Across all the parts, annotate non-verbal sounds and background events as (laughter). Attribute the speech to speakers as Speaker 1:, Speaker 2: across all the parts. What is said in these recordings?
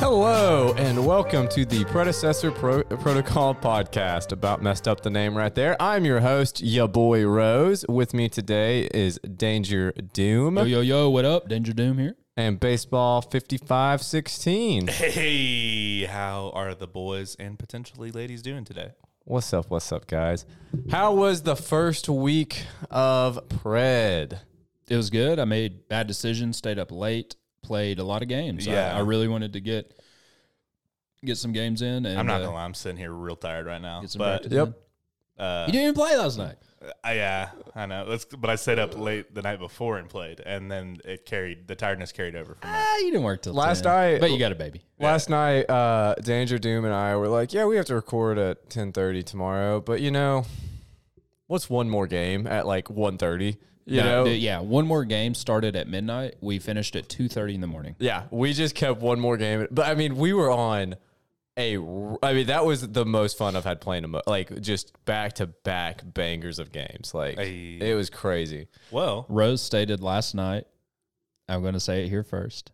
Speaker 1: Hello and welcome to the Predecessor Pro- Protocol podcast. About messed up the name right there. I'm your host, ya boy Rose. With me today is Danger Doom
Speaker 2: Yo, yo, yo, what up? Danger Doom here.
Speaker 1: and Baseball 5516.
Speaker 3: Hey, how are the boys and potentially ladies doing today?
Speaker 1: What's up? What's up, guys? How was the first week of Pred?
Speaker 2: It was good. I made bad decisions, stayed up late, played a lot of games. I-
Speaker 3: Yeah.
Speaker 2: I, really wanted to get get some games in and
Speaker 3: I'm not
Speaker 2: uh,
Speaker 3: gonna lie, I'm sitting here real tired right now.
Speaker 2: get some
Speaker 3: But
Speaker 2: practice
Speaker 1: Yep.
Speaker 2: in.
Speaker 3: uh,
Speaker 2: You didn't even play last night.
Speaker 3: I- yeah, I know. That's but I stayed up late the night before and played, and then it carried the tiredness carried over from that.
Speaker 2: Ah, you didn't work till
Speaker 1: Last
Speaker 2: 10.
Speaker 1: night-
Speaker 2: But you got a baby.
Speaker 1: Last night, uh, Danger Doom and I were like, "Yeah, we have to record at 10:30 tomorrow, but you know, what's one more game at like 1:30? You
Speaker 2: No,
Speaker 1: know,
Speaker 2: dude, yeah. One more game started at midnight. We finished at two thirty in the morning.
Speaker 1: Yeah, we just kept one more game, but I mean, we were on a. r- I mean, that was the most fun I've had playing a mo- like just back to back bangers of games. Like
Speaker 3: Aye.
Speaker 1: it was crazy.
Speaker 3: Well,
Speaker 2: Rose stated last night, I'm going to say it here first.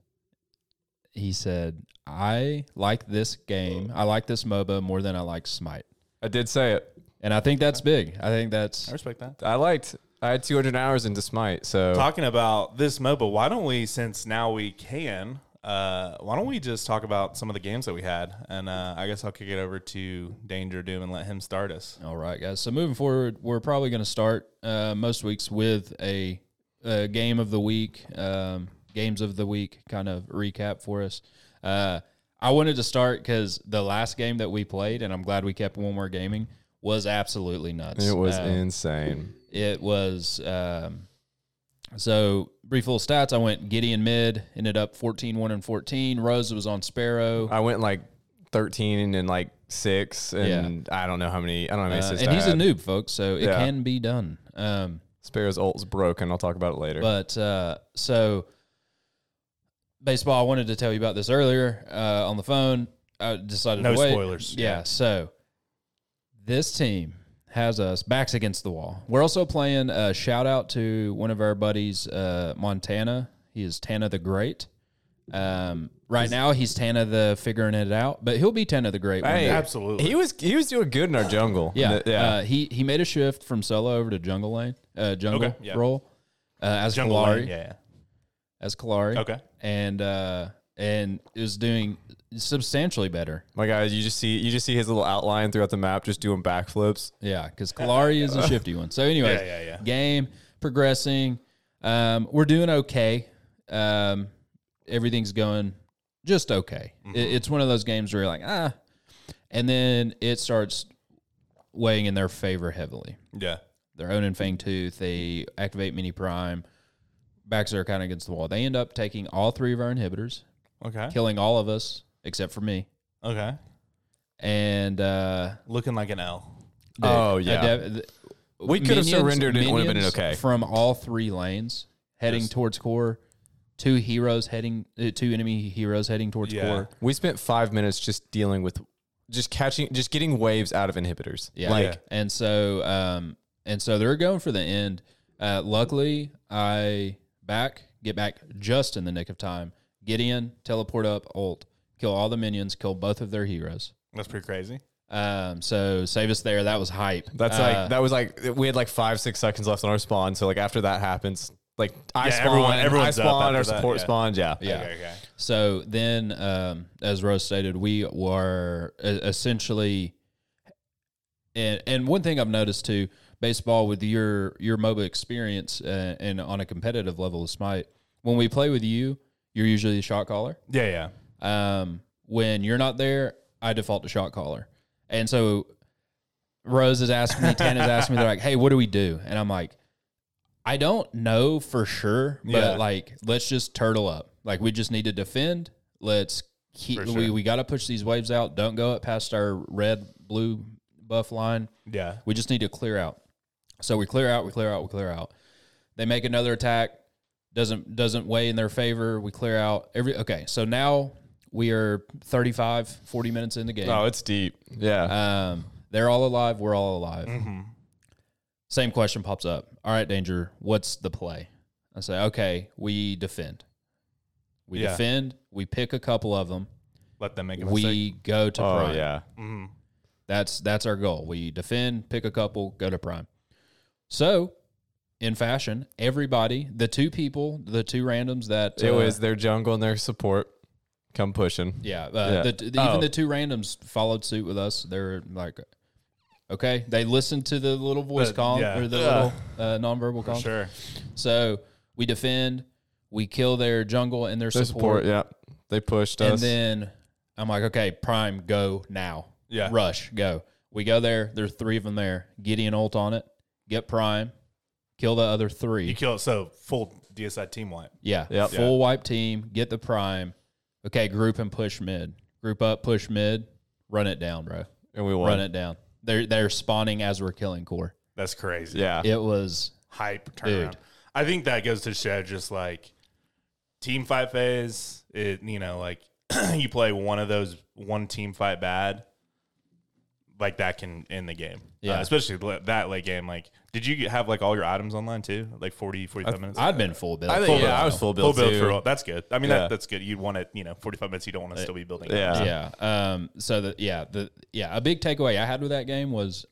Speaker 2: He said, I like this game. I like this MOBA more than I like Smite.
Speaker 1: I did say it.
Speaker 2: And I think that's big. I think that's
Speaker 3: I respect that.
Speaker 1: I liked. I had 200 hours into Smite, so
Speaker 3: Talking about this MOBA, why don't we, since now we can, uh, why don't we just talk about some of the games that we had? And uh, I guess I'll kick it over to Danger Doom and let him start us.
Speaker 2: All right, guys. So moving forward, we're probably going to start uh, most weeks with a, a game of the week, um, games of the week kind of recap for us. Uh, I wanted to start because the last game that we played, and I'm glad we kept one more gaming, was absolutely nuts.
Speaker 1: it was
Speaker 2: Uh,
Speaker 1: insane.
Speaker 2: it was um, so brief little stats. I went Gideon mid, ended up 14 1 and 14. Rose was on Sparrow.
Speaker 1: I went like 13 and like six, and I don't know how many. I don't know how many.
Speaker 2: Uh,
Speaker 1: assists
Speaker 2: and
Speaker 1: I
Speaker 2: he's a
Speaker 1: had.
Speaker 2: noob, folks, so it
Speaker 1: Yeah.
Speaker 2: can be done. Um,
Speaker 1: Sparrow's ult's broken. I'll talk about it later.
Speaker 2: But uh, so baseball, I wanted to tell you about this earlier uh, on the phone. I decided
Speaker 3: No
Speaker 2: to wait.
Speaker 3: spoilers.
Speaker 2: Yeah.
Speaker 3: Yeah.
Speaker 2: So this team has us backs against the wall. We're also playing a shout out to one of our buddies, uh, Montana. He is Tana the Great. Um, right now he's Tana the figuring it out, but he'll be Tana the Great. one
Speaker 1: Hey,
Speaker 2: day.
Speaker 3: Absolutely.
Speaker 1: he was he was doing good in our jungle.
Speaker 2: Yeah,
Speaker 1: yeah.
Speaker 2: Uh, he he made a shift from solo over to jungle lane, uh, jungle
Speaker 3: Okay, yeah.
Speaker 2: role uh, as
Speaker 3: Jungle
Speaker 2: Kalari
Speaker 3: Lane, yeah,
Speaker 2: as Kalari.
Speaker 3: yeah. Okay.
Speaker 2: and uh, and is doing substantially better.
Speaker 1: My God, you just see you just see his little outline throughout the map, just doing backflips.
Speaker 2: Yeah, because Kalari is a shifty one. So, anyways,
Speaker 3: (laughs) Yeah, yeah, yeah.
Speaker 2: game progressing. Um, we're doing okay. Um, everything's going just okay.
Speaker 3: Mm-hmm.
Speaker 2: It, it's one of those games where you're like, ah, and then it starts weighing in their favor heavily.
Speaker 3: Yeah.
Speaker 2: They're owning Fang Tooth. They activate Mini Prime. Backs are kind of against the wall. They end up taking all three of our inhibitors,
Speaker 3: Okay.
Speaker 2: killing all of us except for me.
Speaker 3: Okay.
Speaker 2: and uh,
Speaker 3: Looking like an L.
Speaker 2: the-
Speaker 1: Oh,
Speaker 2: a
Speaker 1: yeah.
Speaker 2: dev- th-
Speaker 1: We could have
Speaker 2: minions-
Speaker 1: surrendered and it would have been
Speaker 2: minions
Speaker 1: okay.
Speaker 2: from all three lanes heading towards core. Two heroes heading, uh, two enemy heroes heading towards
Speaker 3: Yeah.
Speaker 2: core.
Speaker 1: We spent five minutes just dealing with, just catching, just getting waves out of inhibitors.
Speaker 2: Yeah.
Speaker 1: like
Speaker 3: Yeah.
Speaker 2: And so, um, and so they're going for the end. Uh, luckily, I back get back just in the nick of time. Gideon teleport up, ult, kill all the minions, kill both of their heroes.
Speaker 3: That's pretty crazy.
Speaker 2: Um, so save us there. That was hype.
Speaker 1: that's
Speaker 2: Uh,
Speaker 1: like that was like we had like five six seconds left on our spawn. So like after that happens, like I
Speaker 3: Yeah,
Speaker 1: spawn,
Speaker 3: everyone-
Speaker 1: I
Speaker 3: everyone's up
Speaker 1: spawn,
Speaker 3: after
Speaker 1: our
Speaker 3: that,
Speaker 1: support
Speaker 3: yeah.
Speaker 1: spawns. Yeah,
Speaker 2: Yeah.
Speaker 3: Okay, okay.
Speaker 2: So then, um, as Rose stated, we were e- essentially, and and one thing I've noticed too, baseball with your your MOBA experience uh, and on a competitive level of Smite, when we play with you, you're usually the shot caller.
Speaker 3: Yeah, yeah.
Speaker 2: Um, when you're not there, I default to shot caller, and so Rose has asked me, Tana's asked me, they're like, "Hey, what do we do?" And I'm like, "I don't know for sure, but
Speaker 3: Yeah.
Speaker 2: like, let's just turtle up. Like, we just need to defend. Let's keep.
Speaker 3: For sure.
Speaker 2: We we got to push these waves out. Don't go up past our red blue buff line.
Speaker 3: Yeah.
Speaker 2: We just need to clear out. So we clear out, we clear out, we clear out. They make another attack, doesn't doesn't weigh in their favor. We clear out every okay. So now we are 35, 40 minutes in the game.
Speaker 1: Oh, it's deep. Yeah,
Speaker 2: Um, they're all alive, we're all alive.
Speaker 3: Mm-hmm.
Speaker 2: Same question pops up. All right, danger, what's the play? I say, okay, we defend. We
Speaker 3: Yeah.
Speaker 2: defend, we pick a couple of them,
Speaker 3: let them make a mistake.
Speaker 2: we go to
Speaker 1: Oh
Speaker 2: prime.
Speaker 1: yeah.
Speaker 2: That's that's our goal. We defend, pick a couple, go to prime. So, in fashion, everybody, the two people, the two randoms that
Speaker 1: It
Speaker 2: uh,
Speaker 1: was their jungle and their support. Come pushing.
Speaker 2: yeah, uh,
Speaker 1: Yeah.
Speaker 2: The, the-
Speaker 1: Oh.
Speaker 2: even the two randoms followed suit with us. They're like, okay, they listened to the little voice
Speaker 3: The-
Speaker 2: call
Speaker 3: yeah.
Speaker 2: or the
Speaker 3: Yeah.
Speaker 2: little uh, nonverbal call.
Speaker 3: Sure.
Speaker 2: So we defend, we kill their jungle and their,
Speaker 1: Their support.
Speaker 2: support,
Speaker 1: Yeah. They pushed
Speaker 2: and
Speaker 1: us.
Speaker 2: then I'm like, okay, Prime, go now.
Speaker 3: Yeah.
Speaker 2: rush, go. We go there. There's three of them there. Gideon ult on it. Get Prime, kill the other three.
Speaker 3: You kill it. So full DSI team wipe.
Speaker 2: yeah,
Speaker 1: Yep.
Speaker 2: full wipe team. Get the Prime. Okay, group and push mid. Group up, push mid. Run it down, bro.
Speaker 1: and we
Speaker 2: Run
Speaker 1: won.
Speaker 2: it down. They're they're spawning as we're killing core.
Speaker 3: That's crazy.
Speaker 1: Yeah.
Speaker 2: It was
Speaker 3: Hype turnaround.
Speaker 2: Dude.
Speaker 3: I think that goes to show just like team fight phase. It you know like (clears throat) you play one of those one team fight bad, like that can end the game.
Speaker 2: Yeah.
Speaker 3: Uh, especially la- that late game. Like, did you have like all your items online too? Like 40, 45 minutes.
Speaker 2: I'd been full build.
Speaker 1: I think
Speaker 2: full build
Speaker 1: yeah, I was
Speaker 2: now.
Speaker 1: full
Speaker 3: Full
Speaker 1: build
Speaker 3: build
Speaker 1: too.
Speaker 3: for all. That's good. I mean,
Speaker 1: Yeah.
Speaker 3: that, that's good. You want it, you know, 45 minutes. You don't want to still be building.
Speaker 1: Yeah.
Speaker 2: yeah. Um, so that yeah, the yeah, a big takeaway I had with that game was,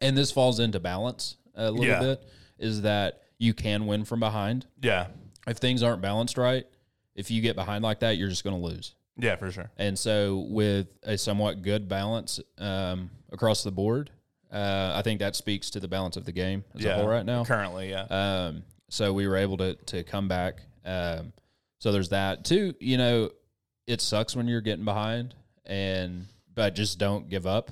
Speaker 2: and this falls into balance a little
Speaker 3: Yeah.
Speaker 2: bit, is that you can win from behind
Speaker 3: Yeah.
Speaker 2: if things aren't balanced right. If you get behind like that, you're just going to lose.
Speaker 3: Yeah, for sure.
Speaker 2: And so, with a somewhat good balance um, across the board, uh, I think that speaks to the balance of the game as
Speaker 3: yeah.
Speaker 2: a whole right
Speaker 1: Oh.
Speaker 2: now.
Speaker 3: Currently,
Speaker 1: Uh,
Speaker 3: yeah.
Speaker 2: Um, so we were able to to come back. Um, so there's that. Two, you know, it sucks when you're getting behind, and but just don't give up.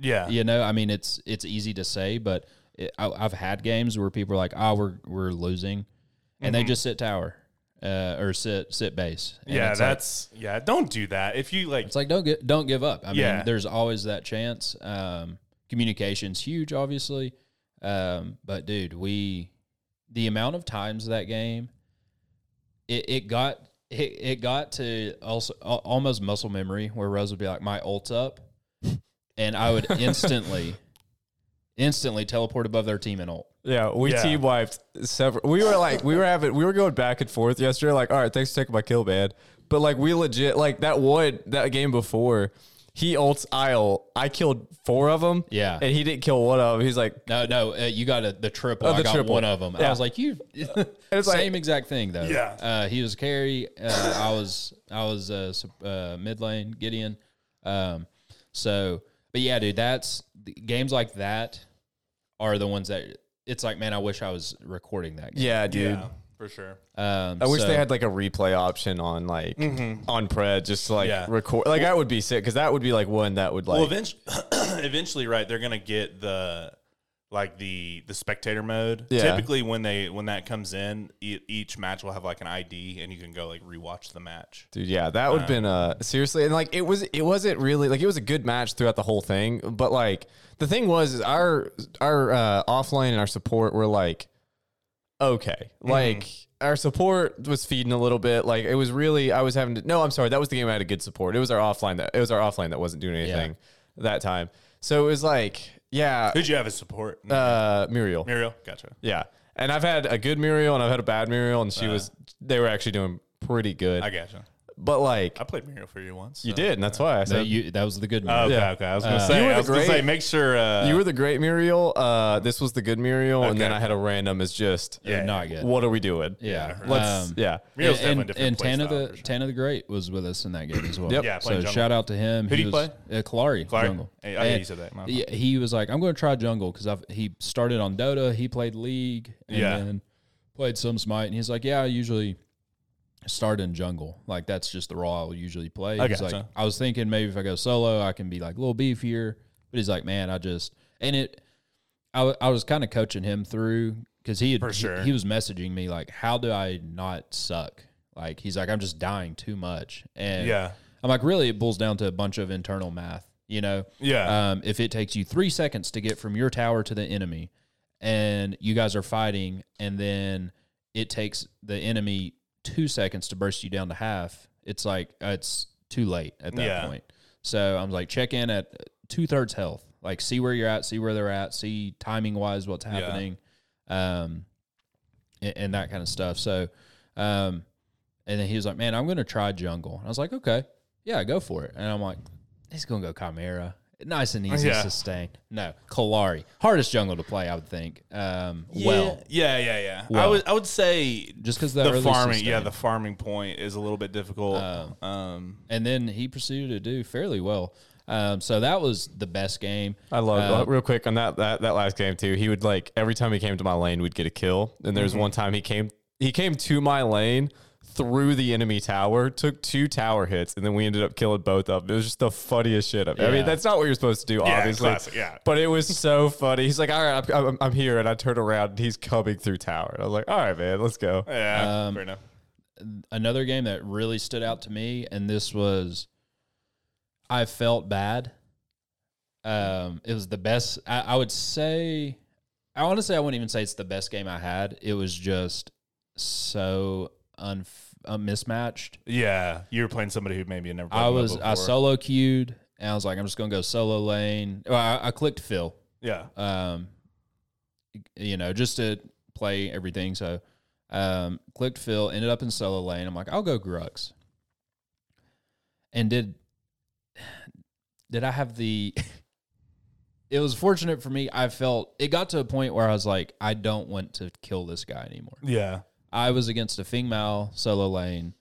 Speaker 3: yeah.
Speaker 2: You know, I mean, it's it's easy to say, but it, I, I've had games where people are like, "Oh, we're we're losing," and they just sit tower uh, or sit sit base. And
Speaker 3: Yeah,
Speaker 2: it's like-
Speaker 3: that's yeah. Don't do that. If you like,
Speaker 2: it's like don't get don't give up. I
Speaker 3: Yeah.
Speaker 2: mean, there's always that chance. Um, communication's huge, obviously, um, but dude, we the amount of times that game, it, it got it, it got to also al- almost muscle memory where Rose would be like, "My ult's up," and I would instantly, (laughs) instantly teleport above their team and ult.
Speaker 1: Yeah, we
Speaker 3: Yeah.
Speaker 1: team wiped several. We were like, we were having, we were going back and forth yesterday. Like, all right, thanks for taking my kill, man. But like, we legit like that one that game before. He ults Isle. I killed four of them.
Speaker 2: Yeah.
Speaker 1: and he didn't kill one of them. He's like,
Speaker 2: No, no, uh, you got a, the triple.
Speaker 3: Oh,
Speaker 1: the
Speaker 2: I got
Speaker 1: triple.
Speaker 2: one of them.
Speaker 1: Yeah.
Speaker 2: I was like,
Speaker 3: (laughs)
Speaker 2: you.
Speaker 1: it's like-
Speaker 2: same exact thing though.
Speaker 3: Yeah.
Speaker 2: Uh, he was carry. Uh, I was I was uh, sup- uh, mid lane Gideon. Um, so, but yeah, dude, that's games like that are the ones that it's like, man, I wish I was recording that. Game.
Speaker 1: yeah, dude.
Speaker 3: yeah, for sure.
Speaker 2: Um,
Speaker 1: I wish
Speaker 2: so-
Speaker 1: they had like a replay option on like on Pred, just to, like
Speaker 3: Mm-hmm. Yeah.
Speaker 1: record. Like that would be sick because that would be like one that would like.
Speaker 3: Well, eventually, (clears throat) eventually, right? They're gonna get the like the the spectator mode.
Speaker 1: Yeah.
Speaker 3: Typically, when they when that comes in, e- each match will have like an ID, and you can go like rewatch the match.
Speaker 1: Dude, yeah, that would have been uh seriously, and like it was, it wasn't really like it was a good match throughout the whole thing. But like the thing was, is our our uh, offline and our support were like okay,
Speaker 3: Mm-hmm.
Speaker 1: like our support was feeding a little bit. Like it was really, I was having to. No, I'm sorry, that was the game I had a good support. It was our offline that it was our offline that wasn't doing anything that time. So it was like, yeah,
Speaker 3: Who'd you have as support?
Speaker 1: uh, Muriel,
Speaker 3: Muriel, gotcha.
Speaker 1: yeah, and I've had a good Muriel and I've had a bad Muriel, and she was they were actually doing pretty good,
Speaker 3: Uh-huh. I gotcha.
Speaker 1: but like.
Speaker 3: I played Muriel for you once.
Speaker 1: you
Speaker 3: so-
Speaker 1: did, and that's why I
Speaker 2: that
Speaker 1: said
Speaker 2: you, that was the good.
Speaker 3: Oh,
Speaker 2: one.
Speaker 3: okay,
Speaker 1: Yeah. Uh,
Speaker 3: okay. I was gonna say.
Speaker 1: You were
Speaker 3: I
Speaker 1: the
Speaker 3: was gonna say.
Speaker 1: great-
Speaker 3: Make sure uh,
Speaker 1: You were the great Muriel. Uh, this was the good Muriel, and then
Speaker 3: Okay.
Speaker 1: I had a random as just,
Speaker 3: Yeah.
Speaker 2: Not good.
Speaker 1: what are we doing?
Speaker 2: yeah.
Speaker 1: let's
Speaker 2: Um,
Speaker 1: yeah.
Speaker 3: Muriel's
Speaker 2: and,
Speaker 3: definitely a different
Speaker 2: and
Speaker 3: play
Speaker 2: Tana
Speaker 3: style,
Speaker 2: the
Speaker 3: for sure.
Speaker 2: Tana the Great was with us in that game as well.
Speaker 1: Yep.
Speaker 3: Yeah,
Speaker 2: So
Speaker 3: playing jungle.
Speaker 2: shout out to him. Who
Speaker 3: do you play?
Speaker 2: Uh, Clary.
Speaker 3: Clary?
Speaker 2: Jungle.
Speaker 3: Hey, I-
Speaker 2: And
Speaker 3: you said that. My
Speaker 2: He, he was like, I'm going to try jungle because I've he started on Dota. He played League. And
Speaker 3: Yeah.
Speaker 2: Then played some Smite, and he's like, Yeah, I usually start in jungle. Like that's just the role I'll usually play.
Speaker 3: I
Speaker 2: he's like,
Speaker 3: gotcha.
Speaker 2: I was thinking maybe if I go solo, I can be like a little beefier. But he's like, Man, I just and it. I, w- I was kind of coaching him through because he had
Speaker 3: For
Speaker 2: he-
Speaker 3: sure.
Speaker 2: he, was messaging me like, "How do I not suck?" Like he's like, "I'm just dying too much," and
Speaker 3: Yeah.
Speaker 2: I'm like, "Really, it boils down to a bunch of internal math, you know?
Speaker 3: Yeah.
Speaker 2: Um, if it takes you three seconds to get from your tower to the enemy, and you guys are fighting, and then it takes the enemy two seconds to burst you down to half, it's like uh, it's too late at that
Speaker 3: Yeah.
Speaker 2: point." So I'm like, check in at two thirds health. Like, see where you're at, see where they're at, see timing wise what's happening, um, and, and that kind of stuff. So, um, and then he was like, man, I'm going to try jungle. And I was like, okay. yeah, go for it. And I'm like, he's going to go Chimera. Nice and easy
Speaker 3: Yeah.
Speaker 2: sustain. No, Kalari. Hardest jungle to play, I would think. Um, Well,
Speaker 3: yeah, yeah, yeah. I
Speaker 2: Well.
Speaker 3: would I would say
Speaker 2: just because
Speaker 3: the farming, yeah, the farming point is a little bit difficult.
Speaker 2: Uh,
Speaker 3: um,
Speaker 2: and then he proceeded to do fairly well. Um, so that was the best game.
Speaker 1: I
Speaker 2: Uh,
Speaker 3: um,
Speaker 1: love real quick on that, that that last game too. He would like every time he came to my lane, we'd get a kill. And
Speaker 3: Mm-hmm.
Speaker 1: there's one time he came he came to my lane through the enemy tower, took two tower hits, and then we ended up killing both of them. It was just the funniest shit. I've- I
Speaker 2: Yeah.
Speaker 1: mean, that's not what you're supposed to do, obviously.
Speaker 3: classic, yeah.
Speaker 1: But it was so funny. He's like, "All right, I'm, I'm, I'm here," and I turn around, and he's coming through tower. And I was like, "All right, man, let's go."
Speaker 3: yeah, fair enough.
Speaker 2: another game that really stood out to me, and this was, I felt bad. Um, it was the best. I, I would say, I honestly, I wouldn't even say it's the best game I had. It was just so un uh, mismatched.
Speaker 3: Yeah, you were playing somebody who maybe had never. Played
Speaker 2: I
Speaker 3: Mobo
Speaker 2: was I
Speaker 3: before.
Speaker 2: solo queued, and I was like, I'm just gonna go solo lane. Well, I, I clicked Phil.
Speaker 3: Yeah,
Speaker 2: um, you know, just to play everything. So, um, clicked Phil, ended up in solo lane. I'm like, I'll go Grux. And did did I have the? (laughs) it was fortunate for me. I felt it got to a point where I was like, I don't want to kill this guy anymore.
Speaker 3: yeah.
Speaker 2: I was against a Fing Mao solo lane,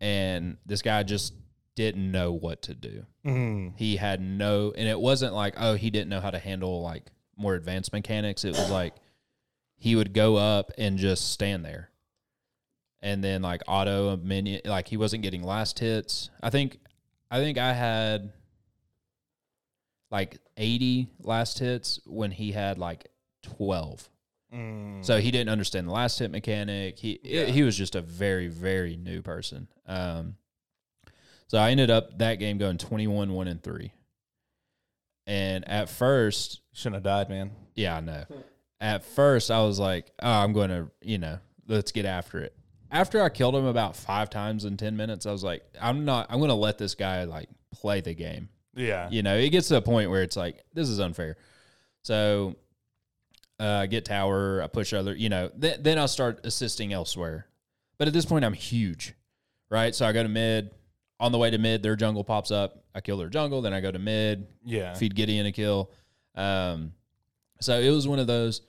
Speaker 2: and this guy just didn't know what to do
Speaker 3: Mm.
Speaker 2: he had no and it wasn't like oh he didn't know how to handle like more advanced mechanics it was like he would go up and just stand there and then like auto minion like he wasn't getting last hits i think i think i had like 80 last hits when he had like 12
Speaker 3: Mm.
Speaker 2: so he didn't understand the last hit mechanic. He he was just a very very new person. Um, so I ended up that game going 21 1 and 3. And at first,
Speaker 3: Shouldn't have died, man.
Speaker 2: yeah, I know. At first I was like, "Oh, I'm going to, you know, let's get after it." After I killed him about 5 times in 10 minutes, I was like, "I'm not I'm going to let this guy like play the game."
Speaker 3: Yeah,
Speaker 2: you know, it gets to a point where it's like, this is unfair. So uh, I get tower, I push other, you know, th- then I'll start assisting elsewhere. But at this point, I'm huge, right? So I go to mid. On the way to mid, their jungle pops up. I kill their jungle. Then I go to mid,
Speaker 3: yeah.
Speaker 2: feed Gideon a kill. Um, so it was one of those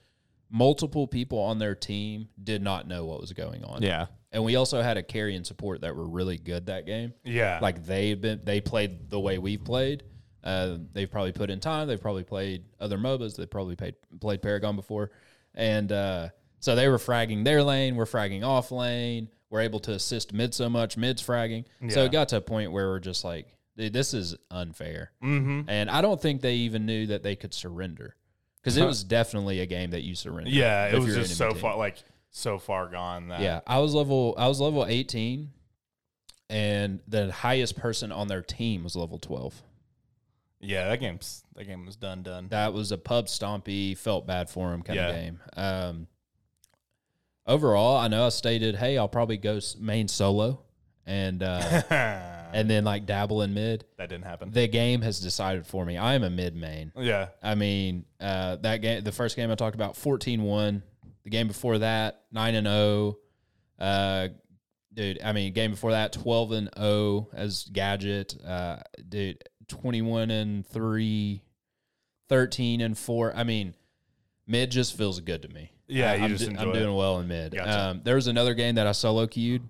Speaker 2: multiple people on their team did not know what was going on.
Speaker 1: Yeah,
Speaker 2: And we also had a carry and support that were really good that game
Speaker 3: Yeah.
Speaker 2: like they've been they played the way we've played. Uh, they've probably put in time. They've probably played other MOBAs. They've probably played played Paragon before, and uh, so they were fragging their lane. We're fragging off lane. We're able to assist mid so much. Mid's fragging. So
Speaker 3: Yeah.
Speaker 2: it got to a point where we're just like, dude, this is unfair.
Speaker 3: mm-hmm.
Speaker 2: And I don't think they even knew that they could surrender because it was definitely a game that you surrender.
Speaker 3: Yeah, it
Speaker 2: if
Speaker 3: was
Speaker 2: you're
Speaker 3: just
Speaker 2: enemy
Speaker 3: so
Speaker 2: team.
Speaker 3: far, like so far gone. That,
Speaker 2: Yeah, I was level I was level 18 and the highest person on their team was level 12.
Speaker 3: yeah. That game's that game was done, done.
Speaker 2: That was a pub stompy, felt bad for him kind of
Speaker 3: Yeah.
Speaker 2: game. Um overall, I know I stated, "Hey, I'll probably go s- main solo and
Speaker 3: (laughs)
Speaker 2: uh
Speaker 3: that
Speaker 2: and then like dabble in mid."
Speaker 3: didn't happen.
Speaker 2: The game has decided for me. I am a mid main.
Speaker 3: yeah,
Speaker 2: I mean, uh, that game, the first game I talked about, 14 1. The game before that, 9 and 0. Uh, dude, I mean, game before that, 12 and 0 as Gadget. Uh, dude, 21 and 3, 13 and 4. I mean, mid just feels good to me.
Speaker 3: Yeah,
Speaker 2: I-
Speaker 3: you
Speaker 2: I'm,
Speaker 3: just
Speaker 2: I'm
Speaker 3: enjoy
Speaker 2: doing
Speaker 3: it.
Speaker 2: well in mid.
Speaker 3: Gotcha.
Speaker 2: Um, there was another game that I solo queued.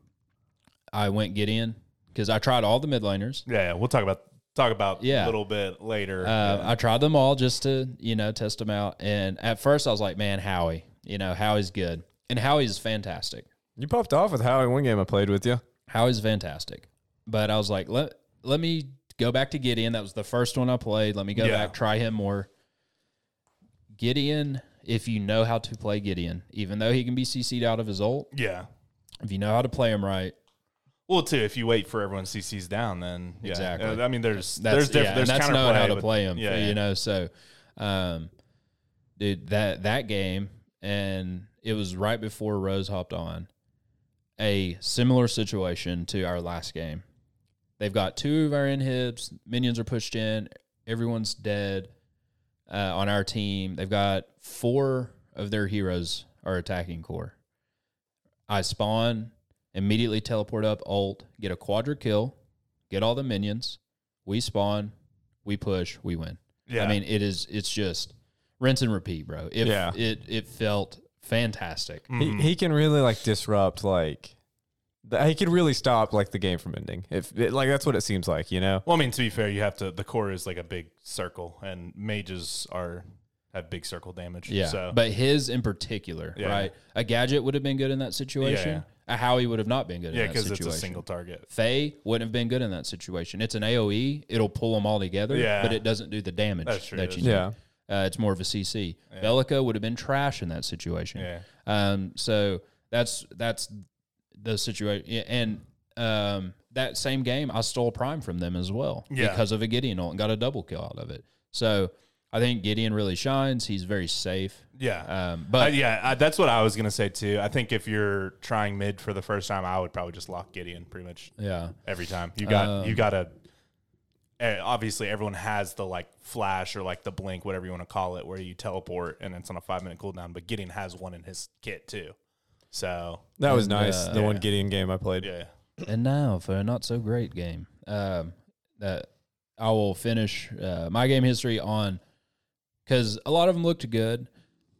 Speaker 2: I went get in because I tried all the mid laners.
Speaker 3: yeah, yeah. We'll talk about talk about
Speaker 2: Yeah.
Speaker 3: a little bit later.
Speaker 2: Uh,
Speaker 3: Yeah.
Speaker 2: I tried them all just to you know test them out, and at first I was like, "Man, Howie, you know Howie's good, and Howie's fantastic.
Speaker 1: you popped off with Howie one game I played with you.
Speaker 2: Howie's fantastic." But I was like, "Let let me go back to Gideon. That was the first one I played. Let me go
Speaker 3: Yeah.
Speaker 2: back, try him more." Gideon, if you know how to play Gideon, even though he can be CC'd out of his ult,
Speaker 3: yeah.
Speaker 2: if you know how to play him right,
Speaker 3: Well, too, if you wait for everyone CC's down, then yeah.
Speaker 2: Exactly.
Speaker 3: Uh, I mean, there's
Speaker 2: that's
Speaker 3: there's different.
Speaker 2: yeah,
Speaker 3: there's
Speaker 2: and that's
Speaker 3: counterplay,
Speaker 2: knowing how to
Speaker 3: but-
Speaker 2: play him.
Speaker 3: Yeah,
Speaker 2: you
Speaker 3: yeah.
Speaker 2: know. So, um, dude, that that game, and it was right before Rose hopped on. A similar situation to our last game. They've got two of our inhibs. Minions are pushed in. Everyone's dead uh, on our team. They've got four of their heroes are attacking core. I spawn, immediately teleport up, ult, get a quadra kill, get all the minions, we spawn, we push, we win.
Speaker 3: Yeah.
Speaker 2: I mean, it is it's just rinse and repeat, bro. If
Speaker 3: Yeah. Mm.
Speaker 2: it it felt fantastic.
Speaker 3: Mm-hmm.
Speaker 1: He, he can really like disrupt like the, he could really stop like the game from ending. If it, like that's what it seems like, you know.
Speaker 3: Well, I mean, to be fair, you have to. The core is like a big circle, and mages are have big circle damage.
Speaker 2: Yeah.
Speaker 3: So,
Speaker 2: But his in particular,
Speaker 3: Yeah.
Speaker 2: right? A gadget would have been good in that situation. A Howie would have not been good
Speaker 3: yeah,
Speaker 2: in that
Speaker 3: because
Speaker 2: situation.
Speaker 3: it's a single target.
Speaker 2: Faye wouldn't have been good in that situation. It's an AOE. It'll pull them all together,
Speaker 3: Yeah.
Speaker 2: but it doesn't do the damage
Speaker 3: That's true,
Speaker 2: that
Speaker 3: that's
Speaker 2: you
Speaker 1: true. Yeah.
Speaker 2: need. Uh, it's more of a CC. Bellica would have been trash in that situation.
Speaker 3: Yeah.
Speaker 2: Um, so that's that's the situation. And um, that same game, I stole Prime from them as well
Speaker 3: Yeah.
Speaker 2: because of a Gideon ult and got a double kill out of it. So I think Gideon really shines. He's very safe.
Speaker 3: Yeah.
Speaker 2: Um,
Speaker 3: I-
Speaker 2: but
Speaker 3: yeah, I, that's what I was gonna say too. I think if you're trying mid for the first time, I would probably just lock Gideon pretty much
Speaker 2: yeah,
Speaker 3: every time. You got
Speaker 2: Um,
Speaker 3: you got to obviously everyone has the like flash or like the blink, whatever you want to call it, where you teleport and it's on a five minute cooldown. But Gideon has one in his kit too. So
Speaker 1: That was nice.
Speaker 2: uh,
Speaker 1: the one
Speaker 3: yeah.
Speaker 1: Gideon game I played.
Speaker 3: yeah,
Speaker 2: And now for a not so great game. Um, that I will finish uh, my game history on because a lot of them looked good.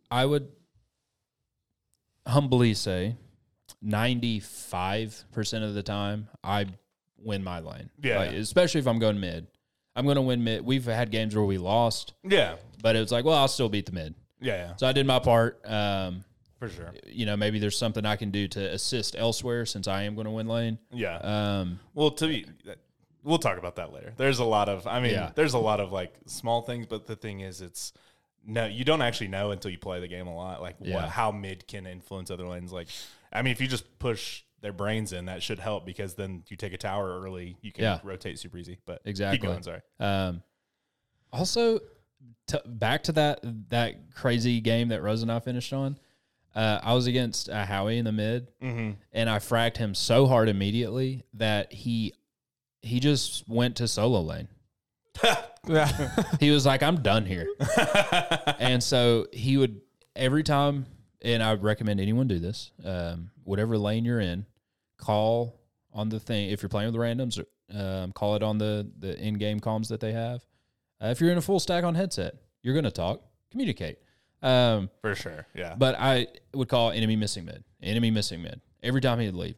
Speaker 2: I would humbly say 95% of the time I win my lane.
Speaker 3: Yeah.
Speaker 2: Like, especially if I'm going mid. I'm going to win mid. We've had games where we lost,
Speaker 3: yeah,
Speaker 2: but it was like, well, I'll still beat the mid.
Speaker 3: yeah, yeah
Speaker 2: So I did my part. Um,
Speaker 3: for sure.
Speaker 2: you know, maybe there's something I can do to assist elsewhere since I am going to win lane.
Speaker 3: Yeah.
Speaker 2: Um,
Speaker 3: Well, to be, we'll talk about that later. There's a lot of, I mean,
Speaker 2: Yeah.
Speaker 3: there's a lot of like small things, but the thing is, it's no, you don't actually know until you play the game a lot, like
Speaker 2: Yeah.
Speaker 3: what, how mid can influence other lanes. Like, I mean, if you just push their brains in, that should help because then you take a tower early, you can
Speaker 2: Yeah.
Speaker 3: rotate super easy. But keep
Speaker 2: Exactly.
Speaker 3: going, sorry.
Speaker 2: Um, also, t- back to that that crazy game that Rose and I finished on. Uh, I was against uh, Howie in the mid, and I fracked him so hard immediately that he he just went to solo lane.
Speaker 1: Yeah.
Speaker 2: He was like, "I'm done here," and so he would every time. And I would recommend anyone do this. Um, whatever lane you're in, call on the thing. If you're playing with randoms, um, call it on the the in game comms that they have. Uh, if you're in a full stack on headset, you're gonna talk, communicate. Um,
Speaker 3: For sure. Yeah.
Speaker 2: but I would call enemy missing mid, enemy missing mid every time he'd leave.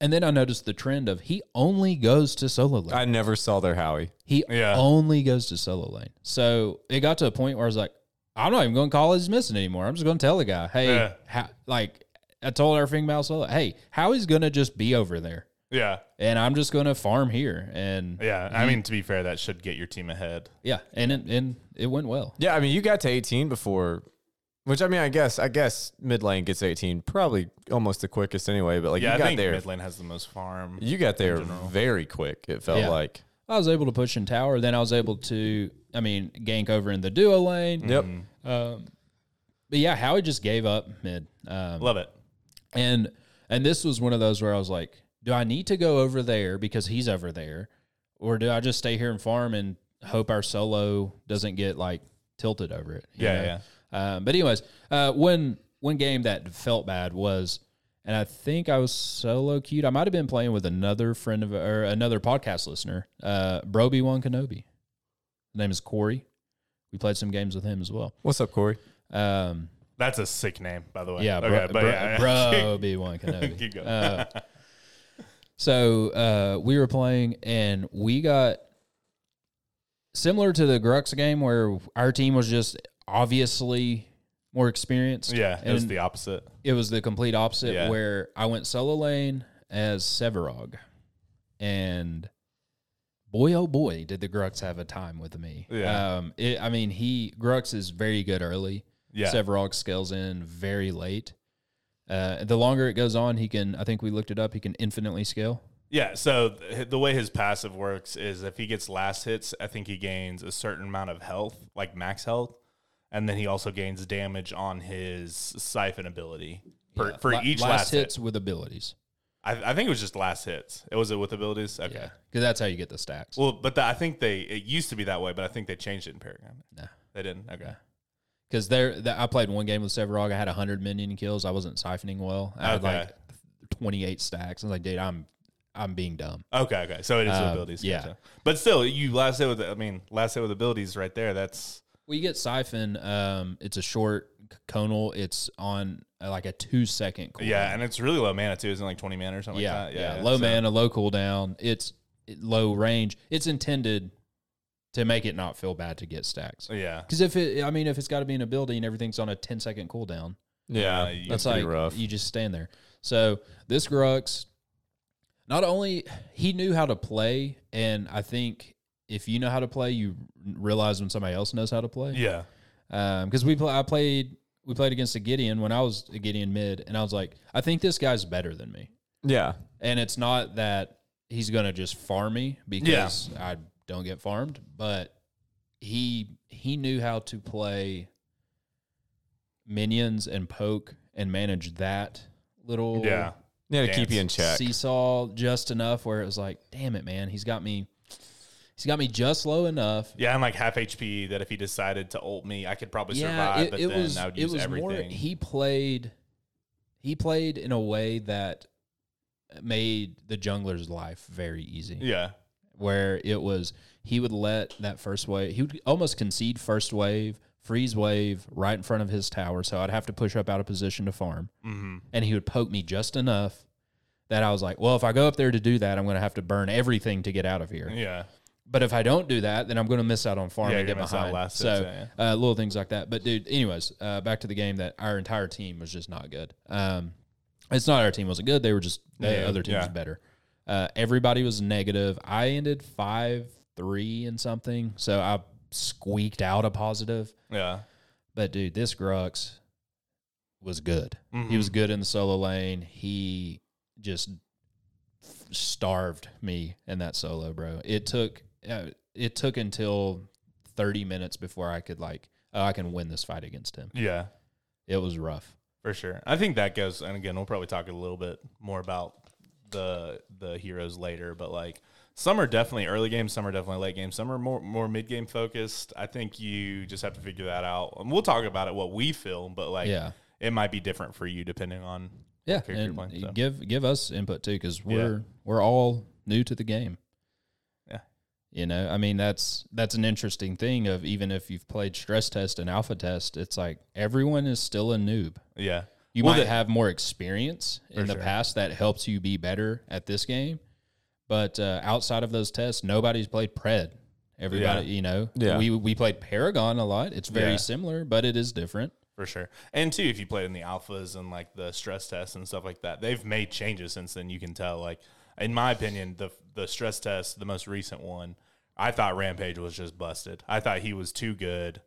Speaker 2: And then I noticed the trend of he only goes to solo lane.
Speaker 1: I never saw their Howie.
Speaker 2: He
Speaker 3: Yeah.
Speaker 2: only goes to solo lane. So it got to a point where I was like, I'm not even going to call he's missing anymore. I'm just going to tell the guy, hey,
Speaker 3: Yeah.
Speaker 2: how, like I told our female solo, hey, how he's going to just be over there,
Speaker 3: yeah.
Speaker 2: and I'm just going to farm here, and
Speaker 3: Yeah. I mean, to be fair, that should get your team ahead.
Speaker 2: yeah, and it, and it went well.
Speaker 1: Yeah, I mean, you got to 18 before, which I mean, I guess, I guess mid lane gets 18 probably almost the quickest anyway. But like
Speaker 3: Yeah.
Speaker 1: you
Speaker 3: I
Speaker 1: got
Speaker 3: think
Speaker 1: there,
Speaker 3: mid lane has the most farm.
Speaker 1: you got there very quick. It felt
Speaker 2: Yeah.
Speaker 1: like.
Speaker 2: I was able to push in tower, then I was able to, I mean, gank over in the duo lane.
Speaker 1: Yep.
Speaker 3: Mm-hmm.
Speaker 2: Um, but yeah, Howie just gave up mid. Um,
Speaker 3: Love it.
Speaker 2: And and this was one of those where I was like, do I need to go over there because he's over there, or do I just stay here and farm and hope our solo doesn't get like tilted over it? you
Speaker 3: Yeah,
Speaker 2: know? Um, but anyways, uh, one one game that felt bad was, and I think I was solo queued. I might have been playing with another friend of or another podcast listener, uh, Broby One Kenobi. His name is Corey. We played some games with him as well.
Speaker 1: What's up, Corey?
Speaker 2: Um,
Speaker 3: That's a sick name, by the way.
Speaker 2: yeah, bro,
Speaker 3: Okay. but
Speaker 2: bro,
Speaker 3: yeah. (laughs)
Speaker 2: bro be one Kenobi.
Speaker 3: Keep going.
Speaker 2: Uh, so uh, we were playing, and we got similar to the Grux game, where our team was just obviously more experienced.
Speaker 3: (laughs) yeah. It was
Speaker 2: And
Speaker 3: the opposite.
Speaker 2: it was the complete opposite.
Speaker 3: Yeah.
Speaker 2: Where I went solo lane as Severog, and boy oh boy, did the Grux have a time with me.
Speaker 3: Yeah.
Speaker 2: Um, it, I mean, he Grux is very good early.
Speaker 3: Yeah.
Speaker 2: Severog scales in very late. Uh, the longer it goes on, he can. I think we looked it up. He can infinitely scale.
Speaker 3: Yeah, so th- the way his passive works is if he gets last hits, I think he gains a certain amount of health, like max health, and then he also gains damage on his siphon ability for,
Speaker 2: Yeah.
Speaker 3: for
Speaker 2: La-
Speaker 3: each last,
Speaker 2: hits
Speaker 3: hit.
Speaker 2: with abilities.
Speaker 3: I, I think it was just last hits. It was it with abilities. Okay.
Speaker 2: Yeah, because that's how you get the stacks.
Speaker 3: Well, but the, I think they it used to be that way, but I think they changed it in Paragon.
Speaker 2: No.
Speaker 3: They didn't. Okay.
Speaker 2: Because there, th- I played one game with Severog. I had hundred minion kills. I wasn't siphoning well. I had
Speaker 3: Okay.
Speaker 2: like twenty eight stacks. I was like, dude, I'm. I'm being dumb.
Speaker 3: Okay, okay. So it is
Speaker 2: Um,
Speaker 3: abilities.
Speaker 2: yeah.
Speaker 3: gotcha. But still, you last hit with I mean, last hit with abilities right there. That's
Speaker 2: Well, you get siphon. Um, it's a short c- conal. It's on uh, like a two second. Cooldown.
Speaker 3: yeah, and it's really low mana too, isn't it? like twenty mana or something
Speaker 2: yeah,
Speaker 3: like that.
Speaker 2: yeah, Low
Speaker 3: so-
Speaker 2: mana, low cooldown. It's it- low range. It's intended to make it not feel bad to get stacks.
Speaker 3: Yeah.
Speaker 2: Because if it, I mean, if it's got to be in a building and everything's on a 10 second cooldown,
Speaker 1: Yeah,
Speaker 3: you-
Speaker 1: that's
Speaker 2: it's
Speaker 1: pretty
Speaker 2: like
Speaker 1: rough.
Speaker 2: you just stand there. So this Grux, not only he knew how to play, and I think if you know how to play, you realize when somebody else knows how to play
Speaker 3: Yeah.
Speaker 2: because we play, I played we played against a Gideon when I was a Gideon mid, and I was like, I think this guy's better than me,
Speaker 1: yeah,
Speaker 2: and it's not that he's gonna just farm me because I don't get farmed, but he he knew how to play minions and poke and manage that little
Speaker 3: Yeah.
Speaker 1: yeah, to keep
Speaker 3: Dance.
Speaker 1: you in check.
Speaker 2: seesaw just enough where it was like, damn it, man, he's got me. He's got me just low enough
Speaker 3: Yeah, I'm like half HP that if he decided to ult me, I could probably survive, but then I would use everything.
Speaker 2: he played, he played in a way that made the jungler's life very easy.
Speaker 3: yeah.
Speaker 2: Where it was, he would let that first wave, he would almost concede first wave, freeze wave right in front of his tower. So I'd have to push up out of position to farm,
Speaker 3: Mm-hmm.
Speaker 2: and he would poke me just enough that I was like, well, if I go up there to do that, I'm going to have to burn everything to get out of here.
Speaker 3: Yeah.
Speaker 2: But if I don't do that, then I'm going to miss out on farm
Speaker 3: Yeah,
Speaker 2: and
Speaker 3: you're
Speaker 2: get
Speaker 3: gonna miss out
Speaker 2: behind.
Speaker 3: last
Speaker 2: so
Speaker 3: hits, yeah,
Speaker 2: Uh, little things like that. But dude, anyways, uh, back to the game that our entire team was just not good. Um, it's not our team wasn't good. They were just the
Speaker 3: Yeah,
Speaker 2: other team was
Speaker 3: yeah.
Speaker 2: better. Uh, everybody was negative. I ended five three and something, so I squeaked out a positive.
Speaker 3: Yeah.
Speaker 2: But dude, this Grux was good. He
Speaker 3: Mhm.
Speaker 2: was good in the solo lane. He just starved me in that solo, bro. It took uh, it took until 30 minutes before I could like oh, I can win this fight against him.
Speaker 3: Yeah.
Speaker 2: It was rough.
Speaker 3: For sure. I think that goes and again we'll probably talk a little bit more about the the heroes later, but like some are definitely early game, some are definitely late game, some are more more mid game focused. I think you just have to figure that out. And we'll talk about it what we feel, but like
Speaker 2: Yeah.
Speaker 3: it might be different for you depending on
Speaker 2: Yeah,
Speaker 3: character
Speaker 2: and
Speaker 3: you're playing, so.
Speaker 2: give give us input too cuz we're we're all new to the game.
Speaker 3: Yeah.
Speaker 2: You know, I mean that's that's an interesting thing of even if you've played stress test and alpha test, it's like everyone is still a noob.
Speaker 3: yeah.
Speaker 2: You
Speaker 3: Well,
Speaker 2: might
Speaker 3: the-
Speaker 2: have more experience in
Speaker 3: For
Speaker 2: the
Speaker 3: sure.
Speaker 2: past that helps you be better at this game, but uh, outside of those tests, nobody's played Pred. Everybody, you know,
Speaker 1: Yeah.
Speaker 2: we we played Paragon a lot. It's very
Speaker 3: Yeah.
Speaker 2: similar, but it is different.
Speaker 3: For sure. And too, if you played in the alphas and like the stress tests and stuff like that, they've made changes since then. You can tell, like, in my opinion, the the stress test, the most recent one, I thought Rampage was just busted. I thought he was too good.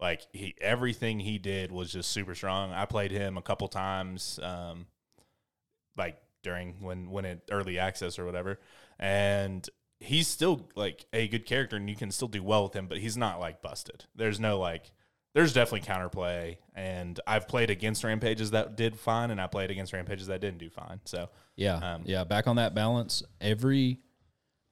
Speaker 3: Like he, everything he did was just super strong. I played him a couple times, um, like during when when it early access or whatever, and he's still like a good character, and you can still do well with him. But he's not like busted. There's no like there's definitely counterplay, and I've played against rampages that did fine, and I played against rampages that didn't do fine. So
Speaker 2: Yeah,
Speaker 3: Um,
Speaker 2: yeah. Back on that balance, every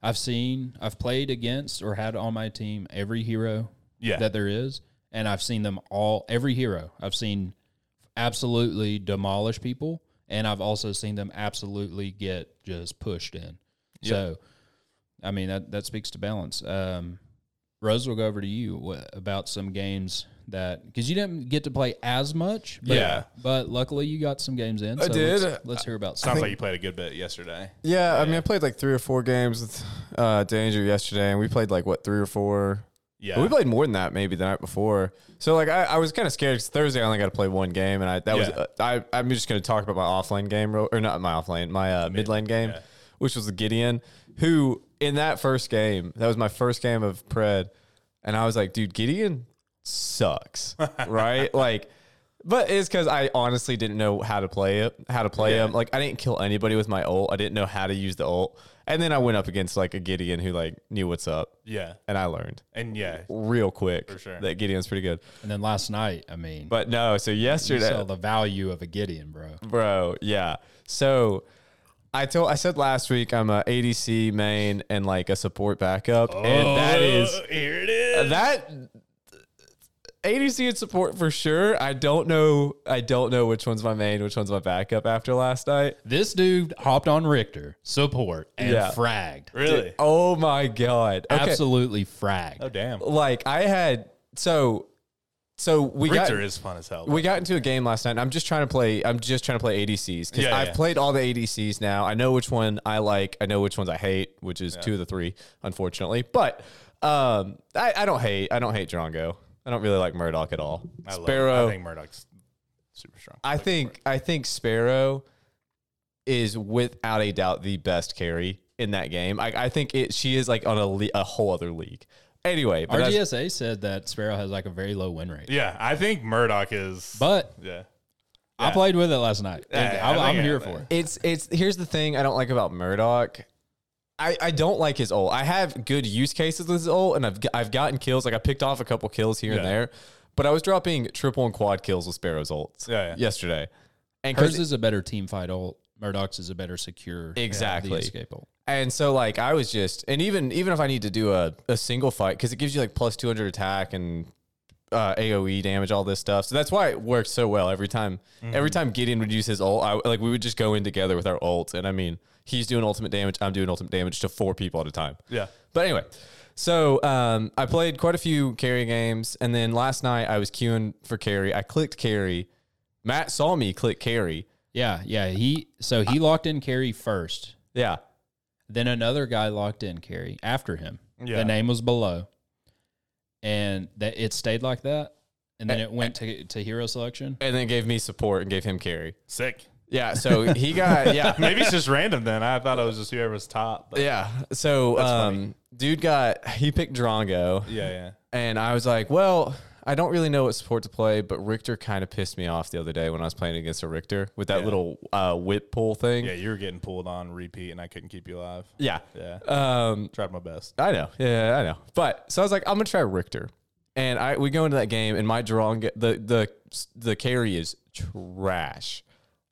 Speaker 2: I've seen, I've played against or had on my team every hero
Speaker 3: yeah,
Speaker 2: that there is, and I've seen them all. Every hero I've seen absolutely demolish people, and I've also seen them absolutely get just pushed in. So, I mean that that speaks to balance. Um, Rose, will go over to you wha- about some games that because you didn't get to play as much. But,
Speaker 3: Yeah.
Speaker 2: but luckily you got some games in.
Speaker 1: I did.
Speaker 2: Let's, let's hear about
Speaker 3: sounds
Speaker 2: some.
Speaker 3: like you played a good bit yesterday.
Speaker 1: Yeah, I mean, I played like three or four games with uh, Danger yesterday, and we played like what three or four.
Speaker 3: Yeah,
Speaker 1: We played more than that maybe the night before. So like I, I was kind of scared because Thursday I only got to play one game, and I that was
Speaker 3: Yeah.
Speaker 1: uh, I I'm just gonna talk about my offlane game real- or not my offlane my uh, mid lane game,
Speaker 3: yeah.
Speaker 1: which was the Gideon, who in that first game that was my first game of Pred, and I was like, dude, Gideon
Speaker 3: (laughs)
Speaker 1: sucks, right? Like. But it's because I honestly didn't know how to play it, how to play him. Like I didn't kill anybody with my ult. I didn't know how to use the ult. And then I went up against like a Gideon who like knew what's up,
Speaker 3: yeah,
Speaker 1: and I learned
Speaker 3: and yeah,
Speaker 1: real quick. For
Speaker 3: sure.
Speaker 1: That Gideon's pretty good.
Speaker 2: and then last night, I mean,
Speaker 1: But no, so
Speaker 2: you
Speaker 1: yesterday,
Speaker 2: saw the value of a Gideon, bro.
Speaker 1: bro, yeah. So I told I said last week I'm a ADC main and (laughs)
Speaker 3: Oh.
Speaker 1: like a support backup. And that is
Speaker 3: here it is.
Speaker 1: that ADC and support for sure. I don't know. I don't know which one's my main, which one's my backup after last night.
Speaker 2: This dude hopped on Richter, support, and
Speaker 1: Yeah.
Speaker 2: fragged.
Speaker 3: Really?
Speaker 1: Oh my god! Okay.
Speaker 2: Absolutely fragged.
Speaker 3: Oh damn.
Speaker 1: Like I had so so we got
Speaker 3: Richter is fun as hell.
Speaker 1: we got into a game last night. And I'm just trying to play. I'm just trying to play ADCs because
Speaker 3: Yeah,
Speaker 1: I've
Speaker 3: yeah.
Speaker 1: played all the ADCs now. I know which one I like. I know which ones I hate, which is two of the three, unfortunately. But um, I, I don't hate. I don't hate Drongo. I don't really like Murdoch at all.
Speaker 3: I love it.
Speaker 1: Sparrow.
Speaker 3: I think Murdoch's super strong.
Speaker 1: I think I think Sparrow is without a doubt the best carry in that game. I, I think it. She is like on a le- a whole other league. Anyway, but that's-
Speaker 2: RGSA said that Sparrow has like a very low win rate.
Speaker 3: Yeah, I think Murdoch is.
Speaker 2: But
Speaker 3: yeah,
Speaker 2: I played with it last night.
Speaker 3: Yeah,
Speaker 2: And
Speaker 3: yeah,
Speaker 2: I'm,
Speaker 3: I
Speaker 2: I'm
Speaker 3: think-
Speaker 2: here
Speaker 3: yeah,
Speaker 2: for it.
Speaker 1: it's it's here's the thing I don't like about Murdoch. I, I don't like his ult. I have good use cases with his ult, and I've g- I've gotten kills. Like I picked off a couple kills here and
Speaker 3: Yeah.
Speaker 1: there, but I was dropping triple and quad kills with Sparrow's ult
Speaker 3: Yeah, yeah.
Speaker 1: yesterday. And 'cause-
Speaker 2: Hers is a better team fight ult. Murdoch's is a better secure uh,
Speaker 1: Exactly.
Speaker 2: the escape ult.
Speaker 1: And so like I was just and even even if I need to do a, a single fight because it gives you like plus 200 attack and uh, AOE damage all this stuff. So that's why it worked so well every time every time Gideon would use his ult I, like we would just go in together with our ults and I mean he's doing ultimate damage I'm doing ultimate damage to four people at a time.
Speaker 3: yeah.
Speaker 1: But anyway, so um, I played quite a few carry games, and then last night I was queuing for carry. I clicked carry. Matt saw me click carry.
Speaker 2: Yeah, yeah. He so he locked in carry first.
Speaker 1: Yeah,
Speaker 2: Then another guy locked in carry after him.
Speaker 3: Yeah.
Speaker 2: The name was below. And that it stayed like that. And then it went to to hero selection.
Speaker 1: and then gave me support and gave him carry.
Speaker 3: Sick.
Speaker 1: Yeah, so he got yeah.
Speaker 3: Maybe it's just random then. I thought it was just whoever's top. But
Speaker 1: Yeah. So um, dude got he picked Drongo
Speaker 3: yeah, yeah.
Speaker 1: and I was like, well, I don't really know what support to play, but Richter kind of pissed me off the other day when I was playing against a Richter with that little uh, whip pull thing.
Speaker 3: Yeah, you were getting pulled on repeat and I couldn't keep you alive.
Speaker 1: Yeah.
Speaker 3: Yeah.
Speaker 1: Um,
Speaker 3: Tried my best.
Speaker 1: I know. Yeah, I know. But so I was like, I'm gonna try Richter, and I we go into that game, and my drawing the the the carry is trash.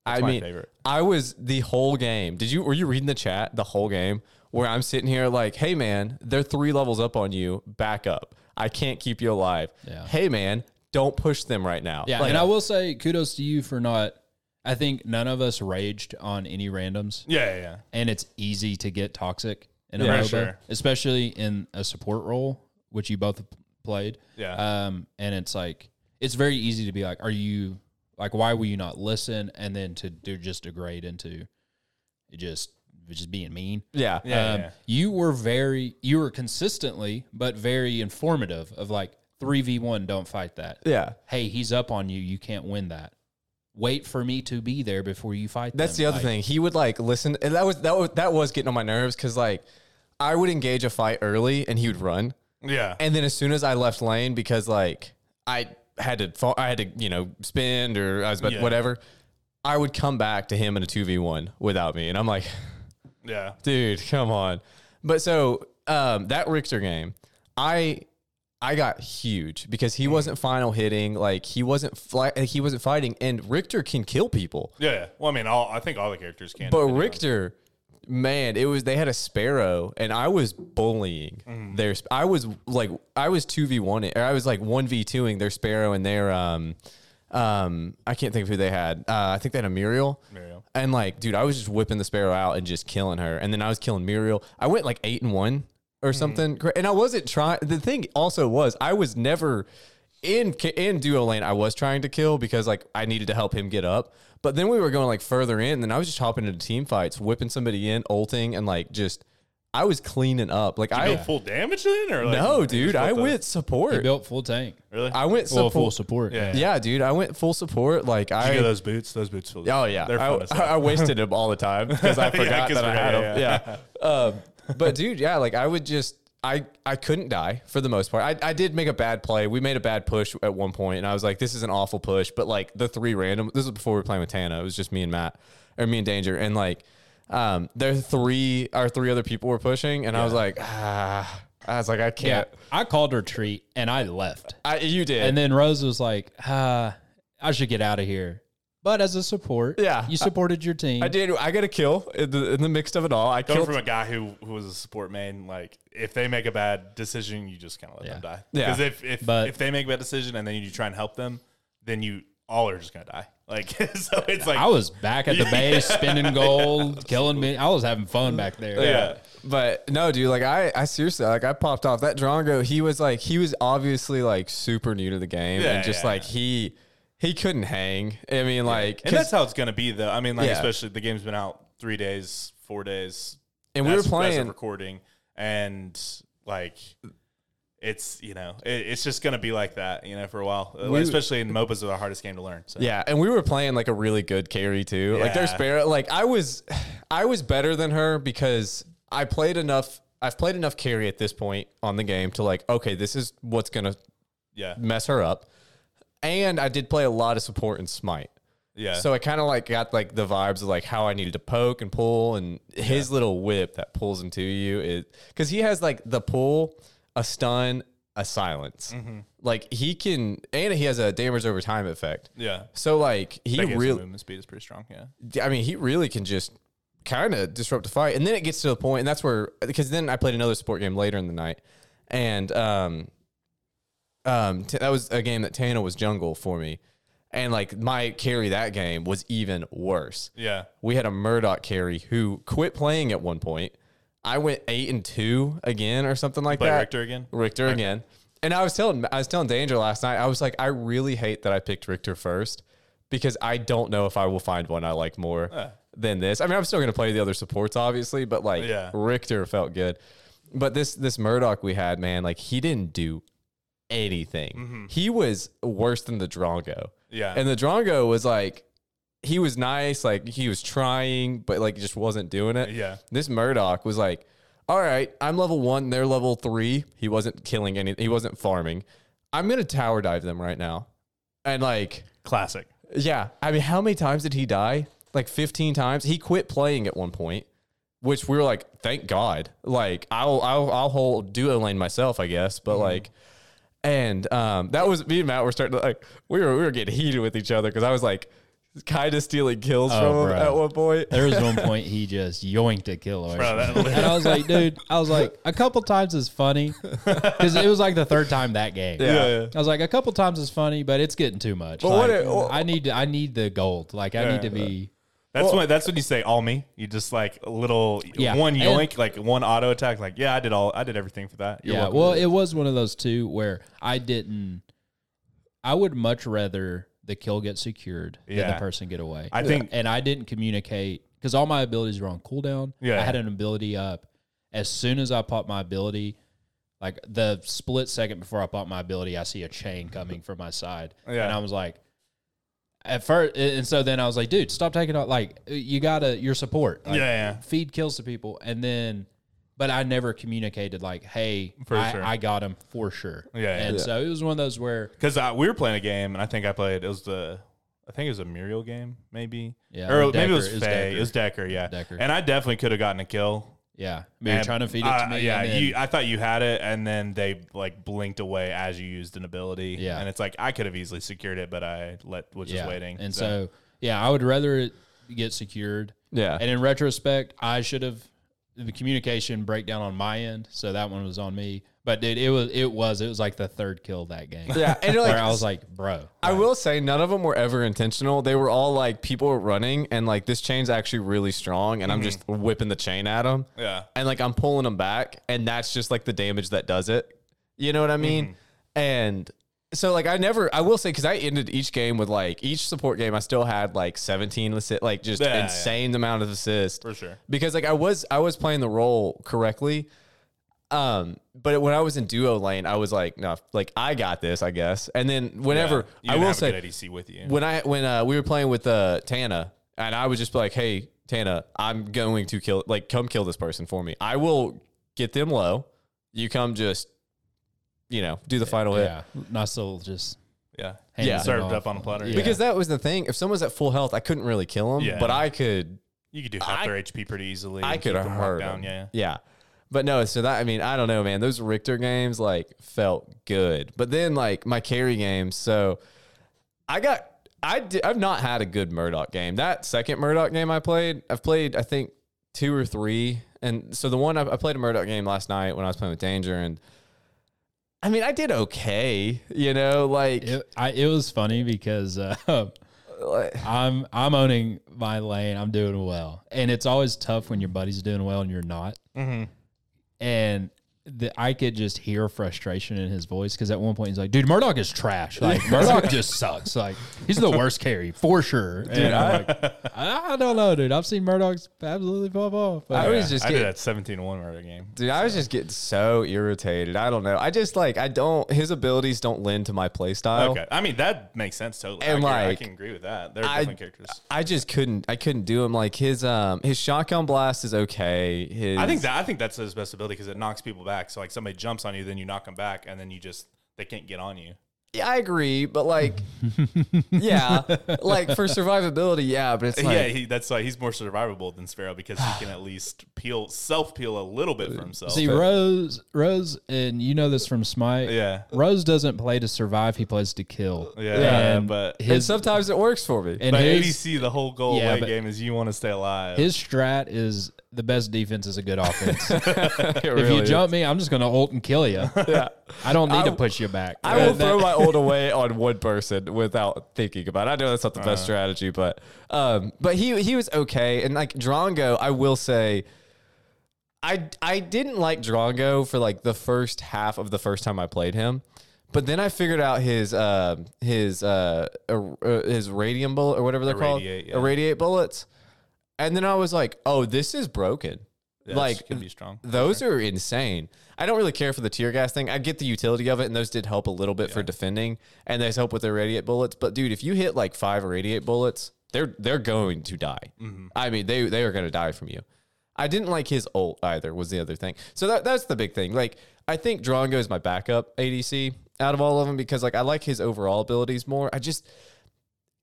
Speaker 1: I
Speaker 3: my
Speaker 1: mean,
Speaker 3: favorite.
Speaker 1: I was the whole game. Did you were you reading the chat the whole game? Where I'm sitting here like, hey man, they're three levels up on you. Back up. I can't keep you alive.
Speaker 2: Yeah.
Speaker 1: Hey man, don't push them right now.
Speaker 2: Yeah.
Speaker 1: Like,
Speaker 2: and I will say kudos to you for not I think none of us raged on any randoms.
Speaker 3: Yeah, yeah, yeah.
Speaker 2: and it's easy to get toxic in a
Speaker 1: Yeah,
Speaker 2: MOBA,
Speaker 3: sure.
Speaker 2: especially in a support role, which you both played.
Speaker 1: Uh,
Speaker 3: Yeah.
Speaker 2: Um, and it's like it's very easy to be like, "Are you like? Why will you not listen?" And then to do just degrade into just just being mean.
Speaker 1: yeah, yeah,
Speaker 3: Yeah,
Speaker 2: um,
Speaker 3: yeah.
Speaker 2: You were very, you were consistently but very informative of like three v one. Don't fight that.
Speaker 1: yeah.
Speaker 2: Hey, he's up on you. You can't win that. Wait for me to be there before you fight.
Speaker 1: That's
Speaker 2: them.
Speaker 1: the other
Speaker 2: Like,
Speaker 1: thing. He would like listen, and that was that was that was getting on my nerves because like I would engage a fight early, and he would run.
Speaker 3: Yeah.
Speaker 1: And then as soon as I left lane, because like I had to, fall, I had to, you know, spin or I was about
Speaker 3: Yeah.
Speaker 1: whatever, I would come back to him in a two v one without me, and I'm like, (laughs)
Speaker 3: yeah.
Speaker 1: dude, come on. But so um, that Richter game, I I got huge because he wasn't final hitting, like he wasn't fly, he wasn't fighting, and Richter can kill people.
Speaker 3: Yeah, yeah. Well, I mean, all I think all the characters can.
Speaker 1: But Richter, man, it was they had a sparrow, and I was bullying their. sp- I was like, I was two v one, or I was like one v twoing their sparrow and their um, um, I can't think of who they had. Uh, I think they had a Muriel.
Speaker 3: Muriel.
Speaker 1: And like, dude, I was just whipping the sparrow out and just killing her, and then I was killing Muriel. I went like eight and one or
Speaker 3: Mm-hmm.
Speaker 1: something, cra- and I wasn't trying. The thing also was I was never. In, ca- in duo lane, I was trying to kill because like I needed to help him get up, but then we were going like further in, and I was just hopping into team fights, whipping somebody in, ulting, and like just I was cleaning up. Like
Speaker 3: no
Speaker 1: I
Speaker 3: full damage then, or like,
Speaker 1: no,
Speaker 3: you
Speaker 1: dude,
Speaker 3: just
Speaker 1: I
Speaker 3: put the-
Speaker 1: went support.
Speaker 2: built full tank.
Speaker 3: really.
Speaker 1: I went
Speaker 2: Full,
Speaker 1: support.
Speaker 2: full support.
Speaker 3: yeah.
Speaker 1: Yeah, dude, I went full support. Like
Speaker 3: Did you
Speaker 1: I,
Speaker 3: get those boots? Those boots. Feel
Speaker 1: oh yeah,
Speaker 3: They're fun
Speaker 1: (laughs)
Speaker 3: as
Speaker 1: I, I,
Speaker 3: hell.
Speaker 1: wasted them all the
Speaker 3: (laughs)
Speaker 1: time because I
Speaker 3: Yeah,
Speaker 1: forgot
Speaker 3: 'cause
Speaker 1: that I
Speaker 3: we-
Speaker 1: had
Speaker 3: yeah,
Speaker 1: them.
Speaker 3: yeah.
Speaker 1: Yeah,
Speaker 3: (laughs)
Speaker 1: Um, but dude, yeah, like I would just. I, I couldn't die for the most part. I, I did make a bad play. We made a bad push at one point, and I was like, "This is an awful push." But like the three random, this was before we were playing with Tana. It was just me and Matt, or me and Danger, and like, um, there three our three other people were pushing, and I was like, ah, I was like, I
Speaker 2: Yeah.
Speaker 1: can't.
Speaker 2: I called retreat and I left.
Speaker 1: I you did,
Speaker 2: And then Rose was like, ah, I should get out of here. But as a support,
Speaker 1: Yeah.
Speaker 2: you supported your team.
Speaker 1: I did. I got a kill in the, in the mixed of it all. I
Speaker 3: Coming
Speaker 1: killed.
Speaker 3: from a guy who, who was a support main, like if they make a bad decision, you just kind of let them die.
Speaker 1: Yeah.
Speaker 3: Because if if,
Speaker 2: But-
Speaker 3: if they make a bad decision and then you try and help them, then you all are just gonna die. Like (laughs) so, it's like
Speaker 2: I was back at the base, spinning
Speaker 1: (laughs)
Speaker 2: gold, killing me. I was having fun back there.
Speaker 3: yeah.
Speaker 1: But no, dude, like I, I seriously, like I popped off that Drongo. He was like, he was obviously like super new to the game
Speaker 3: Yeah,
Speaker 1: and just
Speaker 3: yeah,
Speaker 1: like
Speaker 3: yeah.
Speaker 1: he, he couldn't hang. I mean, like, 'cause-
Speaker 3: And that's how it's gonna be, though. I mean, like
Speaker 1: Yeah.
Speaker 3: especially the game's been out three days, four days,
Speaker 1: and we were
Speaker 3: as- as of
Speaker 1: playing.
Speaker 3: recording, and like it's you know it, it's just gonna be like that, you know, for a while. Especially in MOBAs are the hardest game to learn. So
Speaker 1: Yeah, and we were playing like a really good carry too. Like their
Speaker 3: Yeah.
Speaker 1: spare like I was I was better than her because I played enough I've played enough carry at this point on the game to like, okay, this is what's gonna
Speaker 3: yeah,
Speaker 1: mess her up. And I did play a lot of support and smite.
Speaker 3: yeah.
Speaker 1: So I kind of like got like the vibes of like how I needed to poke and pull and his little whip that pulls him to you it because he has like the pull, a stun, a silence.
Speaker 3: Mm-hmm.
Speaker 1: Like he can and he has a damage over time effect.
Speaker 3: yeah,
Speaker 1: So like he
Speaker 3: That game's
Speaker 1: really
Speaker 3: movement speed is pretty strong. Yeah,
Speaker 1: I mean, he really can just kind of disrupt the fight. And then it gets to the point, and that's where because then I played another sport game later in the night, and um, um, t- that was a game that Tana was jungle for me, and like my carry that game was even worse.
Speaker 3: yeah,
Speaker 1: We had a Murdoch carry who quit playing at one point. I went eight and two again or something like
Speaker 3: play
Speaker 1: that.
Speaker 3: Richter again.
Speaker 1: Richter again. And I was telling I was telling Danger last night. I was like, I really hate that I picked Richter first because I don't know if I will find one I like more than this. I mean, I'm still going to play the other supports, obviously, but like
Speaker 3: Yeah.
Speaker 1: Richter felt good. But this this Murdoch we had, man, like he didn't do anything.
Speaker 3: Mm-hmm.
Speaker 1: He was worse than the Drongo.
Speaker 3: Yeah.
Speaker 1: And the Drongo was like, he was nice, like he was trying, but like just wasn't doing it.
Speaker 3: Yeah.
Speaker 1: This Murdoch was like, all right, I'm level one, they're level three. He wasn't killing any, he wasn't farming. I'm gonna tower dive them right now. And like,
Speaker 3: Classic.
Speaker 1: yeah, I mean, how many times did he die? Like 15 times. He quit playing at one point, which we were like, thank God. Like, I'll I'll I'll hold duo lane myself, I guess. But like, and um, that was me and Matt were starting to like we were we were getting heated with each other because I was like kind of stealing kills
Speaker 2: Oh,
Speaker 1: from him
Speaker 2: bro.
Speaker 1: at one point.
Speaker 2: There was one point he just yoinked a kill. or
Speaker 3: Bro,
Speaker 2: something.
Speaker 3: that-
Speaker 2: and I was like, dude, I was like, a couple times
Speaker 1: (laughs)
Speaker 2: is funny because it was like the third time that game.
Speaker 1: Yeah.
Speaker 2: I was like, a couple times is funny, but it's getting too much.
Speaker 1: But what
Speaker 2: Like,
Speaker 1: it- well-
Speaker 2: I need, to, I need the gold. Like, I need to be.
Speaker 3: That's when that's when you say all me. You just like a little
Speaker 2: Yeah.
Speaker 3: one
Speaker 2: And-
Speaker 3: yoink, like one auto attack. Like yeah, I did all, I did everything for that. You're
Speaker 2: yeah.
Speaker 3: welcome.
Speaker 2: Well, it was one of those two where I didn't. I would much rather the kill get secured than
Speaker 3: Yeah.
Speaker 2: the person get away.
Speaker 3: I think-
Speaker 2: and I didn't communicate because all my abilities were on cooldown.
Speaker 3: Yeah.
Speaker 2: I had an ability up. As soon as I pop my ability, like the split second before I pop my ability, I see a chain coming from my side,
Speaker 3: Yeah.
Speaker 2: and I was like, at first, and so then I was like, dude, stop taking out. Like you gotta your support. Like,
Speaker 3: Yeah, yeah.
Speaker 2: feed kills to people, and then. But I never communicated like, "Hey,
Speaker 3: For
Speaker 2: I,
Speaker 3: sure.
Speaker 2: I got him for sure."
Speaker 3: Yeah, yeah.
Speaker 2: and so it was one of those where
Speaker 3: because uh, we were playing a game, and I think I played. It was the, I think it was a Muriel game, maybe.
Speaker 2: Yeah,
Speaker 3: or
Speaker 2: or
Speaker 3: maybe it was
Speaker 2: Decker. It
Speaker 3: Faye.
Speaker 2: was
Speaker 3: It was Decker. Yeah,
Speaker 2: Decker.
Speaker 3: And I definitely could have gotten a kill.
Speaker 2: yeah, you were
Speaker 3: And,
Speaker 2: trying to feed it
Speaker 3: uh,
Speaker 2: to me.
Speaker 3: yeah,
Speaker 2: and then-
Speaker 3: you, I thought you had it, and then they like blinked away as you used an ability.
Speaker 2: Yeah.
Speaker 3: and it's like I could have easily secured it, but I let was
Speaker 2: yeah.
Speaker 3: just waiting.
Speaker 2: And so. yeah, I would rather it get secured.
Speaker 1: Yeah.
Speaker 2: And in retrospect, I should have the communication breakdown on my end, so that one was on me. But dude, it was it was it was like the third kill that game.
Speaker 1: Yeah, and,
Speaker 2: (laughs) where
Speaker 1: like,
Speaker 2: I was like, bro,
Speaker 1: I will say none of them were ever intentional. They were all like people were running and like this chain's actually really strong and I'm just whipping the chain at them.
Speaker 3: Mm-hmm. Yeah.
Speaker 1: And like I'm pulling them back and that's just like the damage that does it. You know what I
Speaker 3: Mm-hmm.
Speaker 1: mean? And so like I never I will say cuz I ended each game with like each support game I still had like 17 assist like just
Speaker 3: Yeah, yeah.
Speaker 1: insane amount of assists.
Speaker 3: For sure.
Speaker 1: Because like I was I was playing the role correctly. Um, but when I was in duo lane, I was like, no, like I got this, I guess. And then whenever
Speaker 3: You
Speaker 1: I
Speaker 3: didn't
Speaker 1: will
Speaker 3: have a
Speaker 1: say,
Speaker 3: good ADC with you.
Speaker 1: when I when uh, we were playing with uh, Tana, and I was just like, "Hey, Tana, I'm going to kill. Like, come kill this person for me. I will get them low. You come, just you know, do the final hit."
Speaker 2: yeah, Nussel just
Speaker 3: yeah,
Speaker 2: handed
Speaker 1: Yeah.
Speaker 2: it
Speaker 3: served
Speaker 2: off.
Speaker 3: up on a platter.
Speaker 2: Yeah.
Speaker 1: Because that was the thing. If someone's at full health, I couldn't really kill them,
Speaker 3: Yeah.
Speaker 1: but I could.
Speaker 3: you could do half
Speaker 1: I-
Speaker 3: their HP pretty easily.
Speaker 1: I
Speaker 3: and
Speaker 1: could
Speaker 3: keep
Speaker 1: have
Speaker 3: them locked
Speaker 1: hurt
Speaker 3: down.
Speaker 1: 'em.
Speaker 3: Yeah,
Speaker 1: yeah. But no, so that I mean, I don't know, man. Those Richter games like felt good, but then like my carry games, so I got. I did, I've not had a good Murdoch game. That second Murdoch game I played, I've played I think two or three, and so the one I, I played a Murdoch game last night when I was playing with Danger, and I mean I did okay, you know, like
Speaker 2: It, I, it was funny because uh, (laughs)
Speaker 1: like-
Speaker 2: I'm I'm owning my lane. I'm doing well, and it's always tough when your buddy's doing well and you're not.
Speaker 3: Mm-hmm.
Speaker 2: And the, I could just hear frustration in his voice because at one point he's like, "Dude, Murdoch is trash.
Speaker 3: (laughs)
Speaker 2: Like Murdoch just sucks. Like he's the worst carry for sure." and I'm like, I, I don't know, dude. I've seen Murdoch's absolutely pop off. But,
Speaker 1: I was just
Speaker 3: I
Speaker 1: getting,
Speaker 3: did that 17 1 murder game.
Speaker 1: Dude, I was just getting so irritated. I don't know. I just like I don't his abilities don't lend to my play style.
Speaker 3: Okay. I mean, that makes sense totally.
Speaker 1: And,
Speaker 3: I, can- I
Speaker 1: like,
Speaker 3: can agree with that. They're
Speaker 1: I,
Speaker 3: different characters.
Speaker 1: I just couldn't I couldn't do him like his um his shotgun blast is okay. His
Speaker 3: I think that I think that's his best ability because it knocks people back. So like somebody jumps on you, then you knock them back, and then you just they can't get on you.
Speaker 1: yeah, I agree, but
Speaker 2: (laughs)
Speaker 1: like yeah, like for survivability, yeah, but it's like
Speaker 3: yeah, he, that's why he's more survivable than Sparrow because he can at (sighs) least peel self peel a little bit for himself.
Speaker 2: See Rose, Rose, and you know this from Smite.
Speaker 3: Yeah.
Speaker 2: Rose doesn't play to survive; he plays to kill.
Speaker 3: yeah,
Speaker 2: And
Speaker 3: but
Speaker 1: and
Speaker 2: his
Speaker 1: sometimes it works for me.
Speaker 3: (laughs)
Speaker 2: and
Speaker 3: but
Speaker 2: his,
Speaker 3: ADC the whole goal
Speaker 2: Yeah,
Speaker 3: late
Speaker 2: but-
Speaker 3: game is you want to stay alive.
Speaker 2: his strat is the best defense is a
Speaker 1: (laughs)
Speaker 2: good offense.
Speaker 1: It
Speaker 2: if
Speaker 1: really
Speaker 2: you
Speaker 1: is.
Speaker 2: jump me, I'm just gonna ult and kill you.
Speaker 1: (laughs) yeah.
Speaker 2: I don't need to
Speaker 1: I-
Speaker 2: push you back.
Speaker 1: I will throw
Speaker 3: (laughs)
Speaker 1: my old away on one person without thinking about it. I know that's not the
Speaker 3: Uh.
Speaker 1: best strategy, but um, but he he was okay. And like Drongo, I will say, I I didn't like Drongo for like the first half of the first time I played him, but then I figured out his uh, his uh, ir- uh, his radium bullet or whatever they're
Speaker 3: Irradiate,
Speaker 1: called,
Speaker 3: yeah.
Speaker 1: irradiate bullets, and then I was like, oh, this is broken.
Speaker 3: Yeah,
Speaker 1: like
Speaker 3: she can be strong.
Speaker 1: those are insane. I don't really care for the tear gas thing. I get the utility of it, and those did help a little bit for defending, and those help with the radiate bullets. But dude, if you hit like five radiate bullets, they're they're going to die. I mean, they they are going to die from you. I didn't like his ult either. Was the other thing. So that that's the big thing. Like I think Drongo is my backup ADC out of all of them because like I like his overall abilities more. I just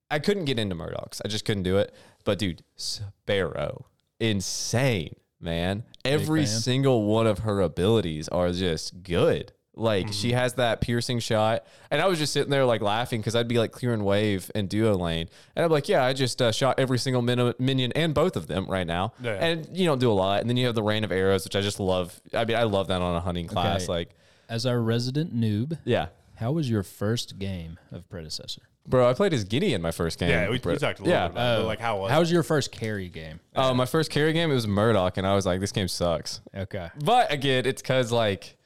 Speaker 1: I couldn't get into Murdoch's. I just couldn't do it. But dude, Sparrow, insane man. Every
Speaker 2: fan.
Speaker 1: single one of her abilities are just good. Like
Speaker 3: Mm-hmm.
Speaker 1: she has that piercing shot, and I was just sitting there like laughing because I'd be like clearing wave and duo lane, and I'm like, yeah, I just uh, shot every single min- minion and both of them right now,
Speaker 3: Yeah.
Speaker 1: and you don't do a lot. And then you have the rain of arrows, which I just love. I mean, I love that on a hunting class.
Speaker 2: Okay.
Speaker 1: Like,
Speaker 2: As our resident noob,
Speaker 1: yeah,
Speaker 2: how was your first game of predecessor?
Speaker 1: bro, I played as Gideon my first game.
Speaker 3: yeah, we,
Speaker 1: Bro-
Speaker 3: we talked a little
Speaker 1: yeah.
Speaker 3: bit about it, but like how was
Speaker 2: How was your first carry game?
Speaker 1: Uh, my first carry game it was Murdoch, and I was like, this game sucks.
Speaker 2: Okay.
Speaker 1: But again, it's because like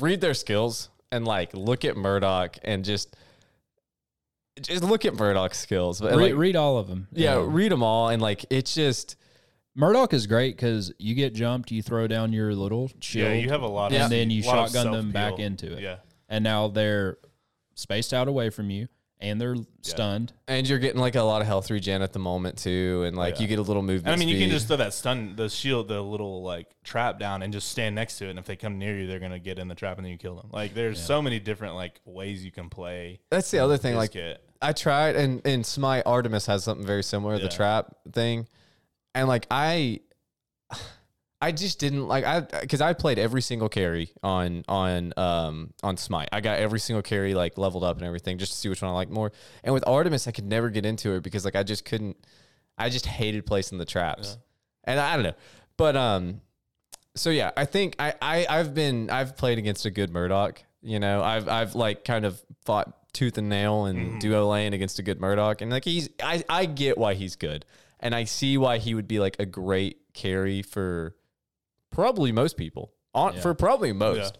Speaker 1: read their skills and like look at Murdoch and just just look at Murdoch's skills. But
Speaker 2: Re-
Speaker 1: like,
Speaker 2: read all of them.
Speaker 1: yeah, read them all and like it's just
Speaker 2: Murdoch is great because you get jumped, you throw down your little shield,
Speaker 3: Yeah, you have a lot of
Speaker 2: and then you
Speaker 3: lot of
Speaker 2: shotgun them
Speaker 3: self-heal.
Speaker 2: back into it.
Speaker 3: Yeah.
Speaker 2: and now they're spaced out away from you, and they're stunned.
Speaker 1: and you're getting like a lot of health regen at the moment too, and like you get a little movement.
Speaker 3: And I mean, you can
Speaker 1: speed.
Speaker 3: just throw that stun, the shield, the little like trap down, and just stand next to it. And if they come near you, they're gonna get in the trap, and then you kill them. Like, there's so many different like ways you can play.
Speaker 1: that's the other thing.
Speaker 3: this
Speaker 1: Like
Speaker 3: kit.
Speaker 1: I tried, and and Smite Artemis has something very similar, the
Speaker 3: Yeah.
Speaker 1: trap thing, and like I, (sighs) I just didn't like I because I played every single carry on on um on Smite. I got every single carry like leveled up and everything just to see which one I liked more. And with Artemis, I could never get into it because like I just couldn't. I just hated placing the traps, and I don't know, but um, so yeah, I think I, I I've been I've played against a good Murdoch. You know, I've I've like kind of fought tooth and nail in duo lane against a good Murdoch, and like he's I I get why he's good, and I see why he would be like a great carry for probably most people on for probably most,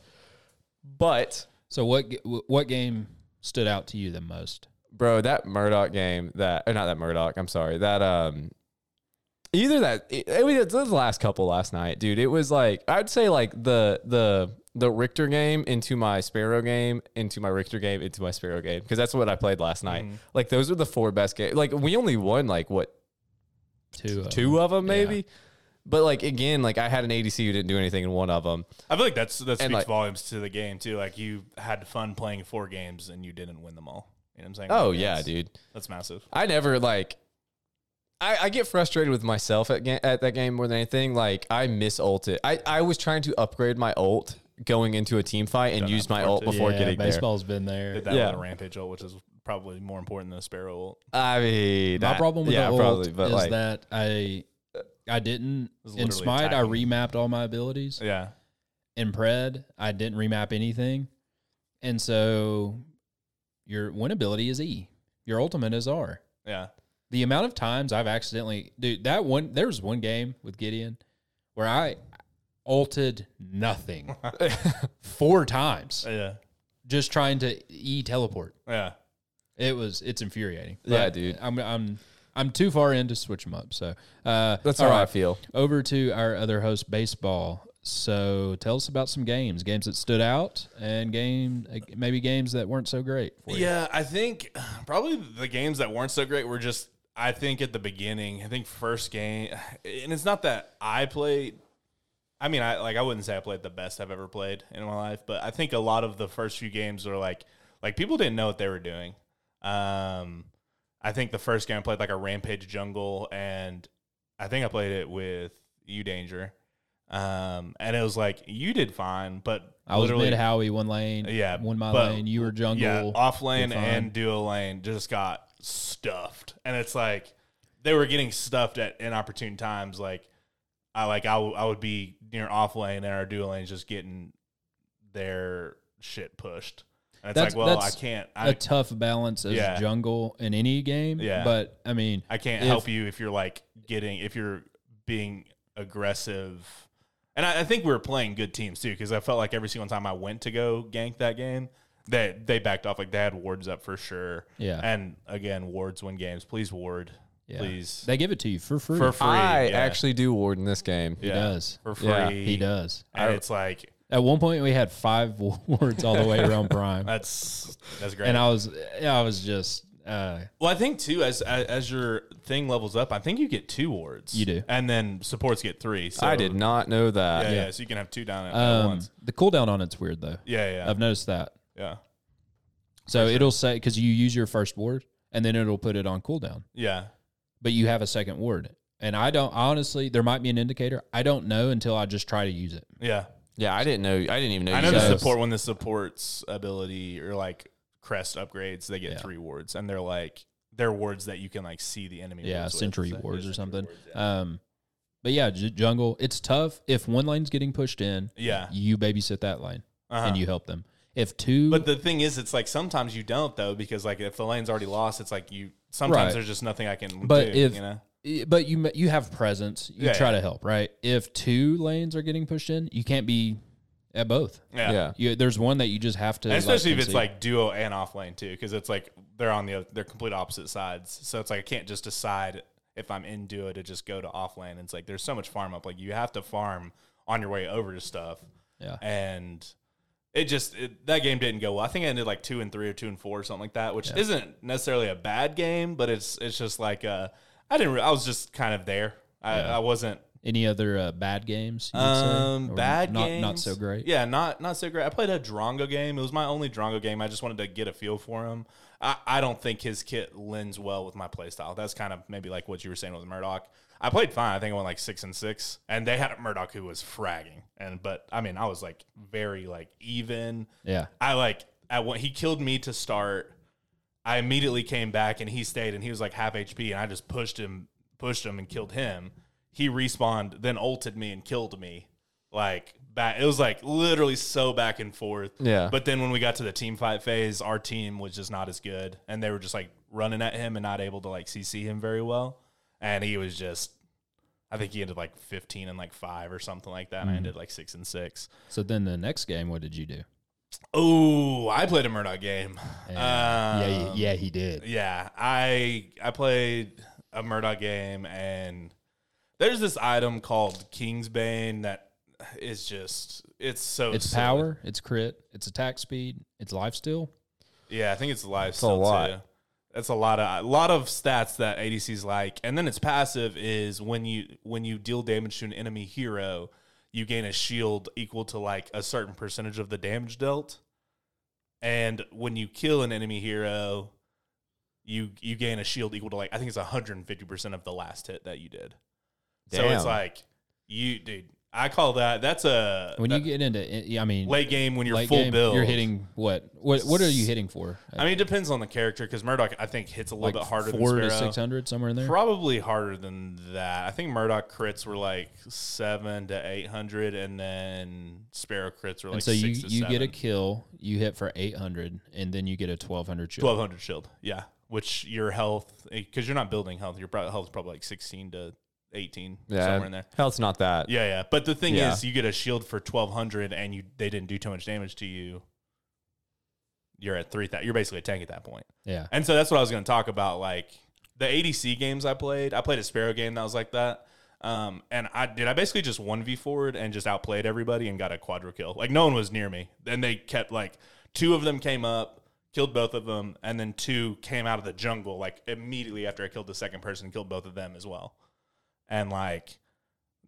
Speaker 1: but.
Speaker 2: So what g- what game stood out to you the most?
Speaker 1: Bro, that Murdoch game, that or not that Murdoch, I'm sorry. That um either that it, it was the last couple last night, dude. It was like I'd say like the the the Richter game into my Sparrow game, into my Richter game, into my Sparrow game because that's what I played last night. Like those were the four best games. Like we only won like what
Speaker 2: Two. of
Speaker 1: two of them maybe. But like again, like I had an ADC who didn't do anything in one of them.
Speaker 3: I feel like that's that speaks
Speaker 1: like-
Speaker 3: volumes to the game too. Like you had fun playing four games and you didn't win them all. You know what I'm saying?
Speaker 1: Oh
Speaker 3: Like,
Speaker 1: yeah,
Speaker 3: that's-
Speaker 1: dude.
Speaker 3: that's massive.
Speaker 1: I never like. I, I get frustrated with myself at, ga- at that game more than anything. Like I miss ult it. I, I was trying to upgrade my ult going into a team fight and used my ult
Speaker 3: before
Speaker 1: before
Speaker 2: yeah,
Speaker 1: getting
Speaker 2: baseball's been there.
Speaker 3: Did that
Speaker 1: Yeah.
Speaker 3: with a rampage ult, which is probably more important than a Sparrow ult.
Speaker 1: I mean,
Speaker 2: My
Speaker 1: that-
Speaker 2: problem with
Speaker 1: yeah,
Speaker 2: the ult
Speaker 1: probably, but
Speaker 2: is
Speaker 1: like,
Speaker 2: that I I didn't
Speaker 3: was
Speaker 2: in
Speaker 3: literally
Speaker 2: Smite I
Speaker 3: attacking.
Speaker 2: remapped all my abilities.
Speaker 3: Yeah.
Speaker 2: In Pred, I didn't remap anything. And so your win ability is E. Your ultimate is R.
Speaker 3: Yeah.
Speaker 2: The amount of times I've accidentally dude, that one there was one game with Gideon where I ulted
Speaker 1: (laughs)
Speaker 2: nothing four times
Speaker 3: Yeah.
Speaker 2: just trying to E teleport.
Speaker 3: Yeah.
Speaker 2: It was it's infuriating.
Speaker 1: Yeah,
Speaker 2: But
Speaker 1: dude.
Speaker 2: I'm I'm I'm too far in to switch them up. So uh,
Speaker 1: that's
Speaker 2: all
Speaker 1: how I
Speaker 2: right.
Speaker 1: feel.
Speaker 2: Over to our other host, baseball. So tell us about some games, games that stood out, and game uh, maybe games that weren't so great. For you.
Speaker 3: Yeah, I think (sighs) probably the games that weren't so great were just I think at the beginning, I think first game (sighs) and it's not that I played I mean, I like I wouldn't say I played the best I've ever played in my life, but I think a lot of the first few games were like like people didn't know what they were doing. Um I think the first game I played like a rampage jungle and I think I played it with you danger. Um and it was like you did fine, but
Speaker 2: I was
Speaker 3: literally
Speaker 2: mid Howie one lane,
Speaker 3: Yeah,
Speaker 2: one my
Speaker 3: but-
Speaker 2: lane. You were jungle.
Speaker 3: yeah, off lane
Speaker 2: You're fine.
Speaker 3: and dual lane just got stuffed, and it's like they were getting stuffed at inopportune times. Like I like I, w- I would be near off lane, and our dual lane's just getting their shit pushed. And it's
Speaker 2: That's-
Speaker 3: like, well, I
Speaker 2: that's
Speaker 3: can't,
Speaker 2: a
Speaker 3: I,
Speaker 2: tough balance as
Speaker 3: Yeah.
Speaker 2: jungle in any game.
Speaker 3: Yeah.
Speaker 2: but I mean,
Speaker 3: I can't
Speaker 2: if-
Speaker 3: help you if you're like getting if you're being aggressive. And I, I think we were playing good teams too, because I felt like every single time I went to go gank that game, they they backed off. Like they had wards up for sure.
Speaker 2: yeah,
Speaker 3: And again, wards win games. Please ward.
Speaker 2: yeah.
Speaker 3: Please.
Speaker 2: they give it to you for free.
Speaker 3: for free.
Speaker 1: I
Speaker 3: yeah.
Speaker 1: actually do ward in this game.
Speaker 2: he
Speaker 3: yeah.
Speaker 2: does.
Speaker 3: For free.
Speaker 1: Yeah,
Speaker 2: He does.
Speaker 3: And it's like
Speaker 2: At one point, we had five (laughs) wards all the way around prime,
Speaker 3: that's that's great.
Speaker 2: and I was I was just uh,
Speaker 3: well, I think too as, as as your thing levels up, I think you get two wards.
Speaker 2: You do.
Speaker 3: And then supports get three. So
Speaker 1: I did not know that.
Speaker 3: Yeah, yeah. So you can have two down at, at
Speaker 2: um,
Speaker 3: once.
Speaker 2: the cooldown on it's weird though.
Speaker 3: Yeah, yeah.
Speaker 2: I've noticed that.
Speaker 3: yeah.
Speaker 2: So it'll say because you use your first ward and then it'll put it on cooldown,
Speaker 3: Yeah.
Speaker 2: but you have a second ward. And I don't honestly, there might be an indicator. I don't know until I just try to use it.
Speaker 3: Yeah.
Speaker 1: Yeah, I didn't know. I didn't even know.
Speaker 3: I
Speaker 1: you
Speaker 3: know
Speaker 1: guys-
Speaker 3: the
Speaker 2: So-
Speaker 3: support when the support's ability or like crest upgrades, they get
Speaker 2: Yeah.
Speaker 3: three wards, and they're like they're wards that you can like see the enemy.
Speaker 2: Yeah,
Speaker 3: wards with.
Speaker 2: century
Speaker 3: So-
Speaker 2: wards
Speaker 3: yeah,
Speaker 2: or
Speaker 3: sentry
Speaker 2: something.
Speaker 3: wards, yeah.
Speaker 2: Um, but yeah, j- jungle. It's tough if one lane's getting pushed in.
Speaker 3: Yeah.
Speaker 2: you babysit that lane
Speaker 3: Uh-huh.
Speaker 2: and you help them. If two,
Speaker 3: But the thing is, it's like sometimes you don't though, because like if the lane's already lost, it's like you sometimes
Speaker 2: Right.
Speaker 3: there's just nothing I can.
Speaker 2: But
Speaker 3: do,
Speaker 2: if-
Speaker 3: you know,
Speaker 2: I- but you ma- you have presence. You
Speaker 3: Yeah,
Speaker 2: try
Speaker 3: yeah.
Speaker 2: to help, right? If two lanes are getting pushed in, you can't be at both.
Speaker 3: yeah,
Speaker 1: yeah.
Speaker 2: You, there's one that you just have to,
Speaker 3: And especially if it's
Speaker 2: concede.
Speaker 3: like duo and off lane too, because it's like they're on the oth- they're complete opposite sides, so it's like I can't just decide if I'm in duo to just go to off lane. It's like there's so much farm up, like you have to farm on your way over to stuff,
Speaker 2: yeah.
Speaker 3: and it just it, that game didn't go well. I think I ended like two and three or two and four or something like that, which isn't necessarily a bad game, but it's it's just like uh, I didn't re- I was just kind of there. I, I wasn't
Speaker 2: Any other uh, bad games? You would say?
Speaker 3: Um,
Speaker 2: Or
Speaker 3: bad
Speaker 2: not,
Speaker 3: games.
Speaker 2: Not so great.
Speaker 3: Yeah, not not so great. I played a Drongo game. It was my only Drongo game. I just wanted to get a feel for him. I, I don't think his kit lends well with my playstyle. That's kind of maybe like what you were saying with Murdoch. I played fine. I think I went like six and six, and they had a Murdoch who was fragging. And but I mean, I was like very like even.
Speaker 2: Yeah.
Speaker 3: I like at one, he killed me to start. I immediately came back and he stayed and he was like half HP and I just pushed him, pushed him and killed him. He respawned, then ulted me and killed me. Like back, it was like literally so back and forth.
Speaker 1: Yeah.
Speaker 3: But then when we got to the team fight phase, our team was just not as good and they were just like running at him and not able to like CC him very well. And he was just, I think he ended like fifteen and like five or something like that. And I ended like six and six.
Speaker 2: So then the next game, what did you do?
Speaker 3: Oh, I played a Murdoch game.
Speaker 2: Yeah.
Speaker 3: Um,
Speaker 2: yeah, yeah, he did.
Speaker 3: yeah. I I played a Murdoch game, and there's this item called Kingsbane that is just it's so
Speaker 2: It's
Speaker 3: silly.
Speaker 2: power, it's crit, it's attack speed, it's life steal.
Speaker 3: Yeah, I think it's live.
Speaker 1: a
Speaker 3: still
Speaker 1: lot.
Speaker 3: Too. That's a lot of a lot of stats that ADCs like, and then its passive is when you when you deal damage to an enemy hero, you gain a shield equal to like a certain percentage of the damage dealt, and when you kill an enemy hero, you you gain a shield equal to like I think it's one hundred and fifty percent of the last hit that you did. So
Speaker 1: Damn.
Speaker 3: it's like you, dude. I call that that's a
Speaker 2: When
Speaker 3: that
Speaker 2: you get into, eh, I mean,
Speaker 3: Uh, late game when you're
Speaker 2: late
Speaker 3: full
Speaker 2: game,
Speaker 3: build.
Speaker 2: you're hitting what? What What are you hitting for?
Speaker 3: I mean, it depends on the character because Murdoch I think hits a little bit harder
Speaker 2: four
Speaker 3: than
Speaker 2: to
Speaker 3: Sparrow.
Speaker 2: six hundred somewhere in there.
Speaker 3: Probably harder than that. I think Murdoch crits were like seven to eight hundred, and then Sparrow crits were like
Speaker 2: and so you
Speaker 3: six to
Speaker 2: you get a
Speaker 3: seven.
Speaker 2: kill, you hit for eight hundred, and then you get a twelve hundred shield.
Speaker 3: twelve hundred shield. Yeah, which your health because you're not building health. Your pro- health's probably like sixteen to eighteen somewhere in there.
Speaker 1: Health's not that.
Speaker 3: Yeah, yeah. But the thing
Speaker 1: Yeah.
Speaker 3: is, you get a shield for twelve hundred, and you they didn't do too much damage to you. You're at three thousand. You're basically a tank at that point.
Speaker 2: Yeah,
Speaker 3: And so that's what I was going to talk about. Like the ADC games I played, I played a Sparrow game that was like that. Um, and I did. I basically just one v forward and just outplayed everybody and got a quadra kill. Like no one was near me. And they kept like two of them came up, killed both of them, and then two came out of the jungle like immediately after I killed the second person, killed both of them as well. And like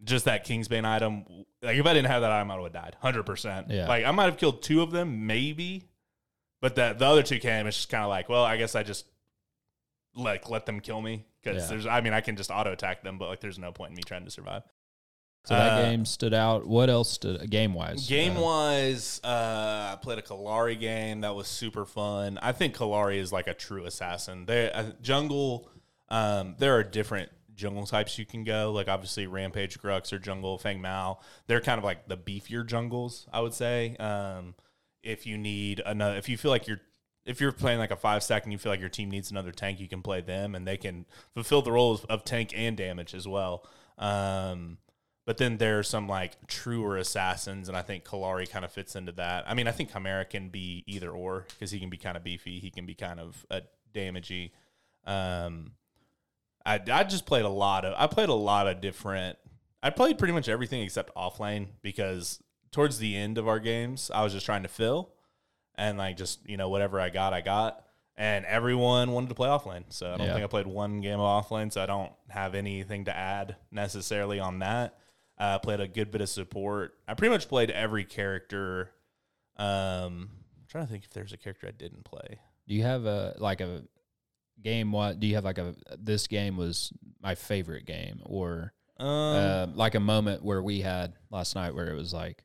Speaker 3: just that Kingsbane item, like if I didn't have that item, I would have died hundred percent.
Speaker 2: Yeah.
Speaker 3: Like I might have killed two of them, maybe, but that the other two came. It's just kind of like, well, I guess I just like let them kill me because
Speaker 2: Yeah.
Speaker 3: there's. I mean, I can just auto attack them, but like there's no point in me trying to survive.
Speaker 2: so that
Speaker 3: Uh,
Speaker 2: game stood out. What else stood game wise?
Speaker 3: Game wise, uh, I played a Kalari game that was super fun. I think Kalari is like a true assassin. They uh, jungle. Um, there are different jungle types you can go. Like obviously, Rampage Grux or Jungle Fang Mao. They're kind of like the beefier jungles, I would say. Um, if you need another, if you feel like you're if you're playing like a five stack and you feel like your team needs another tank, you can play them and they can fulfill the roles of tank and damage as well. Um, but then there are some like truer assassins, and I think Kalari kind of fits into that. I mean, I think Chimera can be either or because he can be kind of beefy, he can be kind of uh, damagey. Um, I, I just played a lot of I played a lot of different I played pretty much everything except offlane because towards the end of our games I was just trying to fill and like just you know whatever I got I got and everyone wanted to play offlane so I don't
Speaker 2: Yeah.
Speaker 3: think I played one game of offlane so I don't have anything to add necessarily on that uh, played a good bit of support I pretty much played every character um I'm trying to think if there's a character I didn't play
Speaker 2: Do you have a like a game? What do you have like a this game was my favorite game or
Speaker 3: um,
Speaker 2: uh, like a moment where we had last night where it was like,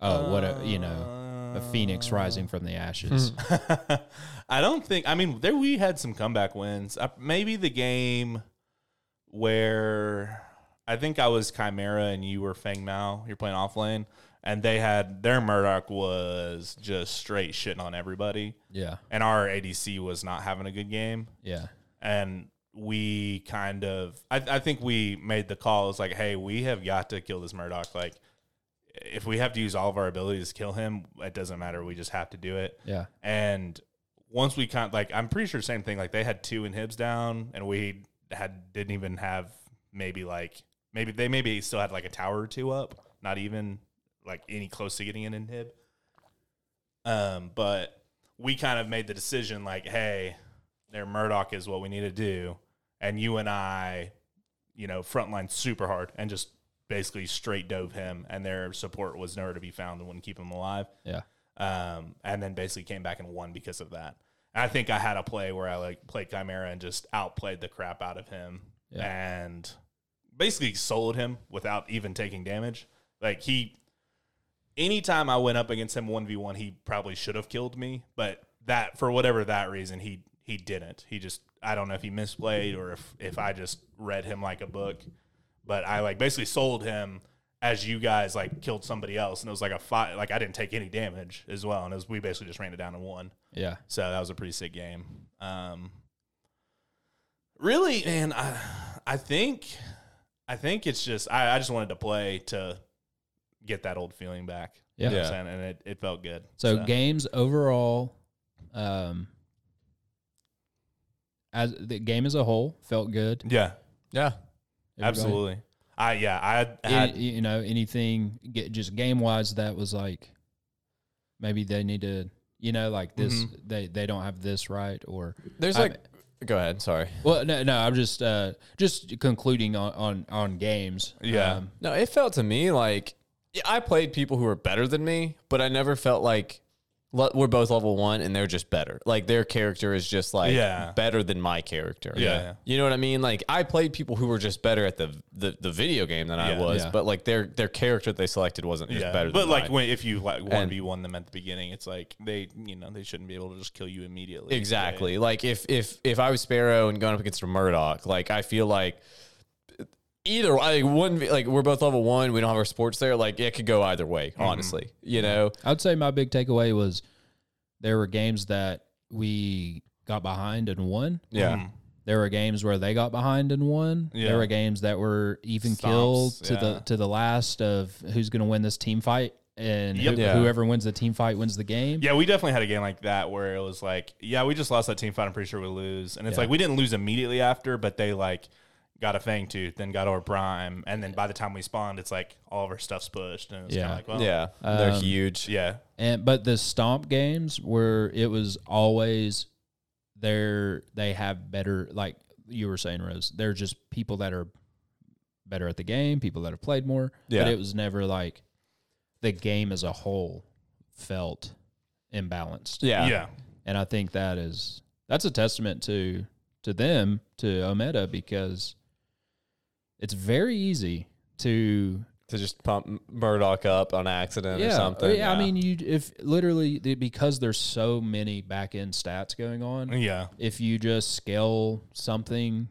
Speaker 2: oh, what a you know a phoenix rising from the ashes.
Speaker 3: I don't think. I mean, there we had some comeback wins. I, maybe the game where I think I was Chimera and you were Fang Mao. You're playing offlane, and they had their Murdoch was just straight shitting on everybody,
Speaker 2: (laughs) yeah,
Speaker 3: and our ADC was not having a good game
Speaker 2: yeah,
Speaker 3: and we kind of I, I think we made the call it's like hey we have got to kill this murdoch like if we have to use all of our abilities to kill him it doesn't matter we just have to do it
Speaker 2: yeah,
Speaker 3: and once we kind like i'm pretty sure same thing like they had two inhibs down and we had didn't even have maybe like maybe they maybe still had like a tower or two up not even like any close to getting an inhib um but we kind of made the decision like hey their murdoch is what we need to do and you and i you know frontline super hard and just basically straight dove him and their support was nowhere to be found and wouldn't keep him alive
Speaker 2: yeah.
Speaker 3: um, and then basically came back and won because of that. And I think I had a play where I like played Chimera and just outplayed the crap out of him and basically sold him without even taking damage. Like he, anytime I went up against him one v one, he probably should have killed me, but that for whatever that reason, he he didn't. He just I don't know if he misplayed or if if I just read him like a book but I like basically sold him as you guys like killed somebody else, and it was like a fight. Like I didn't take any damage as well, and it was we basically just ran it down and won.
Speaker 2: Yeah.
Speaker 3: So that was a pretty sick game. Um, really, man, I I think I think it's just I, I just wanted to play to get that old feeling back.
Speaker 2: Yeah.
Speaker 3: You know what I'm saying? and it, it felt good.
Speaker 2: So, games overall, um, as the game as a whole felt good.
Speaker 3: yeah,
Speaker 1: Yeah.
Speaker 2: Everybody-
Speaker 3: absolutely. I yeah I
Speaker 2: Any-
Speaker 3: had
Speaker 2: you know anything get, just game wise that was like maybe they need to you know like this
Speaker 3: Mm-hmm.
Speaker 2: they they don't have this right or
Speaker 1: There's
Speaker 2: I'm-
Speaker 1: like, go ahead. Sorry.
Speaker 2: well no no I'm just uh just concluding on on on games Um,
Speaker 3: Yeah.
Speaker 1: No, it felt to me like yeah, I played people who were better than me, but I never felt like le- we're both level one and they're just better. Like their character is just like
Speaker 3: Yeah.
Speaker 1: better than my character.
Speaker 3: Yeah.
Speaker 1: You know what I mean? Like I played people who were just better at the the, the video game than I
Speaker 3: Yeah.
Speaker 1: was,
Speaker 2: Yeah.
Speaker 1: but like their their character they selected wasn't just
Speaker 3: Yeah,
Speaker 1: better
Speaker 3: but
Speaker 1: than
Speaker 3: like
Speaker 1: mine.
Speaker 3: when if you like one
Speaker 1: And-
Speaker 3: v one them at the beginning, it's like they you know they shouldn't be able to just kill you immediately.
Speaker 1: Exactly. Like if if if I was Sparrow and going up against a Murdoch, like I feel like either like one like we're both level one, we don't have our sports there. Like it could go either way,
Speaker 3: Mm-hmm.
Speaker 1: honestly. You know?
Speaker 2: I'd say my big takeaway was there were games that we got behind and won.
Speaker 1: Yeah.
Speaker 2: There were games where they got behind and won.
Speaker 3: Yeah.
Speaker 2: There were games that were even
Speaker 3: Stomps,
Speaker 2: killed to
Speaker 3: yeah.
Speaker 2: the to the last of who's going to win this team fight, and
Speaker 3: Yep.
Speaker 2: who-
Speaker 1: Yeah.
Speaker 2: whoever wins the team fight wins the game.
Speaker 3: Yeah, we definitely had a game like that where it was like, yeah, we just lost that team fight. I'm pretty sure we lose, and it's
Speaker 2: Yeah.
Speaker 3: like we didn't lose immediately after, but they like got a fang tooth, then got our prime, and then by the time we spawned, it's like all of our stuff's pushed, and it's kind
Speaker 2: Yeah.
Speaker 3: of like, well,
Speaker 1: yeah. They're
Speaker 2: Um,
Speaker 1: huge.
Speaker 3: yeah,
Speaker 2: And but the stomp games where it was always there they have better like you were saying Rose, they're just people that are better at the game, people that have played more.
Speaker 1: Yeah.
Speaker 2: But it was never like the game as a whole felt imbalanced.
Speaker 1: Yeah.
Speaker 3: yeah,
Speaker 2: And I think that is that's a testament to to them, to Omega, because it's very easy to
Speaker 1: To just pump Murdoch up on accident or something.
Speaker 2: yeah, I mean, you if literally the- because there's so many back end stats going on,
Speaker 3: yeah,
Speaker 2: if you just scale something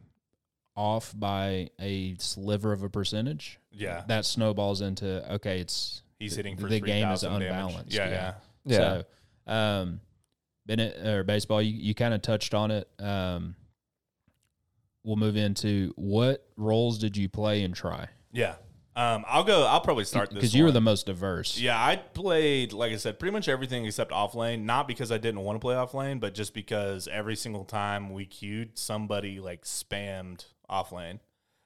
Speaker 2: off by a sliver of a percentage,
Speaker 3: yeah.
Speaker 2: that snowballs into okay, it's
Speaker 3: He's hitting for
Speaker 2: the game is
Speaker 3: 3,000 damage.
Speaker 2: unbalanced,
Speaker 3: Yeah,
Speaker 2: yeah.
Speaker 3: yeah,
Speaker 1: Yeah.
Speaker 2: So, um, Bennett or baseball, you, you kind of touched on it. Um, we'll move into what roles did you play and try
Speaker 3: yeah. Um, I'll go. I'll probably start this
Speaker 2: because you were
Speaker 3: one.
Speaker 2: the most diverse.
Speaker 3: Yeah, I played, like I said, pretty much everything except offlane. Not because I didn't want to play offlane, but just because every single time we queued, somebody like spammed offlane,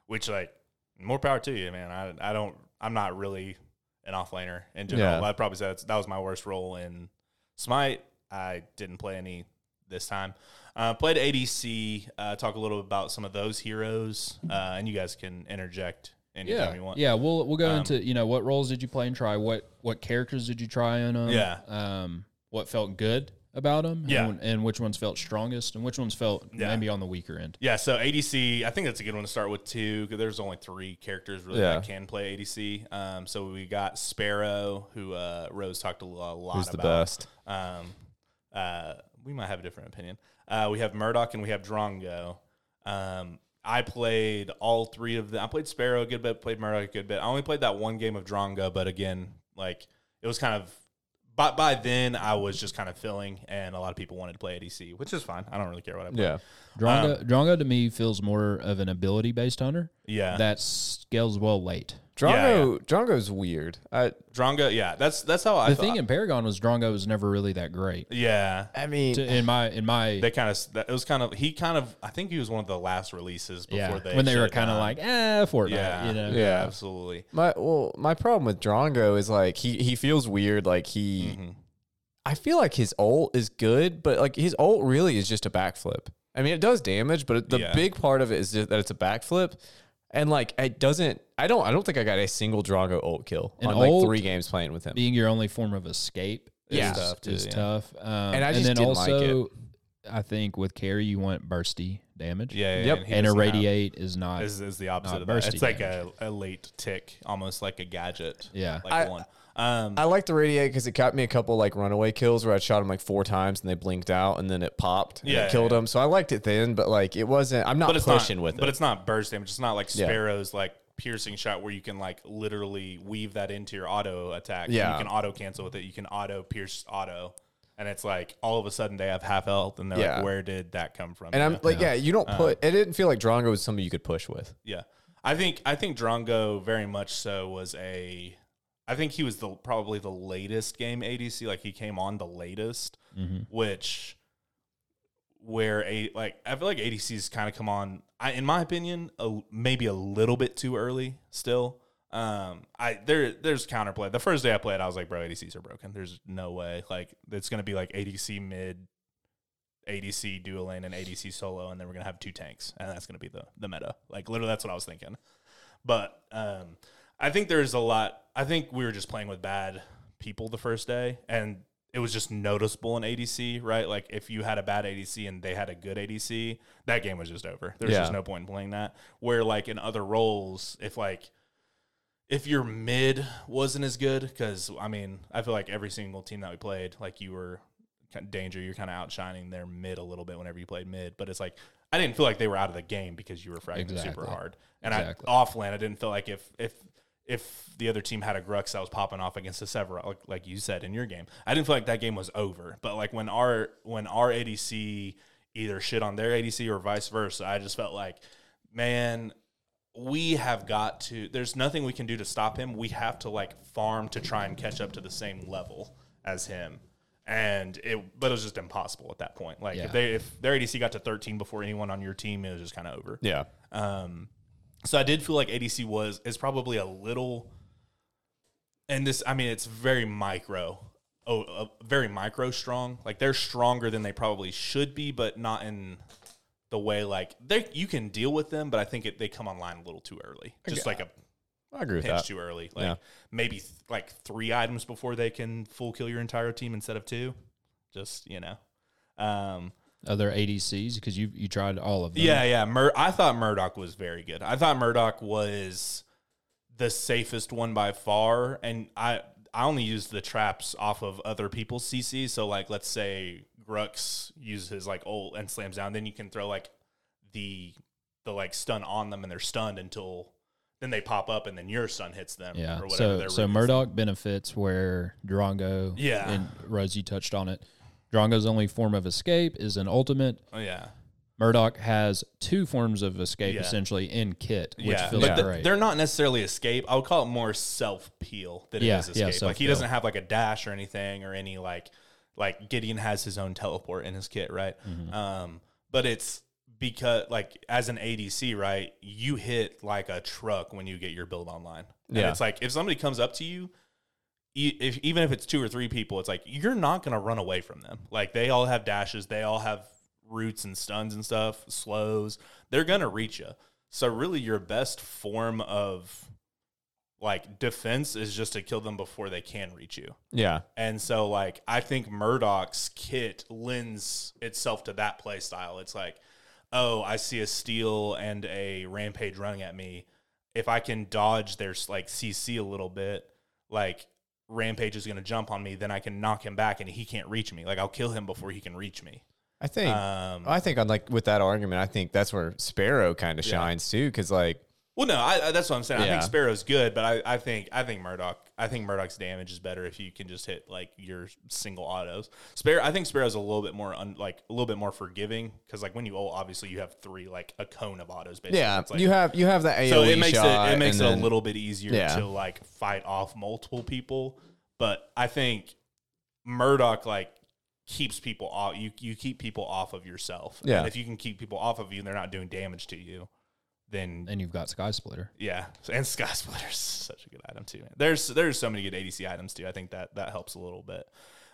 Speaker 3: which like more power to you, man. I I don't, I'm not really an offlaner in general.
Speaker 1: Yeah.
Speaker 3: I'd probably say that's, that was my worst role in Smite. I didn't play any this time. Uh, played ADC. Uh, talk a little bit about some of those heroes, uh, and you guys can interject anytime
Speaker 2: Yeah,
Speaker 3: you want.
Speaker 2: yeah. We'll we'll go
Speaker 3: Um,
Speaker 2: into you know what roles did you play and try what what characters did you try on them?
Speaker 3: Yeah.
Speaker 2: Um, what felt good about them?
Speaker 3: Yeah.
Speaker 2: And, and which ones felt strongest and which ones felt
Speaker 3: Yeah.
Speaker 2: maybe on the weaker end?
Speaker 3: Yeah, so ADC, I think that's a good one to start with too. 'cause there's only three characters really
Speaker 1: Yeah.
Speaker 3: that can play ADC. Um, so we got Sparrow, who uh, Rose talked a lo- a lot
Speaker 1: who's the
Speaker 3: about.
Speaker 1: best?
Speaker 3: Um, uh, we might have a different opinion. Uh, we have Murdoch and we have Drongo. Um, I played all three of them. I played Sparrow a good bit, played Murdoch a good bit. I only played that one game of Drongo, but again, like it was kind of. By, by then, I was just kind of filling, and a lot of people wanted to play ADC, which is fine. I don't really care what I play.
Speaker 1: Yeah.
Speaker 3: Um,
Speaker 2: Drongo, Drongo to me feels more of an ability based hunter
Speaker 3: yeah.
Speaker 2: that scales well late.
Speaker 1: Drongo Drongo's weird. I
Speaker 3: Drongo, yeah, that's that's how I
Speaker 2: The
Speaker 3: thought.
Speaker 2: thing in Paragon was Drongo was never really that great.
Speaker 3: yeah,
Speaker 1: I mean
Speaker 2: To- in my in my
Speaker 3: they kind of that it was kind of he kind of I think he was one of the last releases before
Speaker 2: yeah,
Speaker 3: they
Speaker 2: when they
Speaker 3: shut
Speaker 2: were
Speaker 3: it
Speaker 2: kind of
Speaker 3: down.
Speaker 2: like ah Fortnite,
Speaker 3: yeah,
Speaker 2: you know.
Speaker 3: yeah,
Speaker 1: Yeah.
Speaker 3: absolutely,
Speaker 1: My well, my problem with Drongo is like he he feels weird. Like he, I feel like his ult is good, but like his ult really is just a backflip. I mean, it does damage, but the
Speaker 3: Yeah.
Speaker 1: big part of it is just that it's a backflip, and like it doesn't. I don't. I don't think I got a single Drongo ult kill
Speaker 2: An
Speaker 1: on like
Speaker 2: ult-
Speaker 1: three games playing with him.
Speaker 2: being your only form of escape is
Speaker 1: Yeah.
Speaker 2: tough.
Speaker 3: too,
Speaker 2: is
Speaker 3: yeah.
Speaker 2: tough. Um, and
Speaker 1: I just
Speaker 2: then
Speaker 1: didn't like
Speaker 2: also, I think with carry you want bursty damage.
Speaker 3: yeah, yeah
Speaker 1: Yep.
Speaker 3: he
Speaker 2: and
Speaker 3: doesn't have-
Speaker 2: irradiate is not.
Speaker 3: is, is the opposite
Speaker 2: not
Speaker 3: of that.
Speaker 2: bursty
Speaker 3: It's like a, a late tick, almost like a gadget,
Speaker 2: Yeah.
Speaker 3: like
Speaker 1: I-
Speaker 3: one. Um,
Speaker 1: I like the radiate because it got me a couple like runaway kills where I shot him like four times and they blinked out and then it popped and
Speaker 3: Yeah,
Speaker 1: it killed
Speaker 3: yeah.
Speaker 1: him. So I liked it then, but like it wasn't. I'm not
Speaker 3: but it's
Speaker 1: pushing
Speaker 3: not,
Speaker 1: with
Speaker 3: but
Speaker 1: it.
Speaker 3: it's not burst damage. It's not like
Speaker 1: Yeah.
Speaker 3: Sparrow's like piercing shot where you can like literally weave that into your auto attack.
Speaker 1: Yeah.
Speaker 3: you can auto cancel with it. You can auto pierce auto, and it's like all of a sudden they have half health, and they're
Speaker 1: Yeah.
Speaker 3: like, "Where did that come from?"
Speaker 1: And
Speaker 3: You
Speaker 1: I'm
Speaker 3: know?
Speaker 1: like, yeah, you
Speaker 3: Uh,
Speaker 1: don't put. it didn't feel like Drongo was somebody you could push with.
Speaker 3: Yeah. I think I think Drongo very much so was a I think he was the probably the latest game ADC like he came on the latest
Speaker 2: mm-hmm,
Speaker 3: which where a like I feel like ADC's kind of come on I in my opinion a, maybe a little bit too early still. Um I there there's counterplay. The first day I played I was like bro ADCs are broken. There's no way like it's going to be like ADC mid ADC dual lane and ADC solo, and then we're gonna have two tanks, and that's gonna be the the meta. Like literally, that's what I was thinking. But um, I think there's a lot. I think we were just playing with bad people the first day, and it was just noticeable in ADC, right? Like if you had a bad ADC and they had a good ADC, that game was just over. There's
Speaker 1: Yeah.
Speaker 3: just no point in playing that. Where like in other roles, if like if your mid wasn't as good, because I mean, I feel like every single team that we played, like you were kind of danger, you're kind of outshining their mid a little bit whenever you played mid. But it's like I didn't feel like they were out of the game because you were fragging super
Speaker 2: Exactly.
Speaker 3: hard, and
Speaker 2: Exactly.
Speaker 3: I off land, I didn't feel like if if if the other team had a Grux that was popping off against a Severa, like, like you said in your game, I didn't feel like that game was over. But like when our when our ADC either shit on their ADC or vice versa, I just felt like, man, we have got to there's nothing we can do to stop him we have to like farm to try and catch up to the same level as him and it but it was just impossible at that point like
Speaker 2: Yeah.
Speaker 3: if they if their adc got to 13 before anyone on your team it was just kind of over
Speaker 1: Yeah.
Speaker 3: um, so I did feel like ADC was is probably a little, and this I mean it's very micro, oh uh, very micro strong. Like they're stronger than they probably should be, but not in the way like they you can deal with them. But I think it, they come online a little too early, just like a
Speaker 1: I agree with
Speaker 3: pinch
Speaker 1: that.
Speaker 3: too early. Like
Speaker 1: Yeah.
Speaker 3: maybe th- like three items before they can full kill your entire team instead of two. Just you know. Um,
Speaker 2: Other ADCs because you you tried all of them.
Speaker 3: yeah, yeah. Mur- I thought Murdoch was very good. I thought Murdoch was the safest one by far, and I I only used the traps off of other people's CC. So like, let's say Grux uses his like ult and slams down, then you can throw like the the like stun on them, and they're stunned until then they pop up, and then your stun hits them.
Speaker 2: Yeah.
Speaker 3: or whatever.
Speaker 2: So
Speaker 3: their
Speaker 2: so
Speaker 3: route is.
Speaker 2: Murdoch benefits where Durango
Speaker 3: Yeah.
Speaker 2: and Rose, you touched on it. Durango's only form of escape is an ultimate.
Speaker 3: Oh, yeah,
Speaker 2: Murdoch has two forms of escape
Speaker 3: Yeah.
Speaker 2: essentially in kit, which
Speaker 3: yeah.
Speaker 2: feels
Speaker 3: But th-
Speaker 2: great.
Speaker 3: they're not necessarily escape. I would call it more self peel than
Speaker 2: Yeah,
Speaker 3: it is
Speaker 2: yeah,
Speaker 3: escape. like he
Speaker 2: self-peel.
Speaker 3: doesn't have like a dash or anything or any like like Gideon has his own teleport in his kit, right? Um, but it's because like as an ADC, right? You hit like a truck when you get your build online. And
Speaker 1: Yeah.
Speaker 3: it's like if somebody comes up to you, e- if even if it's two or three people, it's like you're not gonna run away from them. Like they all have dashes, they all have roots and stuns and stuff, slows. They're gonna reach you. So really, your best form of like defense is just to kill them before they can reach you.
Speaker 1: Yeah.
Speaker 3: And so like I think Murdoch's kit lends itself to that play style. It's like, oh, I see a steal and a rampage running at me. If I can dodge their like CC a little bit, like rampage is going to jump on me, then I can knock him back and he can't reach me. Like I'll kill him before he can reach me.
Speaker 1: I think
Speaker 3: Um,
Speaker 1: I think on like with that argument, I think that's where Sparrow kind of shines too, because like
Speaker 3: Well, no, I, I- that's what I'm saying. I
Speaker 1: Yeah.
Speaker 3: think Sparrow's good, but I, I think I think Murdoch, I think Murdoch's damage is better if you can just hit like your single autos. Sparrow, I think Sparrow's a little bit more un, like a little bit more forgiving because like when you ult, obviously you have three like a cone of autos. Basically.
Speaker 1: yeah,
Speaker 3: It's like-
Speaker 1: you have you have that AOE
Speaker 3: so it makes it
Speaker 1: shot
Speaker 3: it makes it
Speaker 1: and
Speaker 3: a
Speaker 1: then-
Speaker 3: little bit easier
Speaker 1: Yeah.
Speaker 3: to like fight off multiple people. But I think Murdoch like keeps people off. You you keep people off of yourself.
Speaker 1: Yeah.
Speaker 3: and if you can keep people off of you and they're not doing damage to you, then
Speaker 2: and you've got Sky Splitter.
Speaker 3: yeah, and Sky Splitter is such a good item too. Man. There's there's so many good ADC items too. I think that that helps a little bit.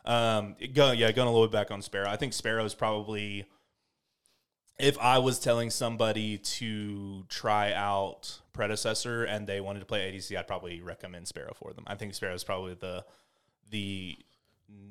Speaker 3: Um, go, yeah, going a little bit back on Sparrow. I think Sparrow is probably if I was telling somebody to try out predecessor and they wanted to play ADC, I'd probably recommend Sparrow for them. I think Sparrow is probably the the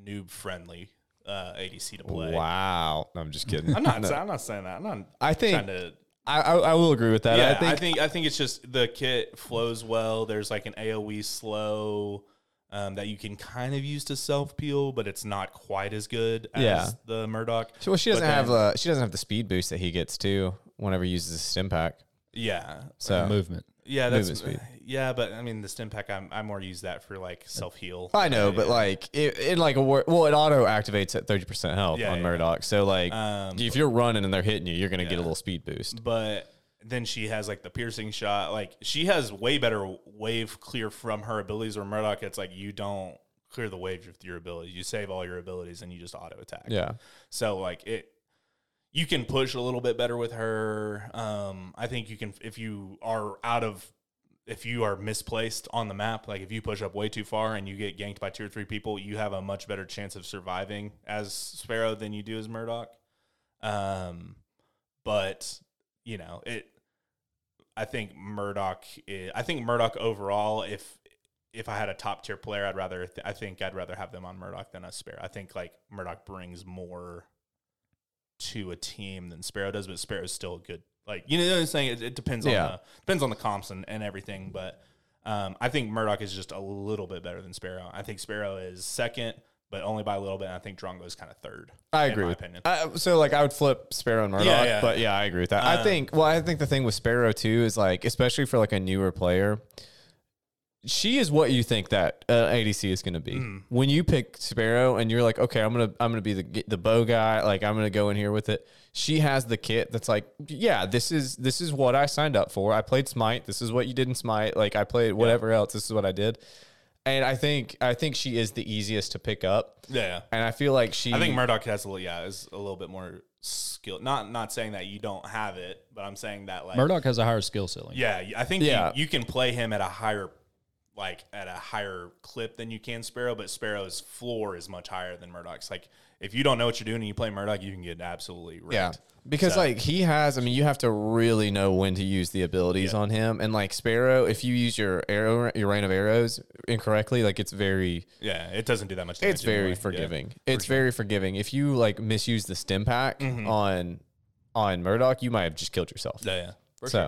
Speaker 3: noob friendly uh, ADC to play.
Speaker 1: Wow, No, I'm just kidding.
Speaker 3: I'm not.
Speaker 1: (laughs) No.
Speaker 3: I'm not saying that. I'm not.
Speaker 1: I think
Speaker 3: trying to
Speaker 1: I, I I will agree with that.
Speaker 3: yeah,
Speaker 1: I think,
Speaker 3: I think I think it's just the kit flows well. There's like an AOE slow um, that you can kind of use to self peel, but it's not quite as good as
Speaker 1: Yeah.
Speaker 3: the Murdoch.
Speaker 1: well, she
Speaker 3: But
Speaker 1: doesn't have
Speaker 3: then-
Speaker 1: uh, she doesn't have the speed boost that he gets too whenever he uses a stim pack.
Speaker 3: yeah,
Speaker 1: So
Speaker 2: Movement.
Speaker 3: yeah, that's
Speaker 1: Movement
Speaker 3: yeah, but I mean the stim pack. I'm, I more use that for like self heal.
Speaker 1: I know, but like it, it like a wor- well, it auto activates at thirty percent health
Speaker 3: Yeah,
Speaker 1: on
Speaker 3: yeah.
Speaker 1: Murdoch. So like
Speaker 3: Um, Mm.
Speaker 1: if you're running and they're hitting you, you're gonna get a little speed boost.
Speaker 3: but then she has like the piercing shot. Like she has way better wave clear from her abilities. Or Murdoch, it's like you don't clear the wave with your abilities. You save all your abilities and you just auto attack.
Speaker 1: Yeah,
Speaker 3: So like it, you can push a little bit better with her. Um, I think you can if you are out of if you are misplaced on the map, like if you push up way too far and you get ganked by two or three people, you have a much better chance of surviving as Sparrow than you do as Murdoch. Um, but you know it. I think Murdoch. Is, I think Murdoch overall, if if I had a top tier player, I'd rather. Th- I think I'd rather have them on Murdoch than a Sparrow. I think like Murdoch brings more to a team than Sparrow does, but Sparrow's still a good. Like you know what I'm saying. It, it depends
Speaker 1: Yeah.
Speaker 3: on the depends on the comps and, and everything, but. Um, I think Murdoch is just a little bit better than Sparrow. I think Sparrow is second, but only by a little bit. And I think Drongo is kind of third.
Speaker 1: I
Speaker 3: in
Speaker 1: agree
Speaker 3: my
Speaker 1: with
Speaker 3: opinion.
Speaker 1: I, so like I would flip Sparrow and Murdoch,
Speaker 3: Yeah, yeah. Uh,
Speaker 1: but yeah, I agree with that. I think well, I think the thing with Sparrow too is like, especially for like a newer player, she is what you think that uh, ADC is going to be.
Speaker 3: Hmm.
Speaker 1: When you pick Sparrow and you're like, okay, I'm gonna I'm gonna be the the bow guy, like I'm gonna go in here with it. She has the kit that's like, yeah, this is this is what I signed up for. I played Smite. This is what you did in Smite. Like I played whatever else. This is what I did. And I think I think she is the easiest to pick up.
Speaker 3: yeah, yeah.
Speaker 1: And I feel like she
Speaker 3: I think Murdoch has a little, yeah, is a little bit more skill. Not not saying that you don't have it, but I'm saying that like
Speaker 2: Murdoch has a higher skill ceiling.
Speaker 3: Yeah, I think
Speaker 1: Yeah.
Speaker 3: You, you can play him at a higher, like at a higher clip than you can Sparrow, but Sparrow's floor is much higher than Murdoch's. Like if you don't know what you're doing and you play Murdoch, you can get absolutely wrecked.
Speaker 1: Yeah. Because
Speaker 3: So-
Speaker 1: like he has, I mean, you have to really know when to use the abilities on him, and like Sparrow, if you use your arrow, your rain of arrows incorrectly, like it's very,
Speaker 3: Yeah, it doesn't do that much. Damage
Speaker 1: it's very
Speaker 3: anyway. Yeah.
Speaker 1: forgiving. it's very forgiving. If you like misuse the stim pack
Speaker 3: Mm-hmm.
Speaker 1: on on Murdoch, you might have just killed yourself.
Speaker 3: Yeah, yeah. For
Speaker 1: so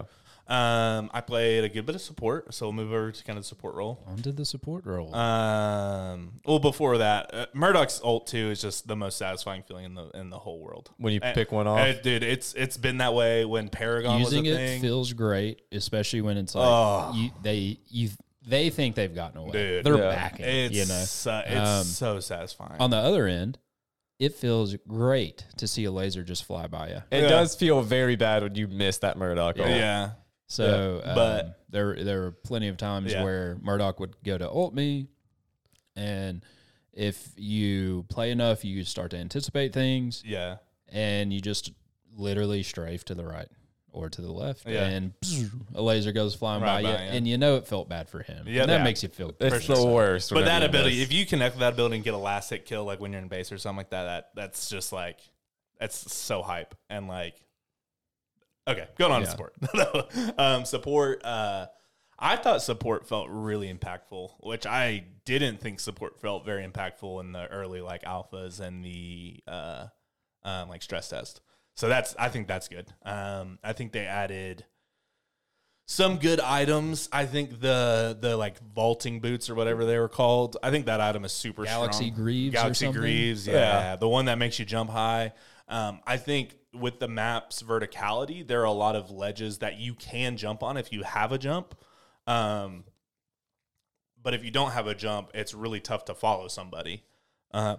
Speaker 3: sure. um, I played a good bit of support, so we'll move over to kind of the support role.
Speaker 2: Onto the support role.
Speaker 3: Uh, Um, well, before that, uh, Murdoch's ult too is just the most satisfying feeling in the in the whole world.
Speaker 1: when you
Speaker 3: Eh,
Speaker 1: pick one off,
Speaker 3: eh, dude, it's it's been that way when Paragon
Speaker 2: Using
Speaker 3: was a
Speaker 2: it
Speaker 3: thing.
Speaker 2: feels great, especially when it's like
Speaker 3: Oh.
Speaker 2: you, they you they think they've gotten away.
Speaker 3: Dude.
Speaker 2: They're
Speaker 1: Yeah.
Speaker 2: backing.
Speaker 3: it's
Speaker 2: you know.
Speaker 3: so- it's
Speaker 2: Um,
Speaker 3: so satisfying.
Speaker 2: On the other end, it feels great to see a laser just fly by you.
Speaker 1: it
Speaker 3: yeah.
Speaker 1: does feel very bad when you miss that Murdoch.
Speaker 2: Yeah.
Speaker 1: ult.
Speaker 3: yeah,
Speaker 2: So,
Speaker 3: Yeah.
Speaker 2: um,
Speaker 3: But-
Speaker 2: there there were plenty of times
Speaker 3: Yeah.
Speaker 2: where Murdoch would go to ult me, and if you play enough, you start to anticipate things,
Speaker 3: yeah,
Speaker 2: and you just literally strafe to the right or to the left,
Speaker 3: Yeah.
Speaker 2: and a laser goes flying
Speaker 3: Right
Speaker 2: by, you,
Speaker 3: by you.
Speaker 2: and you know it felt bad for him.
Speaker 3: Yeah.
Speaker 2: Yeah, that
Speaker 3: Yeah.
Speaker 2: makes you feel good.
Speaker 1: it's the worst.
Speaker 3: but
Speaker 1: whenever
Speaker 3: that
Speaker 1: you
Speaker 3: ability,
Speaker 1: miss.
Speaker 3: if you connect with that ability and get a last hit kill, like when you're in base or something like that, that that's just like that's so hype and like okay, going on to
Speaker 2: Yeah.
Speaker 3: support. (laughs) um, support. Uh, I thought support felt really impactful, which I didn't think support felt very impactful in the early like alphas and the uh, um, like stress test. So that's I think that's good. Um, I think they added some good items. I think the the like vaulting boots or whatever they were called. I think that item is super
Speaker 2: Galaxy
Speaker 3: strong.
Speaker 2: Greaves or
Speaker 3: Galaxy
Speaker 2: something?
Speaker 3: Greaves, yeah.
Speaker 1: Yeah.
Speaker 3: the one that makes you jump high. Um, I think with the map's verticality, there are a lot of ledges that you can jump on if you have a jump. Um, but if you don't have a jump, it's really tough to follow somebody. Uh,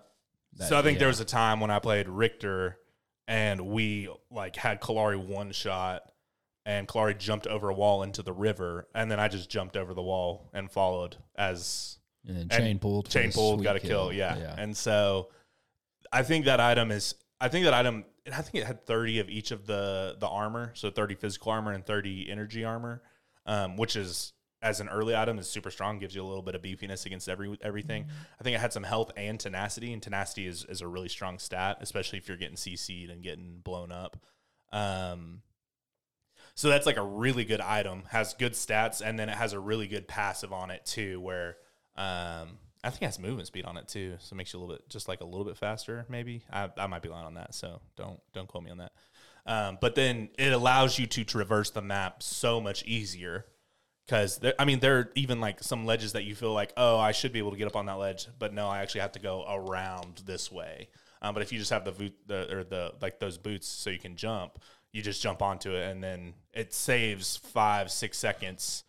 Speaker 2: That-
Speaker 3: so I think
Speaker 2: yeah.
Speaker 3: there was a time when I played Richter and we like had Kalari one shot and Kalari jumped over a wall into the river and then I just jumped over the wall and followed as
Speaker 2: and then
Speaker 3: and
Speaker 2: chain pulled, for
Speaker 3: chain
Speaker 2: the
Speaker 3: pulled
Speaker 2: sweet
Speaker 3: got a kill. Yeah.
Speaker 2: yeah.
Speaker 3: And so I think that item is I think that item and I think it had 30 of each of the the armor, so 30 physical armor and 30 energy armor, um, which is as an early item is super strong, gives you a little bit of beefiness against every everything.
Speaker 2: Mm-hmm.
Speaker 3: I think it had some health and tenacity, and tenacity is, is a really strong stat, especially if you're getting CC'd and getting blown up. Um, so that's like a really good item, has good stats, and then it has a really good passive on it too, where um, I think it has movement speed on it too, so it makes you a little bit just like a little bit faster, maybe. I, I might be lying on that, so don't don't quote me on that. Um, but then it allows you to traverse the map so much easier because I mean there are even like some ledges that you feel like oh I should be able to get up on that ledge, but no, I actually have to go around this way. Um, but if you just have the, boot, the or the like those boots so you can jump, you just jump onto it and then it saves five six seconds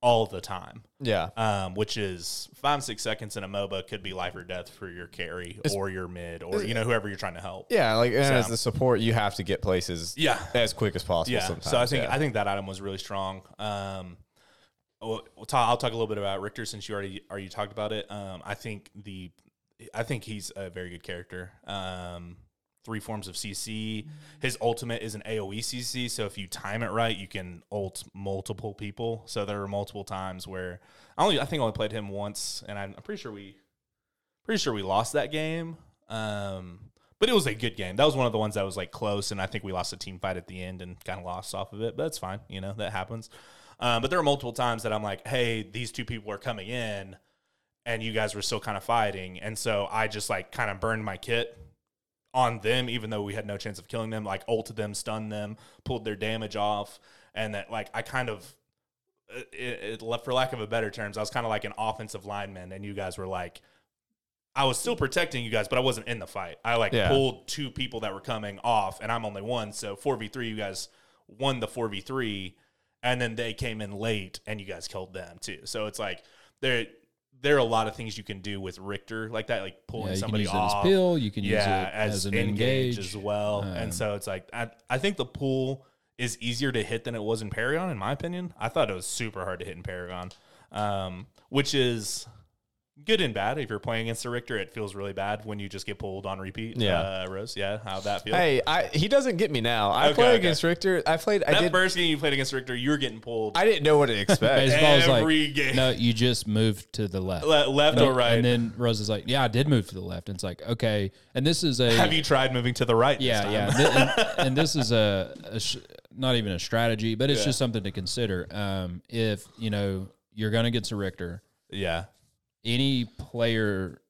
Speaker 3: all the time
Speaker 1: yeah,
Speaker 3: um, which is five six seconds in a MOBA could be life or death for your carry or your mid or you know whoever you're trying to help.
Speaker 1: yeah, like and as the support, you have to get places
Speaker 3: Yeah,
Speaker 1: as quick as possible. Sometimes,
Speaker 3: so I think
Speaker 1: yeah.
Speaker 3: I think that item was really strong. Um, we'll, we'll talk, I'll talk a little bit about Richter since you already already talked about it. Um, I think the I think he's a very good character. Um, three forms of CC. His ultimate is an AOE CC, so if you time it right, you can ult multiple people. So there were multiple times where I only I think I only played him once, and I'm, I'm pretty sure we pretty sure we lost that game. Um, but it was a good game. That was one of the ones that was like close, and I think we lost a team fight at the end and kind of lost off of it. But that's fine, you know that happens. Um, but there are multiple times that I'm like, hey, these two people are coming in, and you guys were still kind of fighting, and so I just like kind of burned my kit on them, even though we had no chance of killing them. Like ulted them, stunned them, pulled their damage off, and that like I kind of. It, it, left- for lack of a better terms, I was kind of like an offensive lineman, and you guys were like, I was still protecting you guys, but I wasn't in the fight. I like
Speaker 1: Yeah.
Speaker 3: pulled two people that were coming off, and I'm only one. So 4v3, you guys won the 4v3, and then they came in late, and you guys killed them too. So it's like there there are a lot of things you can do with Richter like that, like
Speaker 2: Yeah,
Speaker 3: pulling
Speaker 2: you can
Speaker 3: somebody
Speaker 2: use it as
Speaker 3: off.
Speaker 2: pill. You can
Speaker 3: yeah,
Speaker 2: use it as, an engage.
Speaker 3: engage as well.
Speaker 2: Um,
Speaker 3: and so it's like I, I think the pool is easier to hit than it was in Paragon, in my opinion. I thought it was super hard to hit in Paragon, um, which is good and bad. If you're playing against a Richter, it feels really bad when you just get pulled on repeat.
Speaker 1: Yeah.
Speaker 3: uh, Rose. Yeah, how that feels.
Speaker 1: Hey, I, he doesn't get me now. I
Speaker 3: Okay,
Speaker 1: play
Speaker 3: okay.
Speaker 1: against Richter. I played. I
Speaker 3: that
Speaker 1: did.
Speaker 3: first game you played against Richter, you were getting pulled
Speaker 1: I didn't know
Speaker 3: (laughs)
Speaker 1: what to expect.
Speaker 2: Baseball is
Speaker 3: Uh, every
Speaker 2: like,
Speaker 3: game.
Speaker 2: no, you just moved to the left.
Speaker 3: le- left
Speaker 2: And then-
Speaker 3: or right.
Speaker 2: And then Rose is like, yeah, I did move to the left. And it's like, okay. And this is a.
Speaker 3: Have you tried moving to the right? this
Speaker 2: yeah,
Speaker 3: time?
Speaker 2: yeah. Th-
Speaker 3: (laughs)
Speaker 2: and, and this is a, a sh- not even a strategy, but it's just something to consider. Um, if, you know, you're going to get to Richter,
Speaker 3: yeah.
Speaker 2: any player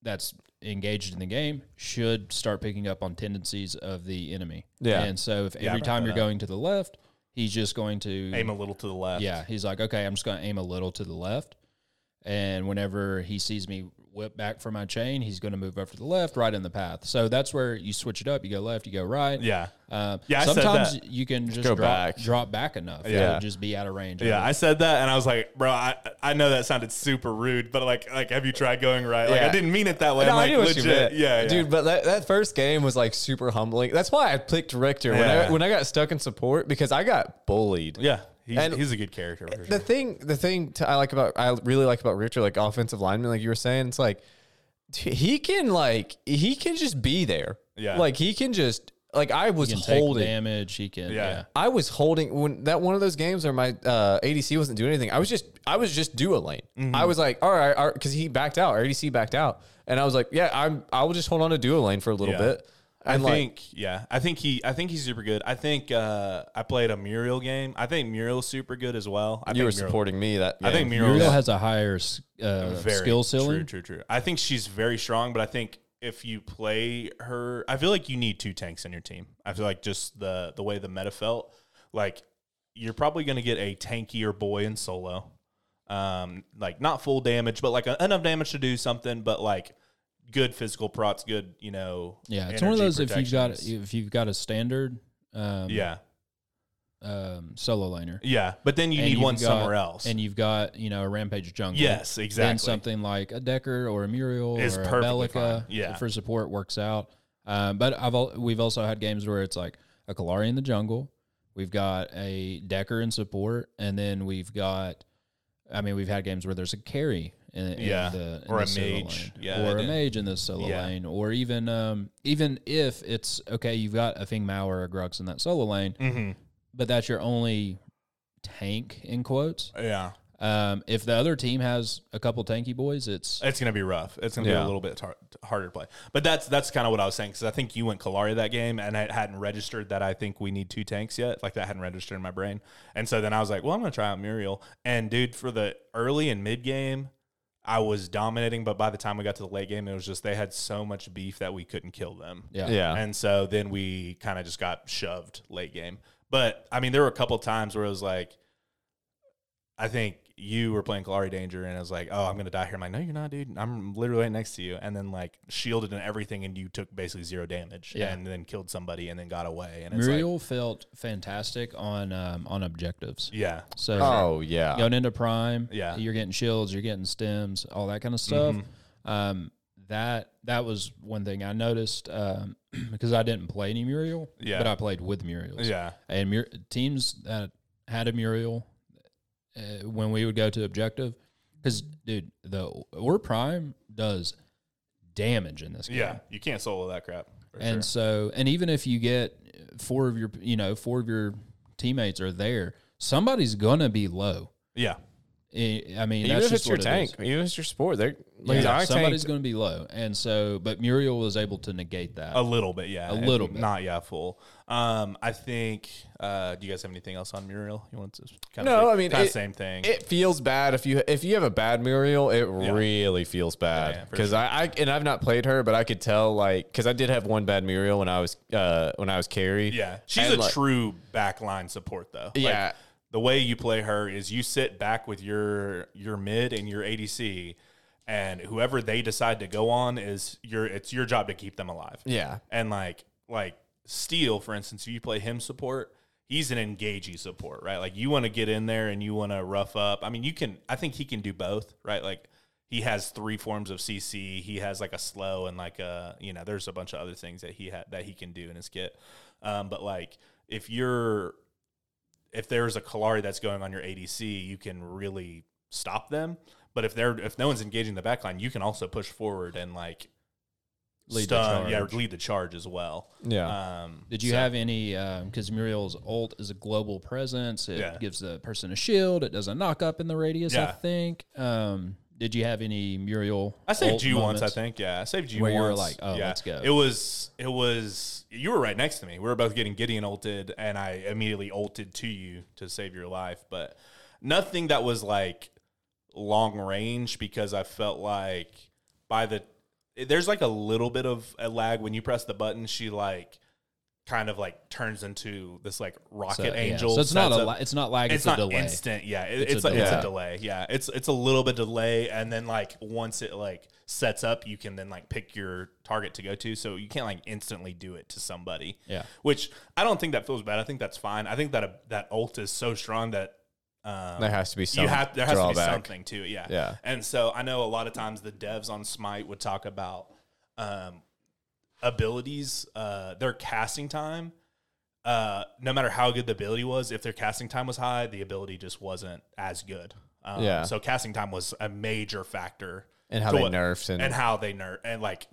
Speaker 2: that's engaged in the game should start picking up on tendencies of the enemy.
Speaker 1: Yeah.
Speaker 2: And so if every
Speaker 3: I brought
Speaker 2: time
Speaker 3: that
Speaker 2: you're
Speaker 3: up.
Speaker 2: going to the left, he's just going to
Speaker 3: Aim a little to the left.
Speaker 2: Yeah, he's like, okay, I'm just going to aim a little to the left. And whenever he sees me whip back from my chain, he's going to move over to the left, right in the path. So that's where you switch it up. You go left, you go right.
Speaker 3: yeah.
Speaker 1: Um,
Speaker 2: Uh,
Speaker 3: Yeah, I said
Speaker 2: sometimes you can just
Speaker 1: go
Speaker 2: drop,
Speaker 1: back.
Speaker 2: drop back enough.
Speaker 1: Yeah.
Speaker 2: It'll just be out of range.
Speaker 3: Yeah, I said that, and I was like, "Bro, I I know that sounded super rude, but like like have you tried going right? Like
Speaker 1: Yeah.
Speaker 3: I didn't mean it that way.
Speaker 1: No,
Speaker 3: I'm
Speaker 1: I
Speaker 3: like,
Speaker 1: knew what you
Speaker 3: legit,
Speaker 1: meant.
Speaker 3: Yeah, yeah,
Speaker 1: dude. But that, that first game was like super humbling. That's why I picked Richter when I
Speaker 3: Yeah.
Speaker 1: when I got stuck in support because I got bullied.
Speaker 3: yeah. He's,
Speaker 1: And-
Speaker 3: he's a good character. For
Speaker 1: The
Speaker 3: sure.
Speaker 1: thing, the thing to, I like about I really like about Richter, like offensive lineman, like you were saying, it's like he can like he can just be there.
Speaker 3: Yeah.
Speaker 1: like he can just like I was
Speaker 2: He can take
Speaker 1: holding.
Speaker 2: damage. He can.
Speaker 3: Yeah.
Speaker 2: yeah.
Speaker 1: I was holding when that one of those games where my uh, ADC wasn't doing anything. I was just I was just dual lane.
Speaker 3: Mm-hmm.
Speaker 1: I was like, all right, because he backed out, our ADC backed out, and I was like, yeah, I'm I will just hold on to dual lane for a little
Speaker 3: Yeah.
Speaker 1: bit.
Speaker 3: I
Speaker 1: And like,
Speaker 3: think yeah, I think he I think he's super good. I think uh, I played a Muriel game. I think Muriel's super good as well. I
Speaker 1: you
Speaker 3: think
Speaker 1: were
Speaker 3: Muriel-
Speaker 1: supporting me that.
Speaker 3: I think
Speaker 1: game.
Speaker 3: Muriel's
Speaker 2: Muriel has a higher s- uh,
Speaker 3: very
Speaker 2: skill ceiling.
Speaker 3: True, true, true. I think she's very strong, but I think if you play her, I feel like you need two tanks in your team. I feel like just the the way the meta felt, like you're probably going to get a tankier boy in solo, um, like not full damage, but like enough damage to do something, but like good physical prots, good you know.
Speaker 2: Yeah, it's one of
Speaker 3: energy
Speaker 2: those if you've got
Speaker 3: protections.
Speaker 2: if you've got a standard, um,
Speaker 3: yeah,
Speaker 2: um, solo laner.
Speaker 3: yeah, but then you
Speaker 2: and
Speaker 3: need
Speaker 2: you've
Speaker 3: one
Speaker 2: got-
Speaker 3: somewhere else.
Speaker 2: and you've got you know a rampage jungle.
Speaker 3: yes,
Speaker 2: then
Speaker 3: exactly.
Speaker 2: something like a Decker or a Muriel
Speaker 3: Is
Speaker 2: or a
Speaker 3: perfectly
Speaker 2: Bellica
Speaker 3: fine. Yeah.
Speaker 2: for support works out. Um, but I've al- we've also had games where it's like a Kalari in the jungle. We've got a Decker in support, and then we've got, I mean, we've had games where there's a carry in, in
Speaker 3: Yeah.
Speaker 2: the in
Speaker 3: Or
Speaker 2: the
Speaker 3: a
Speaker 2: solo
Speaker 3: mage.
Speaker 2: lane.
Speaker 3: Yeah,
Speaker 2: or
Speaker 3: I
Speaker 2: a
Speaker 3: did.
Speaker 2: mage in the solo
Speaker 3: Yeah.
Speaker 2: lane, or even um, even if it's okay, you've got a Fingmao or a Grux in that solo lane,
Speaker 3: Mhm.
Speaker 2: but that's your only tank in quotes.
Speaker 3: Yeah,
Speaker 2: Um, if the other team has a couple tanky boys, it's
Speaker 3: It's going to be rough. It's going to be
Speaker 1: Yeah.
Speaker 3: a little bit tar- harder to play. But that's that's kind of what I was saying because I think you went Kalari that game and it hadn't registered that I think we need two tanks yet. Like that hadn't registered in my brain. And so then I was like, well, I'm going to try out Muriel. And dude, for the early and mid game, I was dominating. But by the time we got to the late game, it was just they had so much beef that we couldn't kill them.
Speaker 2: yeah,
Speaker 1: yeah,
Speaker 3: And so then we kind of just got shoved late game. But I mean, there were a couple times where it was like, I think you were playing Kalari Danger, and I was like, oh, I'm going to die here. I'm like, no, you're not, dude. I'm literally right next to you. And then like shielded and everything, and you took basically zero damage
Speaker 2: Yeah.
Speaker 3: and then killed somebody and then got away. And it's like,
Speaker 2: Muriel felt fantastic on um, on objectives.
Speaker 3: yeah.
Speaker 2: So
Speaker 1: oh yeah,
Speaker 2: going into prime,
Speaker 3: Yeah.
Speaker 2: you're getting shields, you're getting stems, all that kind of stuff.
Speaker 3: Mm-hmm.
Speaker 2: Um, that that was one thing I noticed um, (clears throat) because I didn't play any Muriel,
Speaker 3: Yeah.
Speaker 2: but I played with Muriels.
Speaker 3: Yeah.
Speaker 2: and Mur- teams that had a Muriel uh, when we would go to objective because dude, the or prime does damage in this game.
Speaker 3: Yeah. You can't solo that crap. For
Speaker 2: and
Speaker 3: sure.
Speaker 2: so and even if you get four of your you know four of your teammates are there somebody's gonna be low
Speaker 3: Yeah.
Speaker 2: I I mean,
Speaker 1: Even
Speaker 2: that's
Speaker 1: if
Speaker 2: just
Speaker 1: it's your
Speaker 2: what it
Speaker 1: tank,
Speaker 2: is.
Speaker 1: even if it's your sport, they're like
Speaker 2: yeah,
Speaker 1: our
Speaker 2: somebody's
Speaker 1: tank.
Speaker 2: going to be low, and so but Muriel was able to negate that.
Speaker 3: A little bit, yeah.
Speaker 2: A
Speaker 3: If
Speaker 2: little bit.
Speaker 3: Not yeah, full. Um, I think. Uh, do you guys have anything else on Muriel? You want to kind
Speaker 1: No,
Speaker 3: of
Speaker 1: I mean,
Speaker 3: kind
Speaker 1: it-
Speaker 3: of same thing.
Speaker 1: It feels bad if you if you have a bad Muriel, it really feels
Speaker 3: yeah,
Speaker 1: bad
Speaker 3: for
Speaker 1: because I, I and I've not played her, but I could tell like because I did have one bad Muriel when I was uh when I was Carrie.
Speaker 3: yeah, she's
Speaker 1: And,
Speaker 3: a
Speaker 1: like-
Speaker 3: true backline support though. Like,
Speaker 1: Yeah.
Speaker 3: the way you play her is you sit back with your your mid and your ADC, and whoever they decide to go on is your it's your job to keep them alive.
Speaker 1: Yeah,
Speaker 3: and like like Steele, for instance, if you play him support, he's an engagey support, right? Like you want to get in there and you want to rough up. I mean, you can. I think he can do both, right? Like he has three forms of CC. He has like a slow and like a you know. There's a bunch of other things that he had that he can do in his kit. Um, but like if you're if there's a Kalari that's going on your ADC, you can really stop them. But if they're if no one's engaging the backline, you can also push forward and like
Speaker 2: Lead the
Speaker 3: stun, yeah,
Speaker 2: charge.
Speaker 3: lead the charge as well.
Speaker 1: yeah.
Speaker 3: Um,
Speaker 2: Did you
Speaker 3: so-
Speaker 2: have any? Because Muriel's ult is a global presence. It
Speaker 3: Yeah.
Speaker 2: gives the person a shield. It does a knock up in the radius. I
Speaker 3: Yeah.
Speaker 2: think. Um, did you have any Muriel?
Speaker 3: I saved
Speaker 2: ult
Speaker 3: you once,
Speaker 2: moments?
Speaker 3: I think. Yeah, I saved you
Speaker 2: Where you
Speaker 3: once.
Speaker 2: were like, oh,
Speaker 3: yeah.
Speaker 2: let's go.
Speaker 3: It was, it was. You were right next to me. We were both getting Gideon ulted, and I immediately ulted to you to save your life. But nothing that was like long range because I felt like by the there's like a little bit of a lag when you press the button. She like kind of like turns into this like
Speaker 2: So,
Speaker 3: rocket
Speaker 2: yeah.
Speaker 3: angel.
Speaker 2: So it's not
Speaker 3: sets
Speaker 2: a.
Speaker 3: up-
Speaker 2: Li- it's not lag. It's,
Speaker 3: it's, not
Speaker 2: a delay.
Speaker 3: instant. Yeah, it-
Speaker 2: It's
Speaker 3: it's,
Speaker 2: a
Speaker 3: like, it's
Speaker 1: delay.
Speaker 3: a delay. Yeah, it's it's a little bit delay, and then like once it like sets up, you can then like pick your target to go to. So you can't like instantly do it to somebody.
Speaker 2: Yeah.
Speaker 3: which I don't think that feels bad. I think that's fine. I think that a, that ult is so strong that um,
Speaker 1: There has to be some
Speaker 3: you have there has to be
Speaker 1: drawback.
Speaker 3: something to it. Yeah,
Speaker 1: Yeah.
Speaker 3: And so I know a lot of times the devs on Smite would talk about um, abilities, uh, their casting time. Uh, no matter how good the ability was, if their casting time was high, the ability just wasn't as good. Um,
Speaker 1: Yeah.
Speaker 3: So casting time was a major factor,
Speaker 1: And how
Speaker 3: to
Speaker 1: they
Speaker 3: what-
Speaker 1: nerfed and,
Speaker 3: and how they nerf and like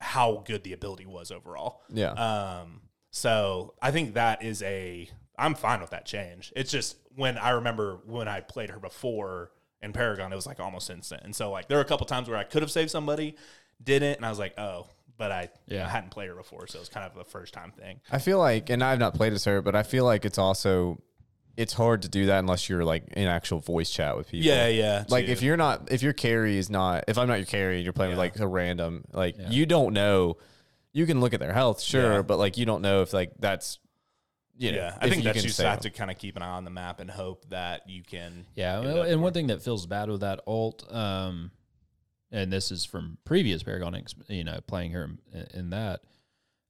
Speaker 3: how good the ability was overall.
Speaker 1: yeah.
Speaker 3: Um, so I think that is a I'm fine with that change. It's just when I remember when I played her before in Paragon, it was like almost instant. And so like there were a couple times where I could have saved somebody, didn't, and I was like, oh, but I
Speaker 2: Yeah.
Speaker 3: I hadn't played her before, so it was kind of a first time thing.
Speaker 1: I feel like, and I've not played as her, but I feel like it's also it's hard to do that unless you're like in actual voice chat with people.
Speaker 3: Yeah, yeah.
Speaker 1: Like
Speaker 3: too.
Speaker 1: if you're not, if your carry is not, if I'm not your carry, and you're playing with like a random, like you don't know. You can look at their health, sure,
Speaker 3: Yeah.
Speaker 1: but like you don't know if like that's, you know,
Speaker 3: yeah, I
Speaker 1: if
Speaker 3: think
Speaker 1: you
Speaker 3: that you
Speaker 1: can
Speaker 3: just
Speaker 1: save
Speaker 3: have
Speaker 1: them.
Speaker 3: to kind of keep an eye on the map and hope that you can.
Speaker 2: Yeah,
Speaker 3: get it
Speaker 2: well,
Speaker 3: up
Speaker 2: and one thing that feels bad with that alt, um, and this is from previous Paragon, ex- you know, playing her in, in that,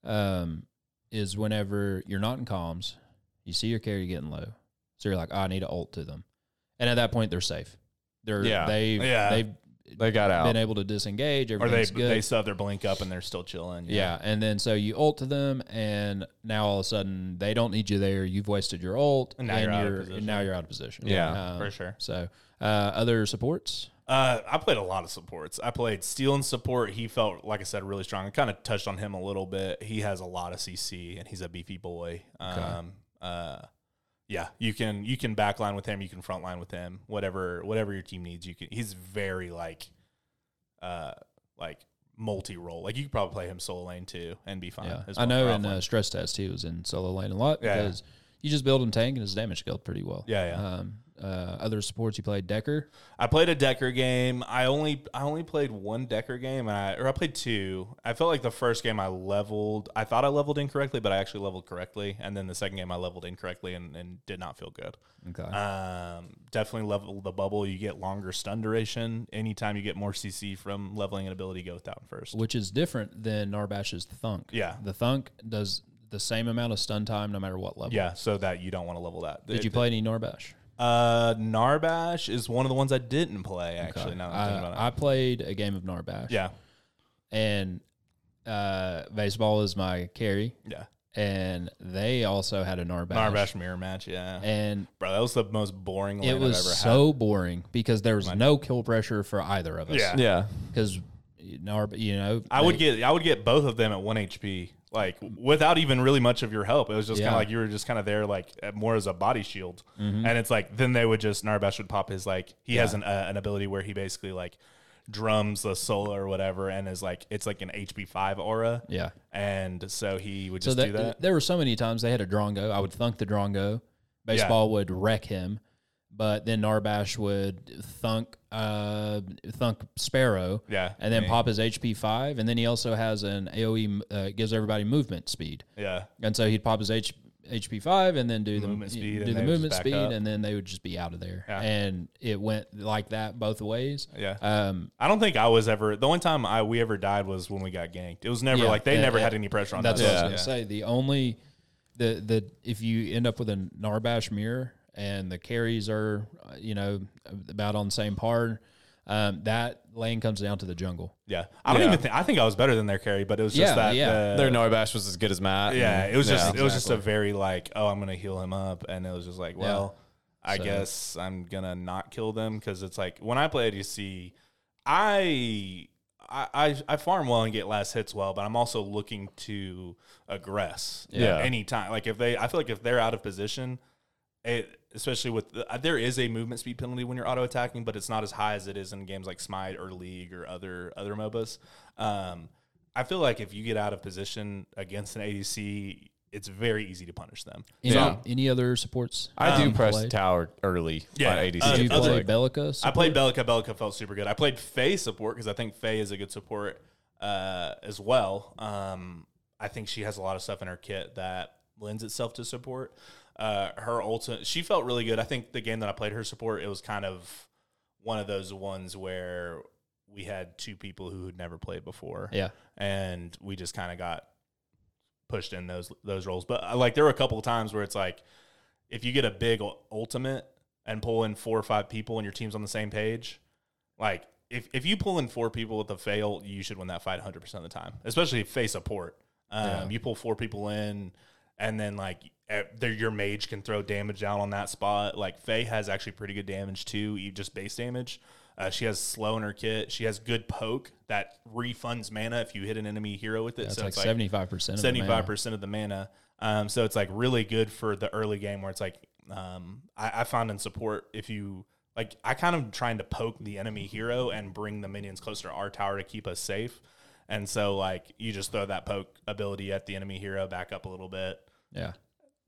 Speaker 2: um, is whenever you're not in comms, you see your carry getting low, so you're like, "Oh, I need to alt to them, and at that point they're safe. They're
Speaker 1: Yeah.
Speaker 2: they've
Speaker 3: Yeah.
Speaker 2: they've
Speaker 1: They got out.
Speaker 2: been able to disengage.
Speaker 3: Or they
Speaker 2: Everything's good.
Speaker 3: they sub their blink up and they're still chilling.
Speaker 2: Yeah, and then so you ult to them, and now all of a sudden they don't need you there. You've wasted your ult,
Speaker 3: And now you're out of position.
Speaker 2: and now you're out of position.
Speaker 1: Yeah,
Speaker 2: Um,
Speaker 3: for sure.
Speaker 2: So uh, other supports.
Speaker 3: Uh, I played a lot of supports. I played Steel and support. He felt, like I said, really strong. I kind of touched on him a little bit. He has a lot of CC and he's a beefy boy. Um, uh, yeah, you can you can backline with him. You can frontline with him. Whatever whatever your team needs, you can. He's very like, uh, like multi role. Like you could probably play him solo lane too and be fine.
Speaker 2: Yeah,
Speaker 3: as
Speaker 2: I
Speaker 3: well,
Speaker 2: know
Speaker 3: or
Speaker 2: in
Speaker 3: offlane.
Speaker 2: uh, stress test he was in solo lane a lot
Speaker 3: Yeah, yeah.
Speaker 2: because you just build him tank and his damage scaled pretty well.
Speaker 3: Yeah, yeah.
Speaker 2: Um, uh, other supports you played Decker.
Speaker 3: I played a Decker game. I only I only played one Decker game, and I or I played two. I felt like the first game I leveled. I thought I leveled incorrectly, but I actually leveled correctly. And then the second game I leveled incorrectly and, and did not feel good.
Speaker 2: Okay.
Speaker 3: Um, definitely level the bubble. You get longer stun duration. Anytime you get more CC from leveling an ability, go with that one first.
Speaker 2: which is different than Narbash's thunk.
Speaker 3: Yeah.
Speaker 2: the thunk does the same amount of stun time no matter what level.
Speaker 3: Yeah, so that you don't want to level that.
Speaker 2: Did you play any Norbash?
Speaker 3: Uh, Narbash is one of the ones I didn't play. Actually, now that I'm thinking about it.
Speaker 2: Uh, I, I played a game of Norbash.
Speaker 3: yeah,
Speaker 2: and uh, baseball is my carry,
Speaker 3: yeah.
Speaker 2: and they also had a Narbash.
Speaker 3: Narbash mirror match. Yeah,
Speaker 2: And
Speaker 3: bro, that was the most boring. lane
Speaker 2: it
Speaker 3: I've
Speaker 2: was
Speaker 3: ever had.
Speaker 2: so boring because there was no kill pressure for either of us.
Speaker 3: Yeah.
Speaker 1: yeah,
Speaker 2: Because, you know,
Speaker 3: I would get I would get both of them at one HP. like without even really much of your help. It was just kind
Speaker 2: Yeah.
Speaker 3: of like you were just kind of there, like uh, more as a body shield. And it's like then they would just Narbesh would pop his like he has an uh, an ability where he basically like drums the soul or whatever, and is like it's like an HB five aura.
Speaker 2: Yeah.
Speaker 3: and so he would
Speaker 2: So
Speaker 3: just do
Speaker 2: that-
Speaker 3: that.
Speaker 2: there were so many times they had a drongo. I would thunk the drongo. Baseball would wreck him, but then Narbash would thunk uh, thunk Sparrow.
Speaker 3: Yeah.
Speaker 2: and then pop his HP five, and then he also has an AOE uh, gives everybody movement speed,
Speaker 3: yeah,
Speaker 2: and so he'd pop his H, HP five, and then do the
Speaker 3: Movement speed,
Speaker 2: do
Speaker 3: and
Speaker 2: the
Speaker 3: they would
Speaker 2: movement
Speaker 3: just back
Speaker 2: speed,
Speaker 3: up.
Speaker 2: and then they would just be out of there.
Speaker 3: Yeah.
Speaker 2: And it went like that both ways.
Speaker 3: yeah.
Speaker 2: Um,
Speaker 3: I don't think I was ever the only time I we ever died was when we got ganked. It was never
Speaker 2: Yeah,
Speaker 3: like they
Speaker 2: yeah,
Speaker 3: never
Speaker 2: yeah.
Speaker 3: had any pressure on
Speaker 2: That's
Speaker 3: us.
Speaker 2: what I was
Speaker 1: Yeah.
Speaker 2: gonna say. The only the the if you end up with a Narbash mirror and the carries are uh, you know about on the same par, um, that lane comes down to the jungle.
Speaker 3: Yeah, I don't
Speaker 1: Yeah.
Speaker 3: even think I think I was better than their carry, but it was just
Speaker 2: Yeah,
Speaker 3: that.
Speaker 2: yeah.
Speaker 3: uh,
Speaker 1: Their Norbash was as good as Matt.
Speaker 3: yeah,
Speaker 1: and-
Speaker 3: it was just
Speaker 1: yeah.
Speaker 3: it was just a very like oh I'm gonna heal him up, and it was just like well I
Speaker 2: So-
Speaker 3: guess I'm gonna not kill them because it's like when I play ADC, I. I, I, I farm well and get last hits well, but I'm also looking to aggress
Speaker 1: Yeah.
Speaker 3: at any time. Like if they, I feel like if they're out of position, it, especially with the, uh, there is a movement speed penalty when you're auto attacking, but it's not as high as it is in games like Smite or League or other other MOBAs. Um, I feel like if you get out of position against an ADC, it's very easy to punish them.
Speaker 2: Any,
Speaker 1: Yeah.
Speaker 2: any other supports?
Speaker 1: I do
Speaker 2: Um,
Speaker 1: press
Speaker 2: play?
Speaker 1: tower early.
Speaker 3: Yeah.
Speaker 1: on ADC.
Speaker 3: Uh,
Speaker 2: Did you
Speaker 3: other-
Speaker 2: play
Speaker 1: Like,
Speaker 2: Bellica?
Speaker 3: I played Bellica. Bellica felt super good. I played Faye support because I think Faye is a good support uh, as well. Um, I think she has a lot of stuff in her kit that lends itself to support. Uh, her ultimate, she felt really good. I think the game that I played her support, it was kind of one of those ones where we had two people who had never played before
Speaker 2: Yeah,
Speaker 3: and we just kind of got pushed in those those roles. But uh, like there were a couple of times where it's like if you get a big ul- ultimate and pull in four or five people and your team's on the same page, like if if you pull in four people with a fail, you should win that fight 100 percent of the time, especially if face support. Um,
Speaker 2: Yeah.
Speaker 3: You pull four people in, and then like eh, they're- your mage can throw damage down on that spot. Like Faye has actually pretty good damage too, e- just base damage. Uh, she has slow in her kit. She has good poke that refunds mana if you hit an enemy hero with it.
Speaker 2: that's
Speaker 3: so
Speaker 2: like
Speaker 3: it's like
Speaker 2: seventy five percent.
Speaker 3: seventy five percent of the mana. Um, so it's like really good for the early game where it's like um, I, I found in support if you like I kind of trying to poke the enemy hero and bring the minions closer to our tower to keep us safe. And so like you just throw that poke ability at the enemy hero back up a little bit.
Speaker 2: Yeah,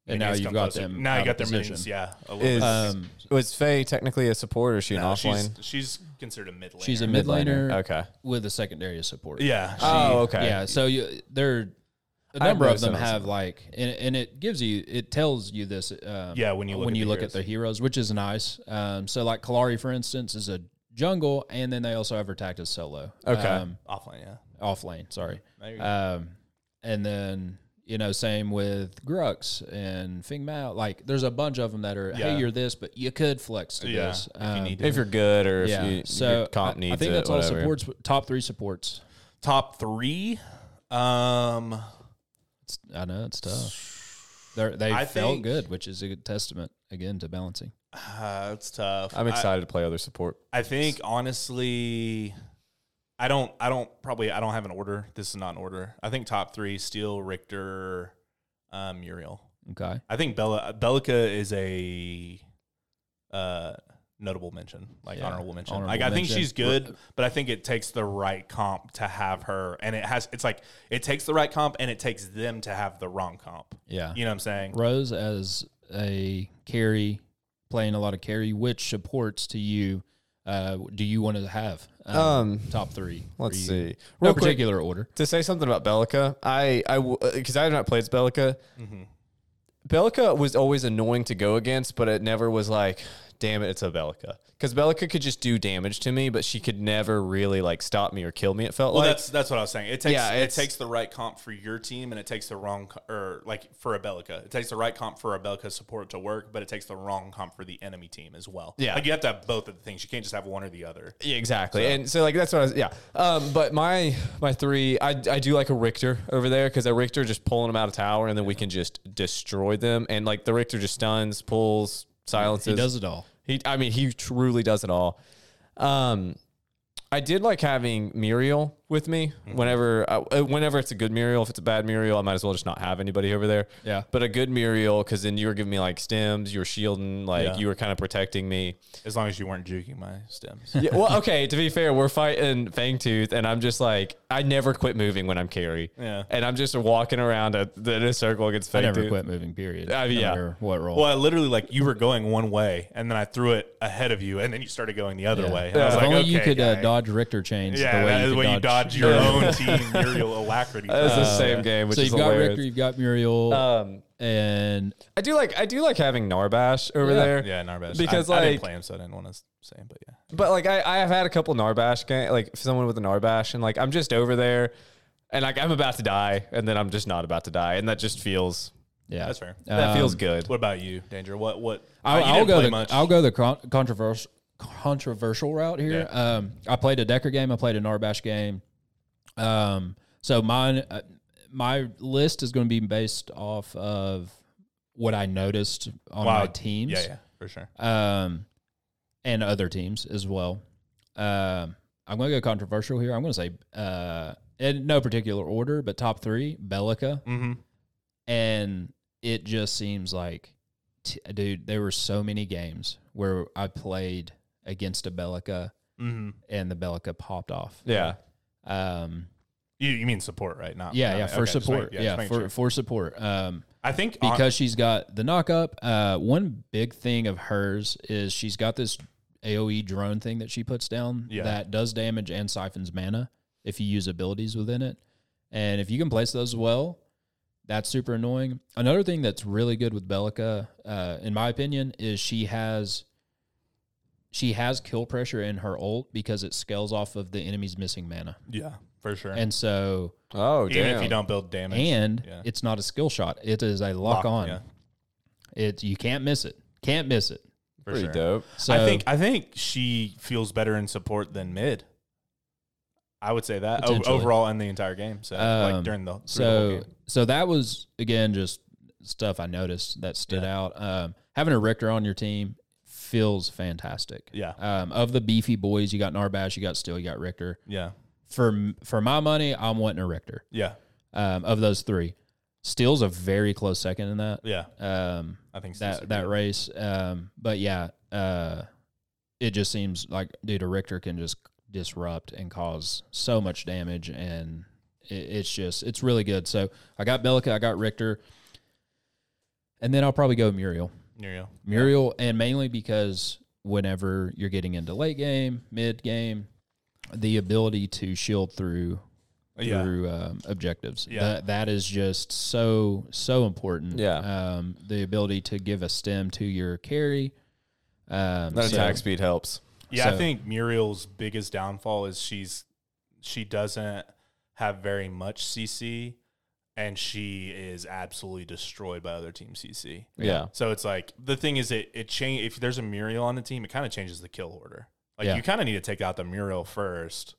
Speaker 3: The
Speaker 2: and now
Speaker 3: minions
Speaker 2: you've
Speaker 3: come
Speaker 2: got
Speaker 3: closer.
Speaker 2: them.
Speaker 3: Now
Speaker 2: out
Speaker 3: you
Speaker 2: of
Speaker 3: got their
Speaker 2: position.
Speaker 3: minions. Yeah, a little
Speaker 1: Is,
Speaker 3: bit.
Speaker 2: Um,
Speaker 1: was Faye technically a support or is she an
Speaker 3: No, she's
Speaker 1: offline?
Speaker 3: she's considered a mid laner.
Speaker 2: She's a mid laner
Speaker 1: Okay.
Speaker 2: with a secondary support.
Speaker 3: yeah. She,
Speaker 1: Oh, okay.
Speaker 2: Yeah, so you, there, a
Speaker 1: I've
Speaker 2: number of
Speaker 1: noticed
Speaker 2: them
Speaker 1: that
Speaker 2: have like, and, and it gives you, it tells you this. Um,
Speaker 3: Yeah, when you look
Speaker 2: when
Speaker 3: at
Speaker 2: you
Speaker 3: the
Speaker 2: look
Speaker 3: heroes.
Speaker 2: at the heroes, which is nice. Um, so like Kalari, for instance, is a jungle, and then they also have her tactic solo.
Speaker 1: Okay.
Speaker 2: um,
Speaker 3: offline. Yeah,
Speaker 2: off lane. Sorry.
Speaker 3: There you go.
Speaker 2: Um, and then you know, same with Grux and Fing Mao. Like, there's a bunch of them that are,
Speaker 3: Yeah.
Speaker 2: hey, you're this, but you could flex to
Speaker 3: Yeah,
Speaker 2: this.
Speaker 3: if you need to.
Speaker 1: If you're good or if
Speaker 2: yeah,
Speaker 1: you,
Speaker 2: so
Speaker 1: your comp
Speaker 2: I,
Speaker 1: needs
Speaker 2: I think
Speaker 1: it,
Speaker 2: that's all
Speaker 1: whatever.
Speaker 2: supports. Top three supports.
Speaker 3: top three. Um, (sighs)
Speaker 2: It's, I know it's tough. They're, they
Speaker 3: I
Speaker 2: felt
Speaker 3: think-
Speaker 2: good, which is a good testament again to balancing.
Speaker 3: uh, it's tough.
Speaker 1: I'm
Speaker 3: I-
Speaker 1: excited to play other support.
Speaker 3: I think honestly, I don't. I don't probably. I don't have an order. This is not an order. I think top three: Steel, Richter, um, Muriel.
Speaker 2: Okay,
Speaker 3: I think Bella Bellica is a uh, notable mention, like
Speaker 2: Yeah,
Speaker 3: honorable mention.
Speaker 2: honorable
Speaker 3: like I think
Speaker 2: mention.
Speaker 3: she's good, but I think it takes the right comp to have her, and it has. It's like it takes the right comp, and it takes them to have the wrong comp.
Speaker 2: yeah.
Speaker 3: You know what I'm saying?
Speaker 2: Rose as a carry, playing a lot of carry. Which supports to you uh, do you want to have?
Speaker 1: Um,
Speaker 2: top three.
Speaker 1: Let's
Speaker 2: for you?
Speaker 1: see.
Speaker 2: No
Speaker 1: Real quick,
Speaker 2: particular order.
Speaker 1: to say something about Bellica, I I because I have not played as Bellica.
Speaker 2: Mm-hmm.
Speaker 1: Bellica was always annoying to go against, but it never was like, damn it, it's a Bellica. Because Bellica could just do damage to me, but she could never really like stop me or kill me. It felt
Speaker 3: Well,
Speaker 1: like
Speaker 3: that's that's what I was saying. It takes
Speaker 1: Yeah,
Speaker 3: it
Speaker 1: it's-
Speaker 3: takes the right comp for your team, and it takes the wrong co- or like for Abelica. It takes the right comp for Abelica support to work, but it takes the wrong comp for the enemy team as well.
Speaker 1: Yeah.
Speaker 3: like you have to have both of the things. You can't just have one or the other.
Speaker 1: Yeah, exactly. And so like that's what I was yeah. Um, but my my three I, I do like a Richter over there because a Richter just pulling them out of tower and then we can just destroy them and like the Richter just stuns, pulls, silences.
Speaker 2: He does it all.
Speaker 1: He, I mean, he truly does it all. Um, I did like having Muriel with me
Speaker 2: Mm-hmm.
Speaker 1: whenever I, uh, whenever it's a good Muriel. If it's a bad Muriel, I might as well just not have anybody over there.
Speaker 2: Yeah.
Speaker 1: But a good Muriel, because then you were giving me like stems, you were shielding, like
Speaker 3: Yeah.
Speaker 1: you were kind of protecting me.
Speaker 3: As long as you weren't juking my stems. (laughs)
Speaker 1: Yeah, well, okay. To be fair, we're fighting Fangtooth, and I'm just like, I never quit moving when I'm Carrie.
Speaker 3: Yeah.
Speaker 1: And I'm just walking around at, in a circle against Fangtooth.
Speaker 2: I never quit moving. Period.
Speaker 1: Uh,
Speaker 2: No
Speaker 1: yeah.
Speaker 2: matter what role?
Speaker 3: Well, I literally like you were going one way, and then I threw it ahead of you, and then you started going the other
Speaker 2: Yeah.
Speaker 3: way. And
Speaker 2: If
Speaker 3: I was like,
Speaker 2: only
Speaker 3: okay,
Speaker 2: you could uh,
Speaker 3: guy.
Speaker 2: dodge Richter chains.
Speaker 3: Yeah,
Speaker 2: the way
Speaker 3: that is
Speaker 2: could
Speaker 3: when you dodge your
Speaker 2: (laughs)
Speaker 3: own team Muriel alacrity.
Speaker 1: It's
Speaker 3: throw.
Speaker 1: the same game, which
Speaker 2: so
Speaker 1: is
Speaker 2: you've got
Speaker 1: hilarious.
Speaker 2: Richter, you've got Muriel,
Speaker 1: Um,
Speaker 2: and
Speaker 1: I do like I do like having Narbash over
Speaker 2: Yeah.
Speaker 1: there.
Speaker 3: yeah, Narbash.
Speaker 1: Because,
Speaker 3: I, I
Speaker 1: like-
Speaker 3: didn't play him, so I didn't want to say him, but yeah.
Speaker 1: But like I, I have had a couple Narbash gang, like someone with a Narbash, and like I'm just over there, and like I'm about to die, and then I'm just not about to die, and that just feels
Speaker 2: yeah,
Speaker 3: That's fair.
Speaker 1: that
Speaker 2: Um,
Speaker 1: feels good.
Speaker 3: What about you, Danger? What what?
Speaker 2: I'll,
Speaker 3: you
Speaker 2: I'll
Speaker 3: didn't
Speaker 2: go
Speaker 3: play
Speaker 2: the
Speaker 3: much.
Speaker 2: I'll go the con- controversial controversial route here. Um, I played a Decker game. I played a Narbash game. Um, so mine uh, my list is going to be based off of what I noticed on
Speaker 3: Wow.
Speaker 2: my teams.
Speaker 3: Yeah, yeah, for sure.
Speaker 2: um, and other teams as well. Um, I'm going to go controversial here. I'm going to say, uh, in no particular order, but top three Bellica.
Speaker 3: Mm-hmm.
Speaker 2: And it just seems like, t- dude, there were so many games where I played against a Bellica
Speaker 3: Mm-hmm.
Speaker 2: and the Bellica popped off.
Speaker 1: yeah,
Speaker 2: Um,
Speaker 3: You, you mean support, right? Not
Speaker 2: yeah,
Speaker 3: not-
Speaker 2: yeah, for
Speaker 3: Oh, okay, just make-
Speaker 2: support.
Speaker 3: just
Speaker 2: yeah,
Speaker 3: make
Speaker 2: for,
Speaker 3: sure.
Speaker 2: for support. Um,
Speaker 3: I think on-
Speaker 2: because she's got the knockup. Uh, one big thing of hers is she's got this AOE drone thing that she puts down
Speaker 3: Yeah.
Speaker 2: that does damage and siphons mana if you use abilities within it. And if you can place those well, that's super annoying. Another thing that's really good with Bellica, uh, in my opinion, is she has she has kill pressure in her ult because it scales off of the enemy's missing mana.
Speaker 3: yeah, for sure.
Speaker 2: And so
Speaker 1: oh
Speaker 3: Even
Speaker 1: damn,
Speaker 3: if you don't build damage,
Speaker 2: and
Speaker 3: yeah.
Speaker 2: it's not a skill shot. It is a lock,
Speaker 3: Lock,
Speaker 2: on.
Speaker 3: yeah.
Speaker 2: It you can't miss it. Can't miss it.
Speaker 3: for
Speaker 1: pretty
Speaker 3: sure.
Speaker 1: dope.
Speaker 2: So
Speaker 3: I think I think she feels better in support than mid. I would say that o-
Speaker 2: Potentially.
Speaker 3: overall in the entire game. So
Speaker 2: Um,
Speaker 3: like during the through the whole
Speaker 2: so
Speaker 3: game.
Speaker 2: so that was again just stuff I noticed that stood out. Um, having a Richter on your team feels fantastic.
Speaker 3: Yeah.
Speaker 2: Um, of the beefy boys, you got Narbash, you got Still, you got Richter.
Speaker 3: yeah
Speaker 2: For m- for my money, I'm wanting a Richter.
Speaker 3: yeah
Speaker 2: Um, of those three, Still's a very close second in that.
Speaker 3: yeah
Speaker 2: Um,
Speaker 3: I think so.
Speaker 2: that that race. Um, but yeah, uh, it just seems like dude, a Richter can just disrupt and cause so much damage, and it, it's just it's really good. So I got Bellica, I got Richter, and then I'll probably go Muriel,
Speaker 3: Muriel.
Speaker 2: Muriel, and mainly because whenever you're getting into late game, mid game, the ability to shield through.
Speaker 3: Oh, Yeah.
Speaker 2: Through um, objectives,
Speaker 3: Yeah.
Speaker 2: that, that is just so so important
Speaker 1: Yeah.
Speaker 2: um, the ability to give a stem to your carry. Um,
Speaker 1: That
Speaker 2: so-
Speaker 1: attack speed helps.
Speaker 3: Yeah, I
Speaker 2: So-
Speaker 3: think Muriel's biggest downfall is she's she doesn't have very much CC, and she is absolutely destroyed by other team CC.
Speaker 1: Yeah.
Speaker 3: So it's like the thing is it it change if there's a Muriel on the team, it kind of changes the kill order. Like
Speaker 2: Yeah.
Speaker 3: you kind of need to take out the Muriel first,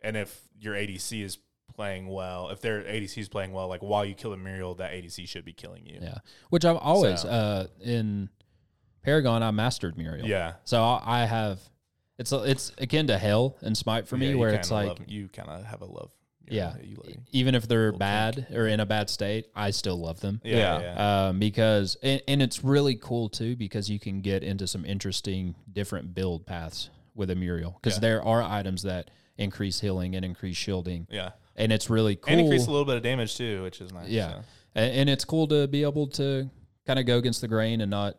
Speaker 3: and if your ADC is playing well, if their ADC is playing well, like while you kill a Muriel, that ADC should be killing you.
Speaker 2: yeah, which I've always
Speaker 3: So-
Speaker 2: uh, in Paragon I mastered Muriel.
Speaker 3: Yeah.
Speaker 2: so I, I have. It's it's akin to hell and smite for me,
Speaker 3: Yeah, you
Speaker 2: where it's
Speaker 3: kinda
Speaker 2: like
Speaker 3: love- you kind of have a love.
Speaker 2: yeah, E-,
Speaker 3: you like-
Speaker 2: even if they're bad or in a bad state, I still love them.
Speaker 3: yeah,
Speaker 1: Yeah.
Speaker 3: yeah. yeah.
Speaker 2: Um, because and, and it's really cool too because you can get into some interesting different build paths with a Muriel because
Speaker 3: Yeah.
Speaker 2: there are items that increase healing and increase shielding
Speaker 3: yeah.
Speaker 2: and it's really cool
Speaker 3: and increase a little bit of damage too, which is nice.
Speaker 2: Yeah.
Speaker 3: so.
Speaker 2: A- And, it's cool to be able to kind of go against the grain and not.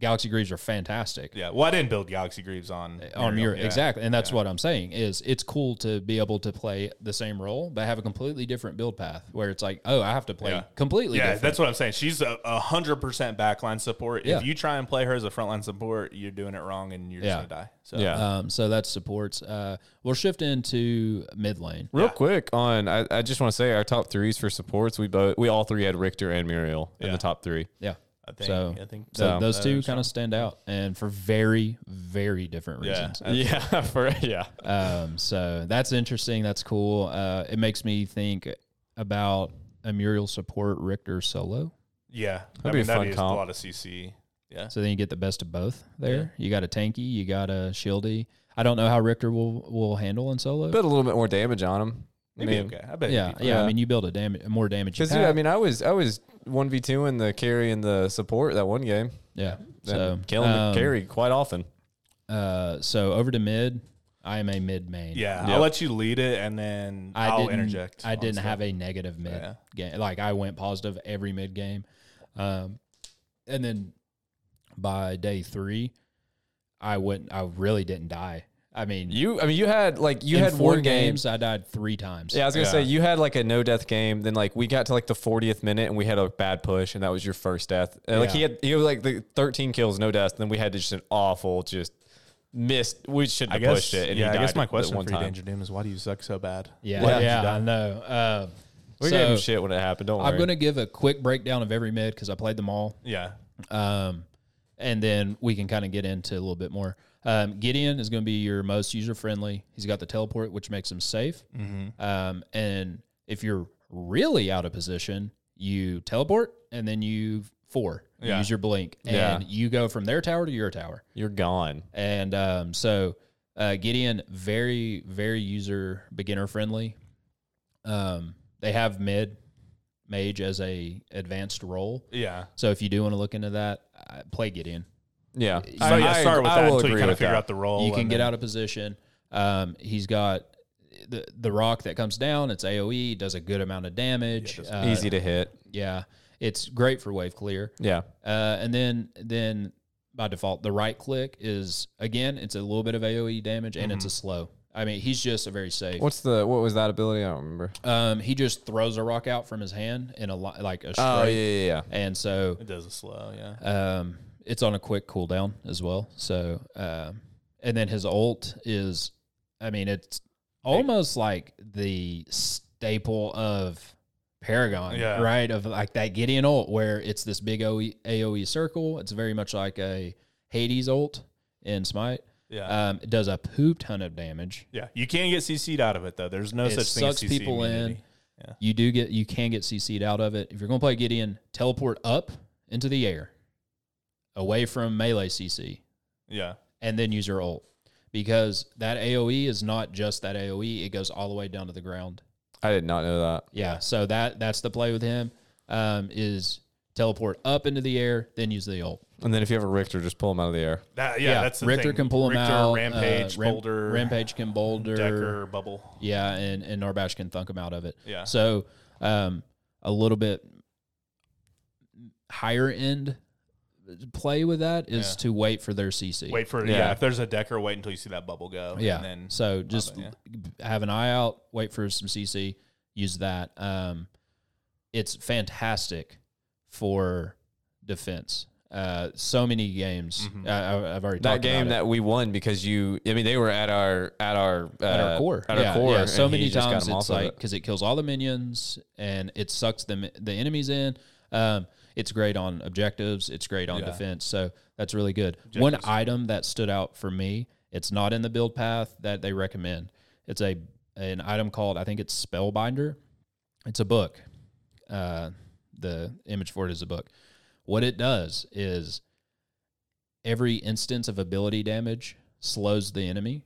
Speaker 2: Galaxy Greaves are fantastic.
Speaker 3: yeah. Well, I didn't build Galaxy Greaves
Speaker 1: Eh,
Speaker 3: on
Speaker 2: On Muriel,
Speaker 3: yeah.
Speaker 2: exactly, and that's
Speaker 3: Yeah.
Speaker 2: what I'm saying is it's cool to be able to play the same role but have a completely different build path where it's like, oh, I have to play
Speaker 3: Yeah.
Speaker 2: completely
Speaker 3: Yeah,
Speaker 2: different.
Speaker 3: that's what I'm saying. She's a a hundred percent backline support.
Speaker 2: Yeah.
Speaker 3: If you try and play her as a frontline support, you're doing it wrong and you're
Speaker 2: Yeah.
Speaker 3: just gonna die. So
Speaker 1: Yeah.
Speaker 2: um, so that's supports. Uh, we'll shift into mid lane.
Speaker 1: Real quick on, I, I just want to say our top threes for supports. We both, we all three had Richter and Muriel in
Speaker 3: Yeah.
Speaker 1: the top three.
Speaker 2: Yeah,
Speaker 3: I think
Speaker 2: So-
Speaker 3: I think
Speaker 2: so
Speaker 1: So,
Speaker 2: those
Speaker 3: uh,
Speaker 2: two kind of stand out and for very, very different
Speaker 3: Yeah.
Speaker 2: reasons.
Speaker 1: Yeah, for yeah,
Speaker 2: Um, so that's interesting. That's cool. Uh, it makes me think about a Muriel support Richter solo.
Speaker 3: yeah. I
Speaker 1: That'd be
Speaker 3: mean
Speaker 1: a
Speaker 3: that
Speaker 1: fun
Speaker 3: is a
Speaker 1: comp.
Speaker 3: lot of CC. Yeah.
Speaker 2: So then you get the best of both there. You got a tanky, you got a shieldy. I don't know how Richter will will handle in solo.
Speaker 1: Put a little bit more damage on him.
Speaker 3: Maybe
Speaker 1: I mean,
Speaker 3: okay. I bet.
Speaker 2: yeah,
Speaker 3: it'd be-
Speaker 2: yeah,
Speaker 1: yeah.
Speaker 2: I mean, you build a damage more damage. You
Speaker 1: Because yeah, I
Speaker 2: have.
Speaker 1: mean, I was I was one v two in the carry and the support that one game.
Speaker 2: yeah. So
Speaker 1: So killing
Speaker 2: um,
Speaker 1: the carry quite often.
Speaker 2: Uh, so over to mid. I am a mid main.
Speaker 3: yeah.
Speaker 1: Yeah.
Speaker 3: I'll let you lead it, and then
Speaker 2: I
Speaker 3: I will
Speaker 2: didn't,
Speaker 3: interject.
Speaker 2: I
Speaker 3: on
Speaker 2: didn't
Speaker 3: stuff.
Speaker 2: have a negative mid
Speaker 3: yeah.
Speaker 2: game. Like I went positive every mid game, um, and then by day three, I went. I really didn't die. I mean,
Speaker 1: You, I mean, you had like you
Speaker 2: in
Speaker 1: had
Speaker 2: four
Speaker 1: one game.
Speaker 2: games. I died three times.
Speaker 1: Yeah, I was gonna
Speaker 3: Yeah.
Speaker 1: say you had like a no death game. Then like we got to like the 40th minute and we had a bad push, and that was your first death. And like
Speaker 2: Yeah.
Speaker 1: he had he had like the 13 kills, no deaths. And then we had just an awful just missed. We shouldn't
Speaker 3: I
Speaker 1: have
Speaker 3: guess.
Speaker 1: pushed it. And
Speaker 3: yeah.
Speaker 1: he
Speaker 3: I
Speaker 1: died
Speaker 3: guess my
Speaker 1: at
Speaker 3: question
Speaker 1: one
Speaker 3: for you,
Speaker 1: time.
Speaker 3: Danger Doom, is why do you suck so bad?
Speaker 2: yeah,
Speaker 3: Why did you
Speaker 2: yeah.
Speaker 3: die?
Speaker 2: I know. Uh,
Speaker 1: We
Speaker 2: so
Speaker 1: gave him shit when it happened. Don't worry.
Speaker 2: I'm gonna give a quick breakdown of every mid because I played them all.
Speaker 3: Yeah.
Speaker 2: Um, and then we can kind of get into a little bit more. Um, Gideon is going to be your most user friendly. He's got the teleport, which makes him safe.
Speaker 3: Mm-hmm.
Speaker 2: Um, and if you're really out of position, you teleport and then you four You
Speaker 3: Yeah.
Speaker 2: use your blink and
Speaker 1: Yeah.
Speaker 2: you go from their tower to your tower.
Speaker 1: You're gone.
Speaker 2: And um, so uh, Gideon, very, very user beginner friendly. Um, they have mid mage as a advanced role.
Speaker 3: Yeah.
Speaker 2: So if you do want to look into that, uh, play Gideon.
Speaker 1: Yeah.
Speaker 3: So yeah, start with
Speaker 1: I
Speaker 3: that
Speaker 1: will
Speaker 3: until you
Speaker 1: agree
Speaker 3: kind of
Speaker 1: with
Speaker 3: figure
Speaker 1: that.
Speaker 3: out the role.
Speaker 2: you can
Speaker 3: and
Speaker 2: get
Speaker 3: then-
Speaker 2: out of position. Um, he's got the the rock that comes down. It's AOE, does a good amount of damage. Yeah,
Speaker 1: Easy to hit.
Speaker 2: yeah, it's great for wave clear.
Speaker 1: Yeah.
Speaker 2: Uh, and then then by default, the right click is again, it's a little bit of AOE damage and it's a slow. I mean, he's just a very safe.
Speaker 1: What's the Mm-hmm. what was that ability? I don't remember.
Speaker 2: Um, he just throws a rock out from his hand in a li- like a straight,
Speaker 1: Oh yeah, yeah, yeah.
Speaker 2: and so
Speaker 3: It does a slow. Yeah.
Speaker 2: Um, it's on a quick cooldown as well. So, um, and then his ult is, I mean, it's almost like the staple of Paragon,
Speaker 3: Yeah.
Speaker 2: right? Of like that Gideon ult where it's this big E, OE, AoE circle. It's very much like a Hades ult in Smite.
Speaker 3: Yeah.
Speaker 2: Um, it does a poop ton of damage.
Speaker 3: Yeah, you can get CC'd out of it though. There's no
Speaker 2: it
Speaker 3: such thing as
Speaker 2: sucks
Speaker 3: CC
Speaker 2: people in.
Speaker 3: immunity.
Speaker 2: You do get, you can get CC'd out of it. If you're going to play Gideon, teleport up into the air, away from melee CC.
Speaker 3: Yeah,
Speaker 2: and then use your ult because that AOE is not just that AOE; it goes all the way down to the ground.
Speaker 1: I did not know that.
Speaker 2: Yeah, so that that's the play with him um, is teleport up into the air, then use the ult.
Speaker 1: And then if you have a Richter, just pull him out of the air.
Speaker 3: That- yeah, that's the
Speaker 2: Richter
Speaker 3: thing.
Speaker 2: can pull him
Speaker 3: Richter,
Speaker 2: out.
Speaker 3: Rampage,
Speaker 2: uh, Ram-
Speaker 3: Boulder,
Speaker 2: Rampage can boulder.
Speaker 3: Decker, Bubble.
Speaker 2: Yeah, and and Norbash can thunk him out of it.
Speaker 3: Yeah.
Speaker 2: So um, a little bit higher end play with that is
Speaker 3: Yeah.
Speaker 2: to wait for their CC.
Speaker 3: Wait for yeah.
Speaker 1: Yeah.
Speaker 3: If there's a Decker, wait until you see that bubble go.
Speaker 2: Yeah.
Speaker 3: and then
Speaker 2: so just
Speaker 3: it, yeah.
Speaker 2: b- have an eye out, wait for some CC, use that. Um, it's fantastic for defense. Uh, so many games.
Speaker 3: Mm-hmm.
Speaker 2: Uh, I, I've already
Speaker 1: that
Speaker 2: talked
Speaker 1: game
Speaker 2: about it.
Speaker 1: that we won because you i mean they were at our at our uh,
Speaker 2: at our core,
Speaker 1: at
Speaker 2: yeah,
Speaker 1: our core
Speaker 2: yeah. So
Speaker 1: and he
Speaker 2: many
Speaker 1: just got
Speaker 2: times
Speaker 1: them
Speaker 2: it's
Speaker 1: off of
Speaker 2: like
Speaker 1: it.
Speaker 2: because it kills all the minions and it sucks the mi- the enemies in. Um, it's great on objectives. It's great on
Speaker 3: Yeah.
Speaker 2: defense. So that's really good. One item that stood out for me. It's not in the build path that they recommend. It's a an item called I think it's Spellbinder. It's a book. Uh, the image for it is a book. What it does is every instance of ability damage slows the enemy.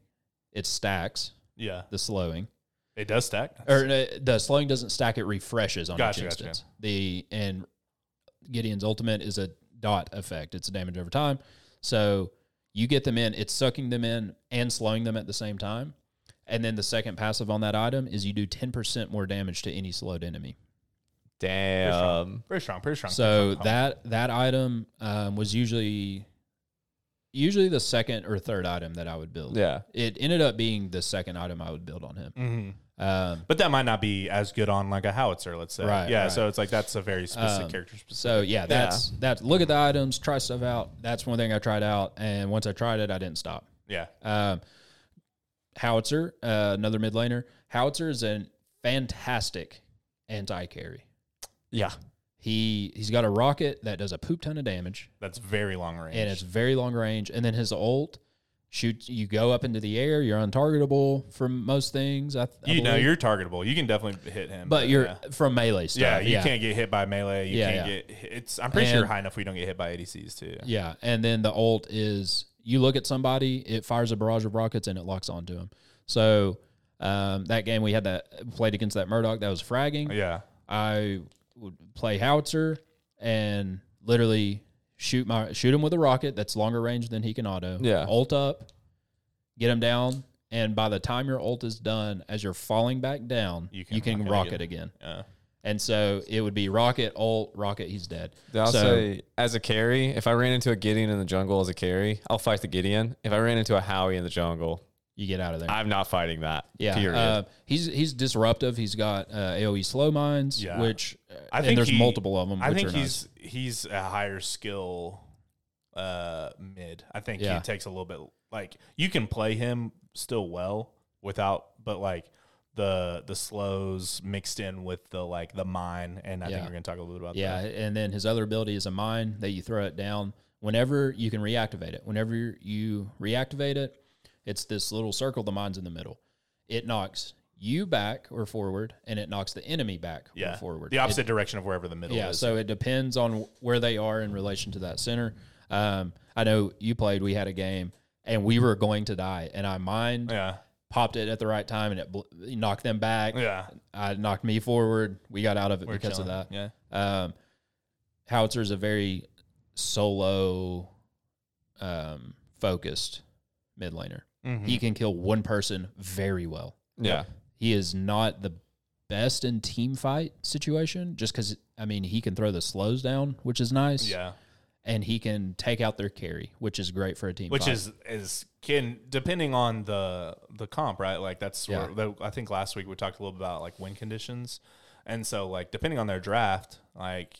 Speaker 2: It stacks
Speaker 3: yeah,
Speaker 2: the slowing,
Speaker 3: it does stack.
Speaker 2: or uh, the slowing doesn't stack; it refreshes on
Speaker 3: Gotcha,
Speaker 2: each
Speaker 3: gotcha.
Speaker 2: instance. The and Gideon's ultimate is a dot effect; it's damage over time. So you get them in; it's sucking them in and slowing them at the same time. And then the second passive on that item is you do ten percent more damage to any slowed enemy.
Speaker 1: damn
Speaker 3: pretty strong, pretty strong.
Speaker 2: So
Speaker 3: pretty strong.
Speaker 2: that that item um, was usually usually the second or third item that I would build.
Speaker 1: yeah
Speaker 2: It ended up being the second item I would build on him.
Speaker 3: Mhm.
Speaker 2: Um,
Speaker 3: but that might not be as good on like a howitzer, let's say.
Speaker 2: Right,
Speaker 3: Yeah.
Speaker 2: right.
Speaker 3: So it's like that's a very specific
Speaker 2: Um,
Speaker 3: character. Specific.
Speaker 2: So yeah, that's that. Look at the items, try stuff out. That's one thing I tried out, and once I tried it, I didn't stop.
Speaker 3: Yeah.
Speaker 2: Um, Howitzer, uh, another mid laner. Howitzer is a fantastic anti carry.
Speaker 1: yeah
Speaker 2: He he's got a rocket that does a poop ton of damage,
Speaker 3: That's very long range.
Speaker 2: and it's very long range. And then his ult shoots. You go up into the air. You're untargetable from most things. I, th- I
Speaker 3: you know
Speaker 2: believe.
Speaker 3: you're targetable. You can definitely hit him.
Speaker 2: but you're
Speaker 3: yeah.
Speaker 2: from melee stuff.
Speaker 3: Yeah, you can't get hit by melee. You
Speaker 2: Yeah,
Speaker 3: can't
Speaker 2: yeah.
Speaker 3: get. It's. I'm pretty sure
Speaker 2: And-
Speaker 3: high enough we don't get hit by ADCs too.
Speaker 2: Yeah, and then the ult is you look at somebody, it fires a barrage of rockets and it locks onto him. So um, that game we had that played against that Murdoch that was fragging.
Speaker 3: Oh, Yeah.
Speaker 2: I would play howitzer and literally shoot my shoot him with a rocket that's longer range than he can auto.
Speaker 1: Yeah.
Speaker 2: Ult up, get him down, and by the time your ult is done, as you're falling back down,
Speaker 3: You
Speaker 2: you can,
Speaker 3: can rocket
Speaker 2: rocket again.
Speaker 3: Yeah.
Speaker 2: And so it would be rocket, ult, rocket, he's dead.
Speaker 1: I'll
Speaker 2: so
Speaker 1: say as a carry, if I ran into a Gideon in the jungle as a carry, I'll fight the Gideon. If I ran into a Howie in the jungle,
Speaker 2: you get out of there.
Speaker 1: I'm not fighting that.
Speaker 2: yeah.
Speaker 1: Period.
Speaker 2: Uh, he's he's disruptive. He's got uh, AoE slow mines,
Speaker 3: Yeah.
Speaker 2: which uh,
Speaker 3: I
Speaker 2: and
Speaker 3: think
Speaker 2: there's
Speaker 3: he-
Speaker 2: multiple of them.
Speaker 3: I
Speaker 2: which
Speaker 3: think
Speaker 2: are nice.
Speaker 3: he's he's a higher skill uh mid. I think
Speaker 2: Yeah.
Speaker 3: he takes a little bit like you can play him still well without but like the the slows mixed in with the like the mine and I think
Speaker 2: Yeah.
Speaker 3: we're gonna talk a little bit about
Speaker 2: Yeah,
Speaker 3: that.
Speaker 2: and then his other ability is a mine that you throw it down. Whenever you can reactivate it, whenever you reactivate it, it's this little circle. The mine's in the middle. It knocks you back or forward, and it knocks the enemy back
Speaker 3: Yeah.
Speaker 2: or forward.
Speaker 3: The
Speaker 2: It-
Speaker 3: opposite direction of wherever the middle
Speaker 2: yeah,
Speaker 3: is.
Speaker 2: so it depends on where they are in relation to that center. Um, I know you played. We had a game, and we were going to die, and I mined,
Speaker 3: yeah.
Speaker 2: popped it at the right time, and it bl- knocked them back.
Speaker 3: Yeah.
Speaker 2: I knocked me forward. We got out of it
Speaker 3: We're
Speaker 2: because
Speaker 3: chilling.
Speaker 2: of that.
Speaker 3: Yeah.
Speaker 2: Um, Howitzer is a very solo um, focused mid laner.
Speaker 3: Mhm.
Speaker 2: He can kill one person very well.
Speaker 1: yeah.
Speaker 2: He is not the best in team fight situation just because, I mean, he can throw the slows down, which is nice.
Speaker 3: Yeah.
Speaker 2: And he can take out their carry, which is great for a team
Speaker 3: Which
Speaker 2: fight.
Speaker 3: is is can depending on the the comp, right? Like that's
Speaker 2: Yeah.
Speaker 3: where the, I think last week we talked a little about like win conditions, and so like depending on their draft, like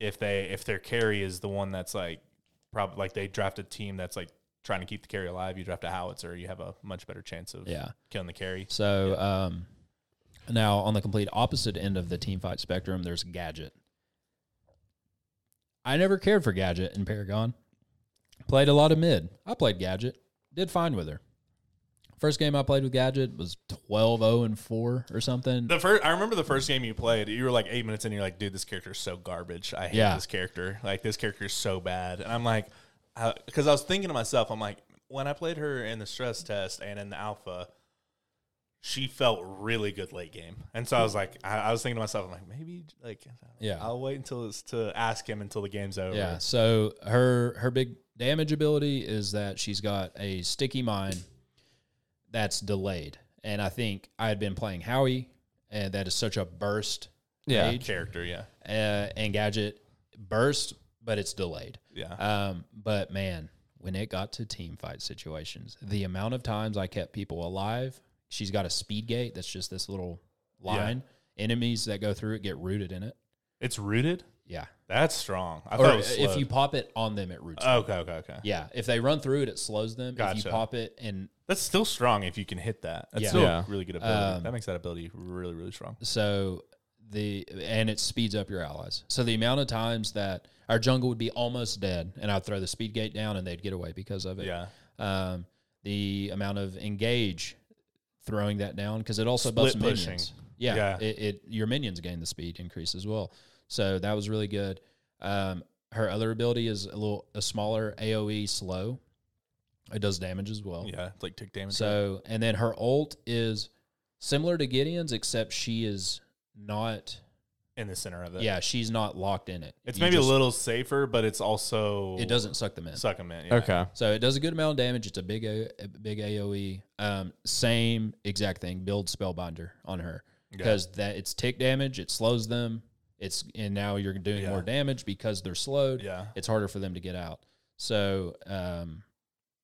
Speaker 3: if they if their carry is the one that's like probably like they draft a team that's like trying to keep the carry alive, you draft a howitzer, you have a much better chance of
Speaker 2: Yeah.
Speaker 3: killing the carry.
Speaker 2: So um, now on the complete opposite end of the team fight spectrum, there's Gadget. I never cared for Gadget in Paragon. Played a lot of mid. I played Gadget. Did fine with her. First game I played with Gadget was 12 0 and 4 or something.
Speaker 3: The first I remember the first game you played, you were like eight minutes in, you're like, dude, this character is so garbage. I hate
Speaker 2: Yeah.
Speaker 3: this character. Like this character is so bad. And I'm like, because I was thinking to myself, I'm like, when I played her in the stress test and in the alpha, she felt really good late game. And so I was like, I, I was thinking to myself, I'm like, maybe like,
Speaker 2: Yeah.
Speaker 3: I'll wait until it's to ask him until the game's over.
Speaker 2: Yeah. So her her big damage ability is that she's got a sticky mine that's delayed, and I think I had been playing Howie, and that is such a burst
Speaker 1: Yeah.
Speaker 3: Character, yeah,
Speaker 2: uh, and gadget burst, but it's delayed.
Speaker 3: yeah.
Speaker 2: Um, but man, when it got to team fight situations, the amount of times I kept people alive, she's got a speed gate that's just this little
Speaker 3: Yeah.
Speaker 2: line. Enemies that go through it get rooted in it.
Speaker 3: it's rooted.
Speaker 2: Yeah.
Speaker 3: That's strong. I thought it
Speaker 2: Or
Speaker 3: was
Speaker 2: if
Speaker 3: slowed.
Speaker 2: you pop it on them, it roots. them.
Speaker 3: Okay, okay, okay.
Speaker 2: yeah. If they run through it, it slows them. If
Speaker 3: Gotcha.
Speaker 2: you pop it and
Speaker 3: That's still strong if you can hit that. That's
Speaker 2: Yeah.
Speaker 3: still
Speaker 1: Yeah.
Speaker 3: a really good ability.
Speaker 2: Um,
Speaker 3: that makes that ability really, really strong.
Speaker 2: So the and it speeds up your allies. So the amount of times that our jungle would be almost dead, and I'd throw the speed gate down, and they'd get away because of it.
Speaker 3: Yeah.
Speaker 2: Um, the amount of engage throwing that down because it also
Speaker 3: Split
Speaker 2: buffs
Speaker 3: pushing.
Speaker 2: minions. Yeah,
Speaker 3: Yeah.
Speaker 2: It, it your minions gain the speed increase as well. So that was really good. Um, her other ability is a little a smaller AOE slow. It does damage as well.
Speaker 3: Yeah. It's like tick damage.
Speaker 2: So, and then her ult is similar to Gideon's, except she is not.
Speaker 3: in the center of it.
Speaker 2: Yeah, she's not locked in it.
Speaker 3: It's
Speaker 2: You
Speaker 3: maybe
Speaker 2: just-
Speaker 3: a little safer, but it's also
Speaker 2: It doesn't suck them in.
Speaker 3: suck them in. Yeah.
Speaker 1: Okay.
Speaker 2: So it does a good amount of damage. It's a big, a, a big AOE. Um, same exact thing. Build spellbinder on her
Speaker 3: Yeah.
Speaker 2: because that it's tick damage. It slows them. It's and now you're doing
Speaker 3: Yeah.
Speaker 2: more damage because they're slowed.
Speaker 3: Yeah.
Speaker 2: It's harder for them to get out. So um,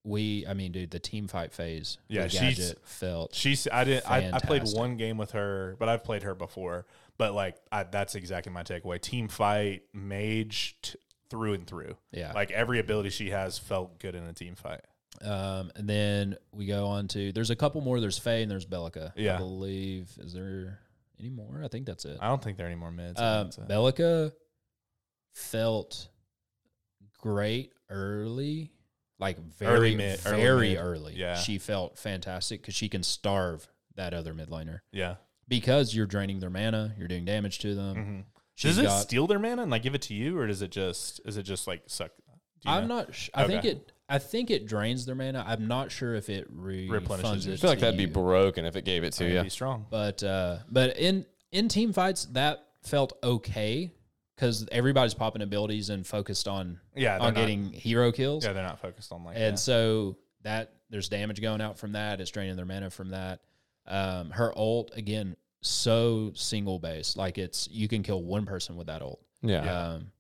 Speaker 2: we, I mean, dude, the team fight phase.
Speaker 3: Yeah,
Speaker 2: with
Speaker 3: she's-
Speaker 2: gadget felt
Speaker 3: She's. I didn't. I, I played
Speaker 2: Fantastic.
Speaker 3: one game with her, but I've played her before. But like, I, that's exactly my takeaway. Team fight, mage t- through and through.
Speaker 2: yeah.
Speaker 3: Like every ability she has felt good in a team fight.
Speaker 2: Um, and then we go on to there's a couple more. There's Faye and there's Bellica.
Speaker 3: Yeah.
Speaker 2: I believe is there any more? I think that's it.
Speaker 3: I don't think there are any more mids.
Speaker 2: Um,
Speaker 3: That's it.
Speaker 2: Bellica felt great early, like very
Speaker 3: Early mid- early
Speaker 2: very
Speaker 3: mid.
Speaker 2: early.
Speaker 3: Yeah.
Speaker 2: she felt fantastic because she can starve that other mid laner
Speaker 3: yeah.
Speaker 2: because you're draining their mana, you're doing damage to them.
Speaker 3: hmm
Speaker 2: She's
Speaker 3: Does it
Speaker 2: got-
Speaker 3: steal their mana and like give it to you, or does it just? Is it just like suck? do you
Speaker 2: I'm
Speaker 3: know?
Speaker 2: not. Sh- I think
Speaker 3: Okay.
Speaker 2: it. I think it drains their mana. I'm not sure if it re-
Speaker 3: Replenishes
Speaker 2: replenishes.
Speaker 3: your-
Speaker 2: It
Speaker 1: I feel like
Speaker 2: to
Speaker 1: that'd be
Speaker 2: you.
Speaker 1: broken if it gave it to
Speaker 3: It'd
Speaker 1: you.
Speaker 3: Be strong.
Speaker 2: But uh, but in in team fights, that felt okay because everybody's popping abilities and focused on
Speaker 3: Yeah, they're
Speaker 2: on
Speaker 3: not-
Speaker 2: getting hero kills.
Speaker 3: Yeah, they're not focused on like.
Speaker 2: And so that there's damage going out from that. It's draining their mana from that. Um, her ult again, so single based. Like it's you can kill one person with that ult.
Speaker 1: Yeah.
Speaker 2: Um,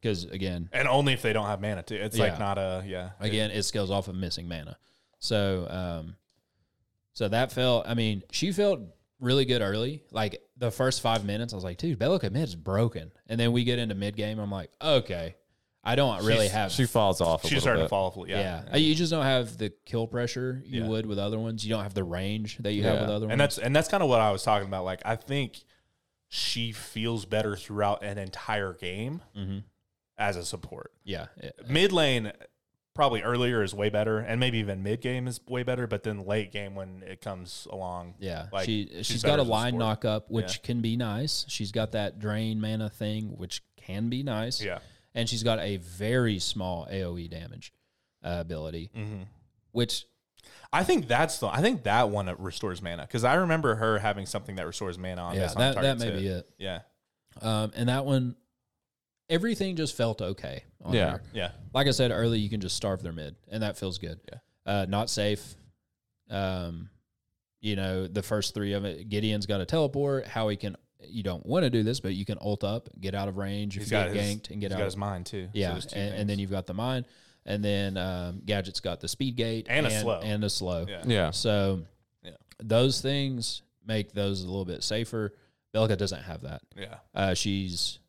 Speaker 2: because again,
Speaker 3: and only if they don't have mana too. It's
Speaker 2: Yeah.
Speaker 3: like not a yeah.
Speaker 2: again it scales off of missing mana. So um, so that felt. I mean, she felt really good early. Like the first five minutes, I was like, dude, Bellica mid is broken. And then we get into mid game. I'm like, okay, I don't really
Speaker 3: She's-
Speaker 2: have
Speaker 1: She falls off. A
Speaker 3: She's
Speaker 1: little
Speaker 3: starting
Speaker 1: bit.
Speaker 3: to fall off. Yeah,
Speaker 2: Yeah. Uh, You just don't have the kill pressure you
Speaker 3: Yeah.
Speaker 2: would with other ones. You don't have the range that you have
Speaker 1: Yeah.
Speaker 2: with other ones.
Speaker 3: and that's and that's kind of what I was talking about. Like I think she feels better throughout an entire game
Speaker 2: Mhm.
Speaker 3: as a support.
Speaker 2: yeah. Uh, it-
Speaker 3: Mid lane probably earlier is way better, and maybe even mid game is way better. But then late game when it comes along,
Speaker 2: Yeah.
Speaker 3: Like,
Speaker 2: she
Speaker 3: she's
Speaker 2: she's got
Speaker 3: better
Speaker 2: a
Speaker 3: as a
Speaker 2: line
Speaker 3: support.
Speaker 2: knock up, which can be nice. She's got that drain mana thing, which can be nice.
Speaker 3: yeah,
Speaker 2: And she's got a very small AoE damage uh, ability,
Speaker 3: Mhm.
Speaker 2: which
Speaker 3: I think that's the I think that one that restores mana because I remember her having something that restores mana on
Speaker 2: yeah,
Speaker 3: this.
Speaker 2: that, that may be it.
Speaker 3: Yeah,
Speaker 2: Um, and that one, everything just felt okay. On
Speaker 1: Yeah.
Speaker 2: her.
Speaker 3: yeah,
Speaker 2: like I said earlier, you can just starve their mid, and that feels good.
Speaker 3: Yeah.
Speaker 2: Uh, not safe. Um, you know, the first three of it, Gideon's got a teleport. Howie can, you don't want to do this, but you can ult up, get out of range if
Speaker 3: He's
Speaker 2: you
Speaker 3: got
Speaker 2: get
Speaker 3: his-
Speaker 2: ganked and get
Speaker 3: he's
Speaker 2: out.
Speaker 3: got
Speaker 2: of-
Speaker 3: his mind too. So
Speaker 2: yeah,
Speaker 3: there's two
Speaker 2: and, and
Speaker 3: things.
Speaker 2: then you've got the mine, and then um, Gadget's got the speed gate
Speaker 3: And a slow.
Speaker 2: and a slow.
Speaker 3: Yeah.
Speaker 1: Yeah.
Speaker 2: So
Speaker 3: Yeah.
Speaker 2: those things make those a little bit safer. Belka doesn't have that.
Speaker 3: yeah,
Speaker 2: Uh, she's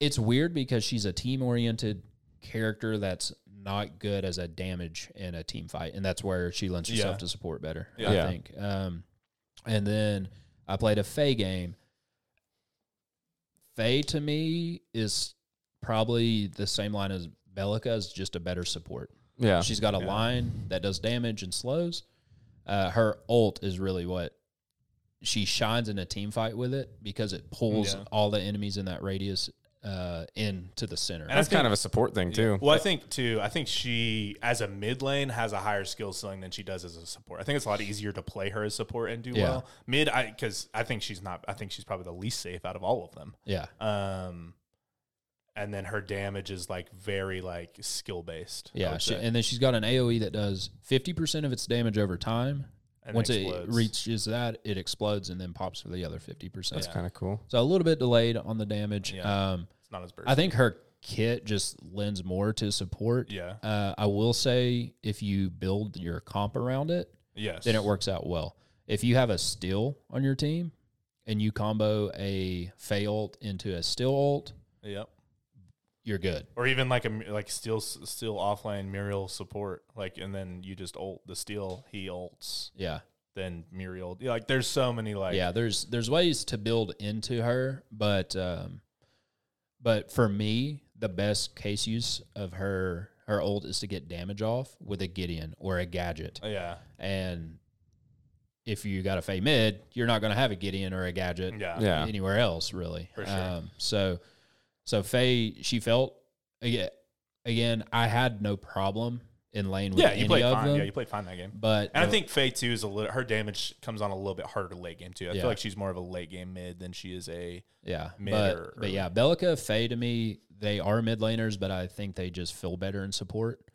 Speaker 2: it's weird because she's a team oriented character that's not good as a damage in a team fight, and that's where she lends herself
Speaker 3: Yeah.
Speaker 2: to support better. I
Speaker 1: Yeah.
Speaker 2: think. Um, and then I played a Faye game. Faye to me is probably the same line as Bellica is just a better support.
Speaker 1: Yeah.
Speaker 2: She's got a
Speaker 3: Yeah.
Speaker 2: line that does damage and slows. Uh, her ult is really what she shines in a team fight with it because it pulls
Speaker 3: Yeah.
Speaker 2: all the enemies in that radius uh, into the center.
Speaker 3: And I
Speaker 1: That's kind of a support thing too.
Speaker 3: Well, I think too. I think she, as a mid lane, has a higher skill ceiling than she does as a support. I think it's a lot easier to play her as support and do
Speaker 2: Yeah.
Speaker 3: well. Mid, I because I think she's not. I think she's probably the least safe out of all of them.
Speaker 2: yeah,
Speaker 3: Um, and then her damage is like very like skill based. I
Speaker 2: yeah.
Speaker 3: would
Speaker 2: She,
Speaker 3: say.
Speaker 2: and then she's got an AOE that does fifty percent of its damage over time.
Speaker 3: And
Speaker 2: Once it
Speaker 3: explodes.
Speaker 2: reaches that, it explodes and then pops for the other fifty percent.
Speaker 1: That's kind of cool.
Speaker 2: So a little bit delayed on the damage.
Speaker 3: Yeah.
Speaker 2: Um,
Speaker 3: it's not as burst.
Speaker 2: I think her kit just lends more to support.
Speaker 3: Yeah.
Speaker 2: Uh, I will say if you build your comp around it,
Speaker 3: Yes.
Speaker 2: then it works out well. If you have a steel on your team and you combo a Fey ult into a steel ult,
Speaker 3: Yep.
Speaker 2: you're good.
Speaker 3: Or even like a mu- like steel steel offlane Muriel support like, and then you just ult the steel he ults
Speaker 2: Yeah.
Speaker 3: then Muriel yeah, like there's so many like
Speaker 2: yeah, there's there's ways to build into her, but um but for me, the best case use of her her ult is to get damage off with a Gideon or a gadget.
Speaker 3: yeah
Speaker 2: And if you got a Fey mid, you're not gonna have a Gideon or a gadget.
Speaker 3: yeah
Speaker 1: Yeah.
Speaker 2: anywhere else really.
Speaker 3: For sure.
Speaker 2: Um, so so Faye, she felt again. Again, I had no problem in lane with
Speaker 3: Yeah,
Speaker 2: any
Speaker 3: you played
Speaker 2: of
Speaker 3: fine.
Speaker 2: them,
Speaker 3: Yeah, you played fine that game.
Speaker 2: but
Speaker 3: And I
Speaker 2: the-
Speaker 3: think Faye too is a little. Her damage comes on a little bit harder late game too. I
Speaker 2: Yeah.
Speaker 3: feel like she's more of a late game mid than she is a.
Speaker 2: yeah,
Speaker 3: mid
Speaker 2: but
Speaker 3: or-
Speaker 2: but yeah, Bellica, Faye to me, they are mid laners, but I think they just feel better in support.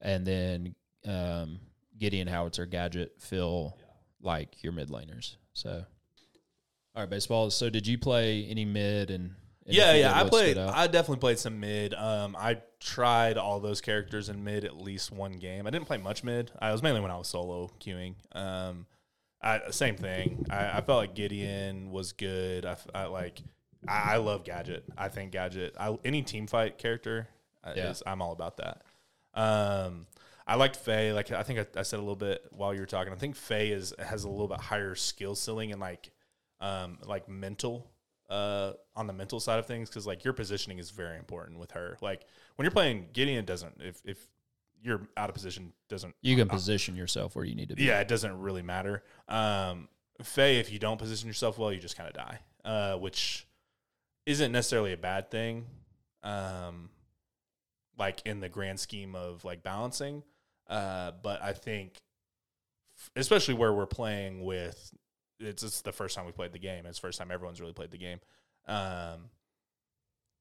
Speaker 2: And then um, Gideon Howitzer, Gadget feel like your mid laners. So, all right, baseball. So, did you play any mid and? and if
Speaker 3: Yeah,
Speaker 2: you
Speaker 3: yeah.
Speaker 2: did,
Speaker 3: I
Speaker 2: what stood
Speaker 3: played.
Speaker 2: out?
Speaker 3: I definitely played some mid. Um, I tried all those characters in mid at least one game. I didn't play much mid. I was mainly when I was solo queuing. Um, I, same thing. I, I felt like Gideon was good. I, f- I like. I, I love Gadget. I think Gadget. I, any team fight character uh,
Speaker 2: Yeah.
Speaker 3: is. I'm all about that. Um, I liked Faye. Like I think I, I said a little bit while you were talking. I think Faye is has a little bit higher skill ceiling and like um, like mental uh, on the mental side of things because like your positioning is very important with her. Like when you're playing Gideon, doesn't if if you're out of position doesn't
Speaker 2: you can position yourself where you need to be.
Speaker 3: yeah it doesn't really matter. Um, Faye, if you don't position yourself well, you just kind of die, uh, which isn't necessarily a bad thing. Um, like in the grand scheme of like balancing. Uh, but I think, f- especially where we're playing with, it's just the first time we played the game. It's the first time everyone's really played the game. Um,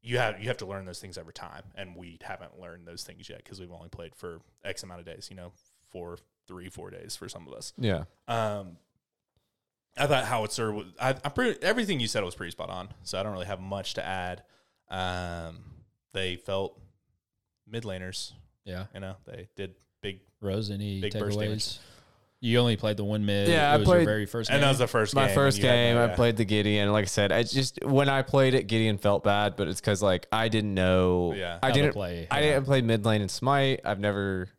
Speaker 3: you have you have to learn those things over time, and we haven't learned those things yet because we've only played for X amount of days. You know, four, three, four days for some of us.
Speaker 1: Yeah.
Speaker 3: Um, I thought Howitzer. Was, I, I'm pretty. Everything you said was pretty spot on. So I don't really have much to add. Um, they felt mid laners.
Speaker 2: Yeah.
Speaker 3: You know, they did big,
Speaker 2: Rose, any
Speaker 3: Big burst
Speaker 2: takeaways?
Speaker 3: damage.
Speaker 2: You only played the one mid.
Speaker 1: Yeah,
Speaker 2: it
Speaker 1: I
Speaker 2: was your
Speaker 1: played-
Speaker 2: very first.
Speaker 3: and that
Speaker 2: game.
Speaker 3: was the first
Speaker 1: my
Speaker 3: game,
Speaker 1: first
Speaker 3: and you had
Speaker 1: game,
Speaker 3: that,
Speaker 1: I
Speaker 3: yeah.
Speaker 1: played the Gideon. Like I said, I just when I played it, Gideon felt bad, but it's because like I didn't know.
Speaker 3: Yeah,
Speaker 1: I
Speaker 2: how to
Speaker 1: didn't
Speaker 2: play,
Speaker 1: I
Speaker 2: yeah.
Speaker 1: didn't play mid lane in Smite. I've never.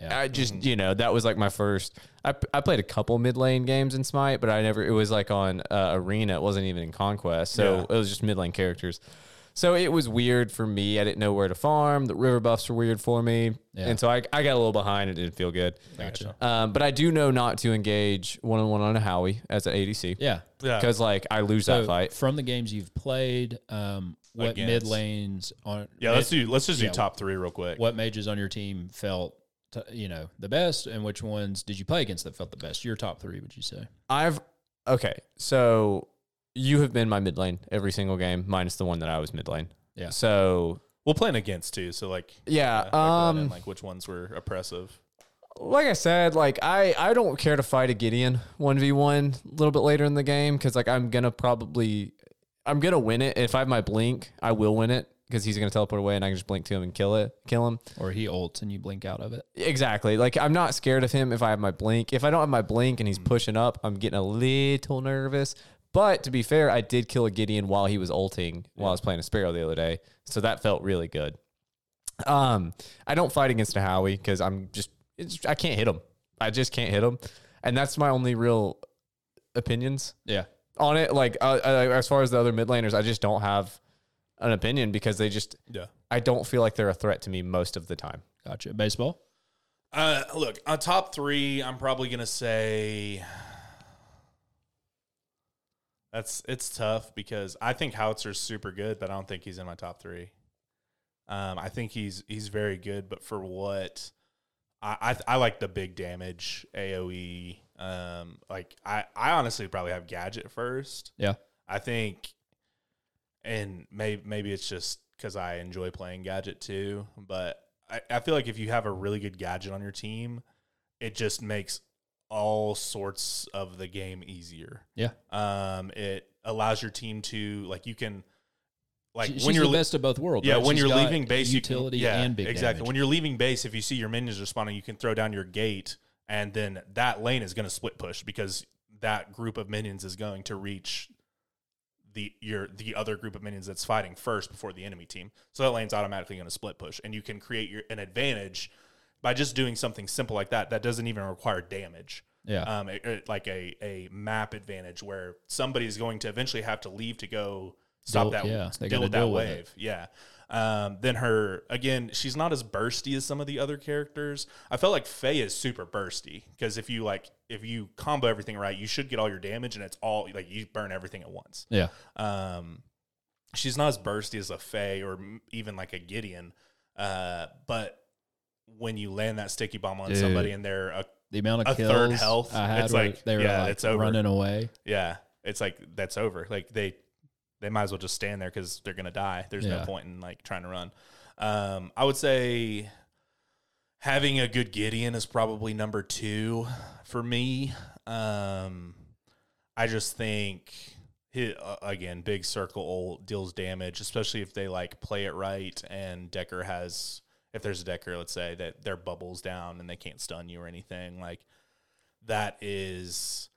Speaker 2: Yeah.
Speaker 1: I just
Speaker 3: Mm-hmm.
Speaker 1: you know that was like my first. I I played a couple mid lane games in Smite, but I never. It was like on uh, Arena. It wasn't even in Conquest, so it was just mid lane characters. So it was weird for me. I didn't know where to farm. The river buffs were weird for me,
Speaker 2: Yeah.
Speaker 1: and so I I got a little behind. It didn't feel good.
Speaker 2: Gotcha.
Speaker 1: Um, but I do know not to engage one on one on a Howie as an ADC.
Speaker 2: Yeah.
Speaker 3: Yeah.
Speaker 1: Because like I lose
Speaker 2: So
Speaker 1: that fight.
Speaker 2: from the games you've played, um, what
Speaker 3: Against.
Speaker 2: mid lanes on?
Speaker 3: Yeah, let's do let's just
Speaker 2: yeah.
Speaker 3: do top three real quick.
Speaker 2: What mages on your team felt, t you know, the best, and which ones did you play against that felt the best? Your top three, would you say?
Speaker 1: I've okay. So you have been my mid lane every single game, minus the one that I was mid lane.
Speaker 2: Yeah.
Speaker 1: So
Speaker 3: We're playing against too, so like,
Speaker 1: yeah,
Speaker 3: uh, like,
Speaker 1: um,
Speaker 3: and, like which ones were oppressive?
Speaker 1: like I said, like I I don't care to fight a Gideon one v one a little bit later in the game because like I'm gonna probably I'm gonna win it if I have my blink I will win it because he's gonna teleport away and I can just blink to him and kill it kill him
Speaker 2: Or he ults and you blink out of it.
Speaker 1: exactly like I'm not scared of him if I have my blink if I don't have my blink and he's pushing up I'm getting a little nervous but to be fair I did kill a Gideon while he was ulting while I was playing a Sparrow the other day so that felt really good um, I don't fight against a Howie because I'm just it's, I can't hit him. I just can't hit him, and that's my only real opinions
Speaker 2: Yeah.
Speaker 1: on it. Like uh, uh, as far as the other mid laners, I just don't have an opinion because they just
Speaker 3: Yeah.
Speaker 1: I don't feel like they're a threat to me most of the time.
Speaker 2: Gotcha. Baseball.
Speaker 3: Uh, look, on top three, I'm probably gonna say that's it's tough because I think Howitzer's super good, but I don't think he's in my top three. Um, I think he's he's very good, but for what I I, I like the big damage AOE. Um, like I I honestly probably have Gadget first.
Speaker 2: Yeah.
Speaker 3: I think, and maybe maybe it's just because I enjoy playing gadget too, but I, I feel like if you have a really good gadget on your team, it just makes all sorts of the game easier.
Speaker 2: Yeah.
Speaker 3: Um, it allows your team to like you can like
Speaker 2: She-
Speaker 3: when
Speaker 2: she's
Speaker 3: you're
Speaker 2: the
Speaker 3: li-
Speaker 2: best of both worlds.
Speaker 3: yeah
Speaker 2: right?
Speaker 3: when
Speaker 2: She's
Speaker 3: you're
Speaker 2: got
Speaker 3: leaving base you can-
Speaker 2: utility
Speaker 3: yeah,
Speaker 2: and big
Speaker 3: exactly
Speaker 2: damage.
Speaker 3: when you're leaving base if you see your minions responding you can throw down your gate and then that lane is going to split push because that group of minions is going to reach the your the other group of minions that's fighting first before the enemy team so that lane's automatically going to split push and you can create your an advantage by just doing something simple like that that doesn't even require damage
Speaker 2: yeah.
Speaker 3: um, it- it- like a, a map advantage where somebody is going to eventually have to leave to go stop
Speaker 2: Deal-
Speaker 3: that
Speaker 2: yeah, they
Speaker 3: deal
Speaker 2: gotta
Speaker 3: with that
Speaker 2: deal with
Speaker 3: wave. Yeah. Um, then her again, she's not as bursty as some of the other characters. I felt like Faye is super bursty because if you like if you combo everything right, you should get all your damage and it's all like you burn everything at once.
Speaker 2: yeah.
Speaker 3: Um, she's not as bursty as a Faye or m- even like a Gideon, uh, but when you land that sticky bomb on
Speaker 2: Dude.
Speaker 3: somebody and they're a
Speaker 2: The amount of
Speaker 3: a
Speaker 2: kills
Speaker 3: third health,
Speaker 2: I had
Speaker 3: it's
Speaker 2: were-
Speaker 3: like,
Speaker 2: they were
Speaker 3: yeah,
Speaker 2: like
Speaker 3: it's over.
Speaker 2: running away.
Speaker 3: Yeah, it's like that's over. Like they they might as well just stand there because they're gonna die. There's
Speaker 2: Yeah.
Speaker 3: no point in like trying to run. Um, I would say having a good Gideon is probably number two for me. Um, I just think he, uh, again, big circle ult deals damage, especially if they like play it right and Decker has. If there's a Decker, let's say that their bubbles down and they can't stun you or anything like that is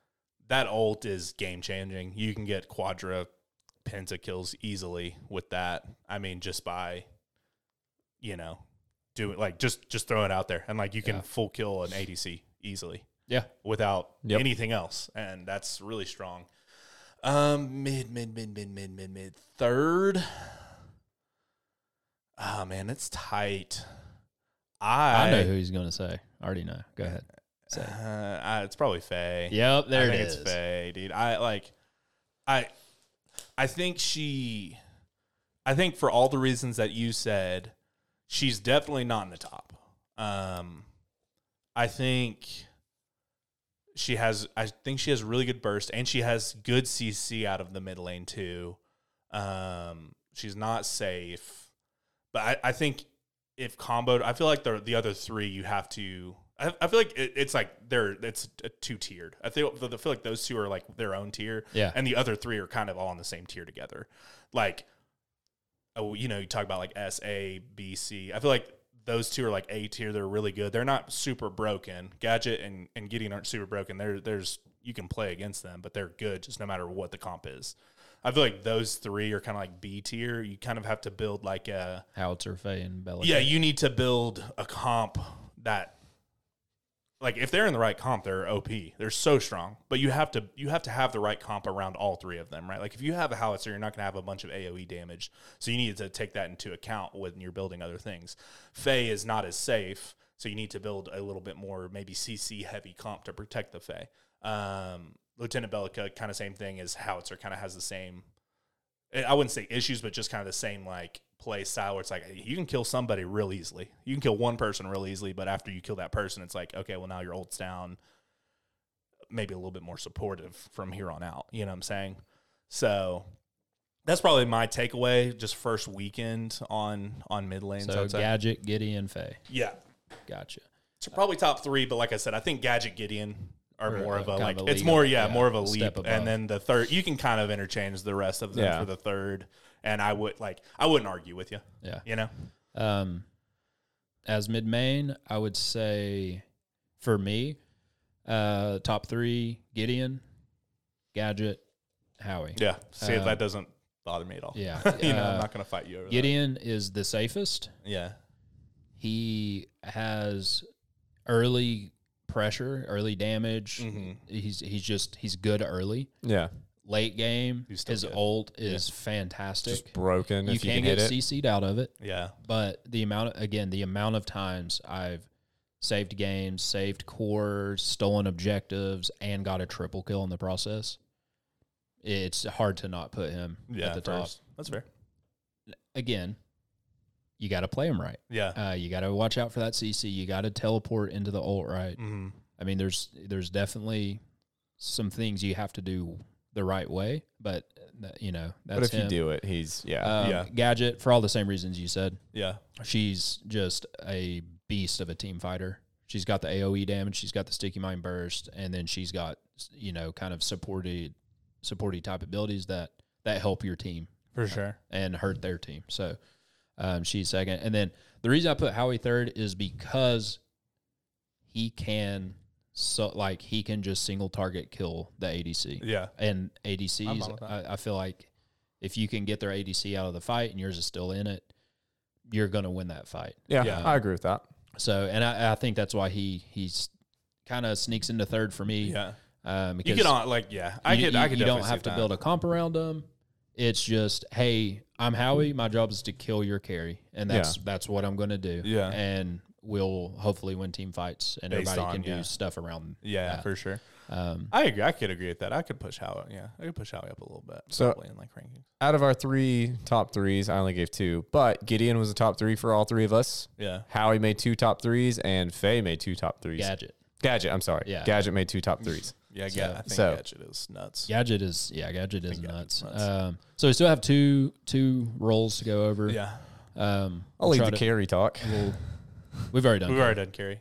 Speaker 3: that ult is game changing. You can get quadra pentakills easily with that. I mean, just by you know, do it like just just throw it out there, and like you can
Speaker 2: Yeah.
Speaker 3: full kill an ADC easily
Speaker 2: Yeah.
Speaker 3: without
Speaker 1: Yep.
Speaker 3: anything else, and that's really strong. Um, mid, mid, mid, mid, mid, mid, mid, third. Ah man, it's tight. I,
Speaker 2: I, know who he's going to say. I already know. Go ahead. Say. it.
Speaker 3: Uh, I- it's probably Faye.
Speaker 2: Yep. There
Speaker 3: I
Speaker 2: it
Speaker 3: think
Speaker 2: is.
Speaker 3: It's Faye, dude. I like, I, I think she, I think for all the reasons that you said, she's definitely not in the top. Um, I think she has. I think she has really good burst, and she has good CC out of the mid lane too. Um, she's not safe, but I, I think if comboed, I feel like the the other three you have to. I, I feel like it, it's like they're it's two tiered. I feel I feel like those two are like their own tier,
Speaker 2: Yeah.
Speaker 3: and the other three are kind of all on the same tier together. Like, oh, you know, you talk about like S A B C. I feel like those two are like A tier. They're really good. They're not super broken. Gadget and and Gideon aren't super broken. There there's you can play against them, but they're good just no matter what the comp is. I feel like those three are kind of like B tier. You kind of have to build like a
Speaker 2: Howitzer, Faye, and Bella.
Speaker 3: yeah, you need to build a comp that like if they're in the right comp, they're OP. They're so strong. But you have to you have to have the right comp around all three of them, right? Like if you have a howitzer, you're not gonna have a bunch of AoE damage. So you need to take that into account when you're building other things. Fey is not as safe, so you need to build a little bit more maybe CC heavy comp to protect the Fey. Um Lieutenant Bellica, kind of same thing as Howitzer, kind of has the same eh, I I wouldn't say issues, but just kind of the same like play style where it's like you can kill somebody real easily. You can kill one person real easily, but after you kill that person, it's like, okay, well now your ult's down. Maybe a little bit more supportive from here on out. You know what I'm saying? So that's probably my takeaway just first weekend on on mid lanes.
Speaker 2: So
Speaker 3: I'd say.
Speaker 2: Gadget, Gideon, Faye.
Speaker 3: yeah.
Speaker 2: Gotcha.
Speaker 3: So probably top three, but like I said, I think Gadget Gideon are
Speaker 2: Or,
Speaker 3: more
Speaker 2: uh,
Speaker 3: of a
Speaker 2: kind of
Speaker 3: like
Speaker 2: a
Speaker 3: it's
Speaker 2: leap,
Speaker 3: more yeah,
Speaker 2: yeah,
Speaker 3: more of a
Speaker 2: a step
Speaker 3: leap,
Speaker 2: above.
Speaker 3: and then the third you can kind of interchange the rest of them
Speaker 1: Yeah.
Speaker 3: for the third, and I would like I wouldn't argue with you,
Speaker 2: Yeah.
Speaker 3: you know,
Speaker 2: Um, as mid main, I would say for me, uh, top three Gideon, Gadget, Howie.
Speaker 3: yeah. See,
Speaker 2: Um,
Speaker 3: that doesn't bother me at all.
Speaker 2: Yeah.
Speaker 3: (laughs) you know, I'm
Speaker 2: uh,
Speaker 3: not gonna fight you over
Speaker 2: Gideon is the safest.
Speaker 3: that. Yeah,
Speaker 2: He has early pressure, early damage.
Speaker 3: Mhm.
Speaker 2: He's he's just he's good early.
Speaker 1: Yeah.
Speaker 2: Late game,
Speaker 3: He's still
Speaker 2: his
Speaker 3: good.
Speaker 2: ult is fantastic.
Speaker 1: Just broken
Speaker 2: you
Speaker 1: if you
Speaker 2: can
Speaker 1: can
Speaker 2: get
Speaker 1: hit it.
Speaker 2: CC'd out of it.
Speaker 3: yeah,
Speaker 2: but the amount again the amount of times i've saved games saved cores stolen objectives and got a triple kill in the process it's hard to not put him
Speaker 3: yeah.
Speaker 2: at the
Speaker 3: first. That's fair.
Speaker 2: top again you got to play him right
Speaker 3: Yeah.
Speaker 2: uh, you got to watch out for that cc you got to teleport into the ult right
Speaker 3: hmm
Speaker 2: i mean there's there's definitely some things you have to do the right way but uh, you know that's
Speaker 1: But if you
Speaker 2: him.
Speaker 1: do it, he's yeah.
Speaker 2: Um,
Speaker 3: Yeah.
Speaker 2: gadget for all the same reasons you said
Speaker 3: Yeah.
Speaker 2: she's just a beast of a team fighter. She's got the AOE damage, she's got the sticky mind burst, and then she's got you know kind of supported supported type abilities that that help your team
Speaker 3: For sure.
Speaker 2: and hurt their team. So um, she's second, and then the reason I put Howie third is because he can so like he can just single target kill the ADC
Speaker 3: Yeah.
Speaker 2: and
Speaker 3: I'm fine with
Speaker 2: ADCs.
Speaker 3: that.
Speaker 2: I, I feel like if you can get their ADC out of the fight and yours is still in it, you're going to win that fight.
Speaker 1: yeah,
Speaker 3: yeah.
Speaker 1: I agree with that.
Speaker 2: So, and I, I think that's why he he's kind of sneaks into third for me.
Speaker 3: Yeah.
Speaker 2: Um,
Speaker 3: You
Speaker 2: because
Speaker 3: get on like yeah. I
Speaker 2: you-
Speaker 3: could.
Speaker 2: you-
Speaker 3: I could.
Speaker 2: You don't
Speaker 3: definitely
Speaker 2: have
Speaker 3: see
Speaker 2: to
Speaker 3: that.
Speaker 2: build a comp around them. It's just, hey, I'm Howie. My job is to kill your carry, and that's that's what I'm going to do.
Speaker 3: Yeah.
Speaker 2: and we'll hopefully win team fights, and
Speaker 3: Based
Speaker 2: everybody
Speaker 3: on,
Speaker 2: can
Speaker 3: yeah.
Speaker 2: do stuff around.
Speaker 3: Yeah,
Speaker 2: that.
Speaker 3: for sure.
Speaker 2: Um,
Speaker 3: I agree. I could agree with that. I could push Howie. Yeah, I could push Howie up a little bit.
Speaker 1: So-
Speaker 3: probably in like rankings.
Speaker 1: Out of our three top threes, I only gave two, but Gideon was a top three for all three of us.
Speaker 3: Yeah.
Speaker 1: Howie made two top threes, and Faye made two top threes.
Speaker 2: gadget,
Speaker 1: Gadget, I'm sorry.
Speaker 2: Yeah.
Speaker 1: Gadget made two top threes.
Speaker 3: Yeah,
Speaker 2: So-
Speaker 3: yeah. I think
Speaker 1: so-
Speaker 3: gadget is nuts.
Speaker 2: gadget is yeah, gadget is nuts.
Speaker 3: Gadget's nuts.
Speaker 2: Um, so we still have two two roles to go over.
Speaker 3: Yeah,
Speaker 2: Um,
Speaker 1: I'll
Speaker 2: we'll
Speaker 1: leave
Speaker 2: try
Speaker 1: the
Speaker 2: to-
Speaker 1: carry talk.
Speaker 2: we'll- we've already done.
Speaker 3: we've already done carry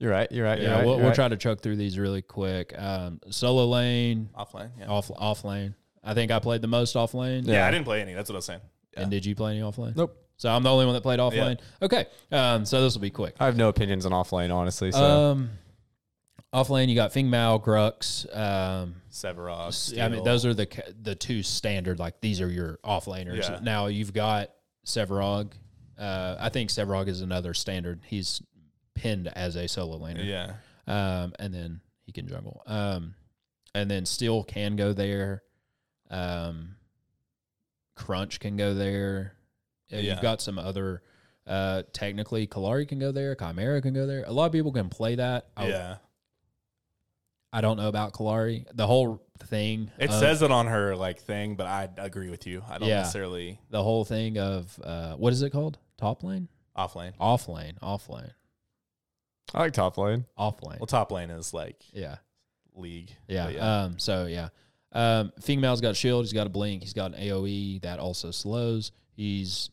Speaker 1: You're right. You're right.
Speaker 2: Yeah,
Speaker 1: You're right.
Speaker 2: we'll,
Speaker 1: you're
Speaker 2: we'll
Speaker 1: right.
Speaker 2: try to chug through these really quick. Um, solo lane,
Speaker 3: offline. Yeah.
Speaker 2: off off lane. I think I played the most off lane.
Speaker 3: Oh, yeah,
Speaker 1: yeah.
Speaker 3: I didn't play any. That's what I was saying. Yeah.
Speaker 2: And did you play any off lane?
Speaker 1: Nope.
Speaker 2: So I'm the only one that played off
Speaker 3: Yeah.
Speaker 2: lane. Okay. Um, so this will be quick.
Speaker 1: I have no opinions on offlane, honestly. So
Speaker 2: Um, off lane, you got Fing Mao, Grux. Um,
Speaker 3: Severog.
Speaker 2: I mean,
Speaker 3: Steel.
Speaker 2: those are the ca- the two standard. Like these are your off laners.
Speaker 3: Yeah.
Speaker 2: Now you've got Severog. Uh, I think Severog is another standard. He's pinned as a solo laner.
Speaker 3: Yeah,
Speaker 2: um, and then he can juggle. Um, and then Steel can go there. Um, Crunch can go there. Yeah,
Speaker 3: Yeah.
Speaker 2: You've got some other. Uh, technically, Kalari can go there. Chimera can go there. A lot of people can play that. I,
Speaker 3: yeah.
Speaker 2: I don't know about Kalari. The whole thing.
Speaker 3: It
Speaker 2: of-
Speaker 3: says it on her like thing, but I agree with you. I don't
Speaker 2: uh, Yeah.
Speaker 3: necessarily
Speaker 2: the whole thing of uh, what is it called? Top lane.
Speaker 3: Off lane.
Speaker 2: Off lane, off lane,
Speaker 1: I like top lane.
Speaker 2: off lane.
Speaker 3: Well, oh, top lane is like
Speaker 2: Yeah,
Speaker 3: league.
Speaker 2: yeah.
Speaker 3: But
Speaker 2: Um, so yeah, um, female's got shield. He's got a blink. He's got an AOE that also slows. He's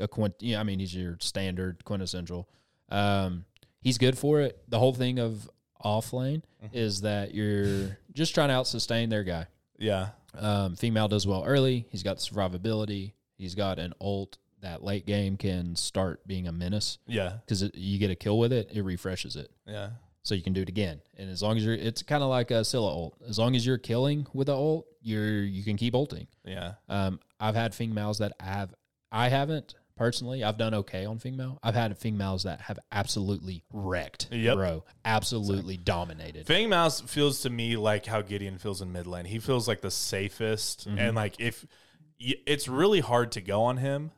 Speaker 2: a quint. Yeah, I mean he's your standard quintessential. Um, he's good for it. The whole thing of off lane is that you're just trying to out sustain their guy.
Speaker 3: yeah.
Speaker 2: Um, female does well early. He's got survivability. He's got an ult that late game can start being a menace
Speaker 3: Yeah.
Speaker 2: because you get a kill with it. It refreshes it,
Speaker 3: Yeah.
Speaker 2: so you can do it again. And as long as you're, it's kind of like a Scylla ult. As long as you're killing with a ult, you're you can keep ulting.
Speaker 3: Yeah.
Speaker 2: Um, I've had females that have I haven't personally. I've done okay on female. I've had females that have absolutely wrecked,
Speaker 3: Yep.
Speaker 2: bro, absolutely dominated.
Speaker 3: Fang Mouse feels to me like how Gideon feels in mid lane. He feels like the safest,
Speaker 2: Mm-hmm.
Speaker 3: and like if y- it's really hard to go on him,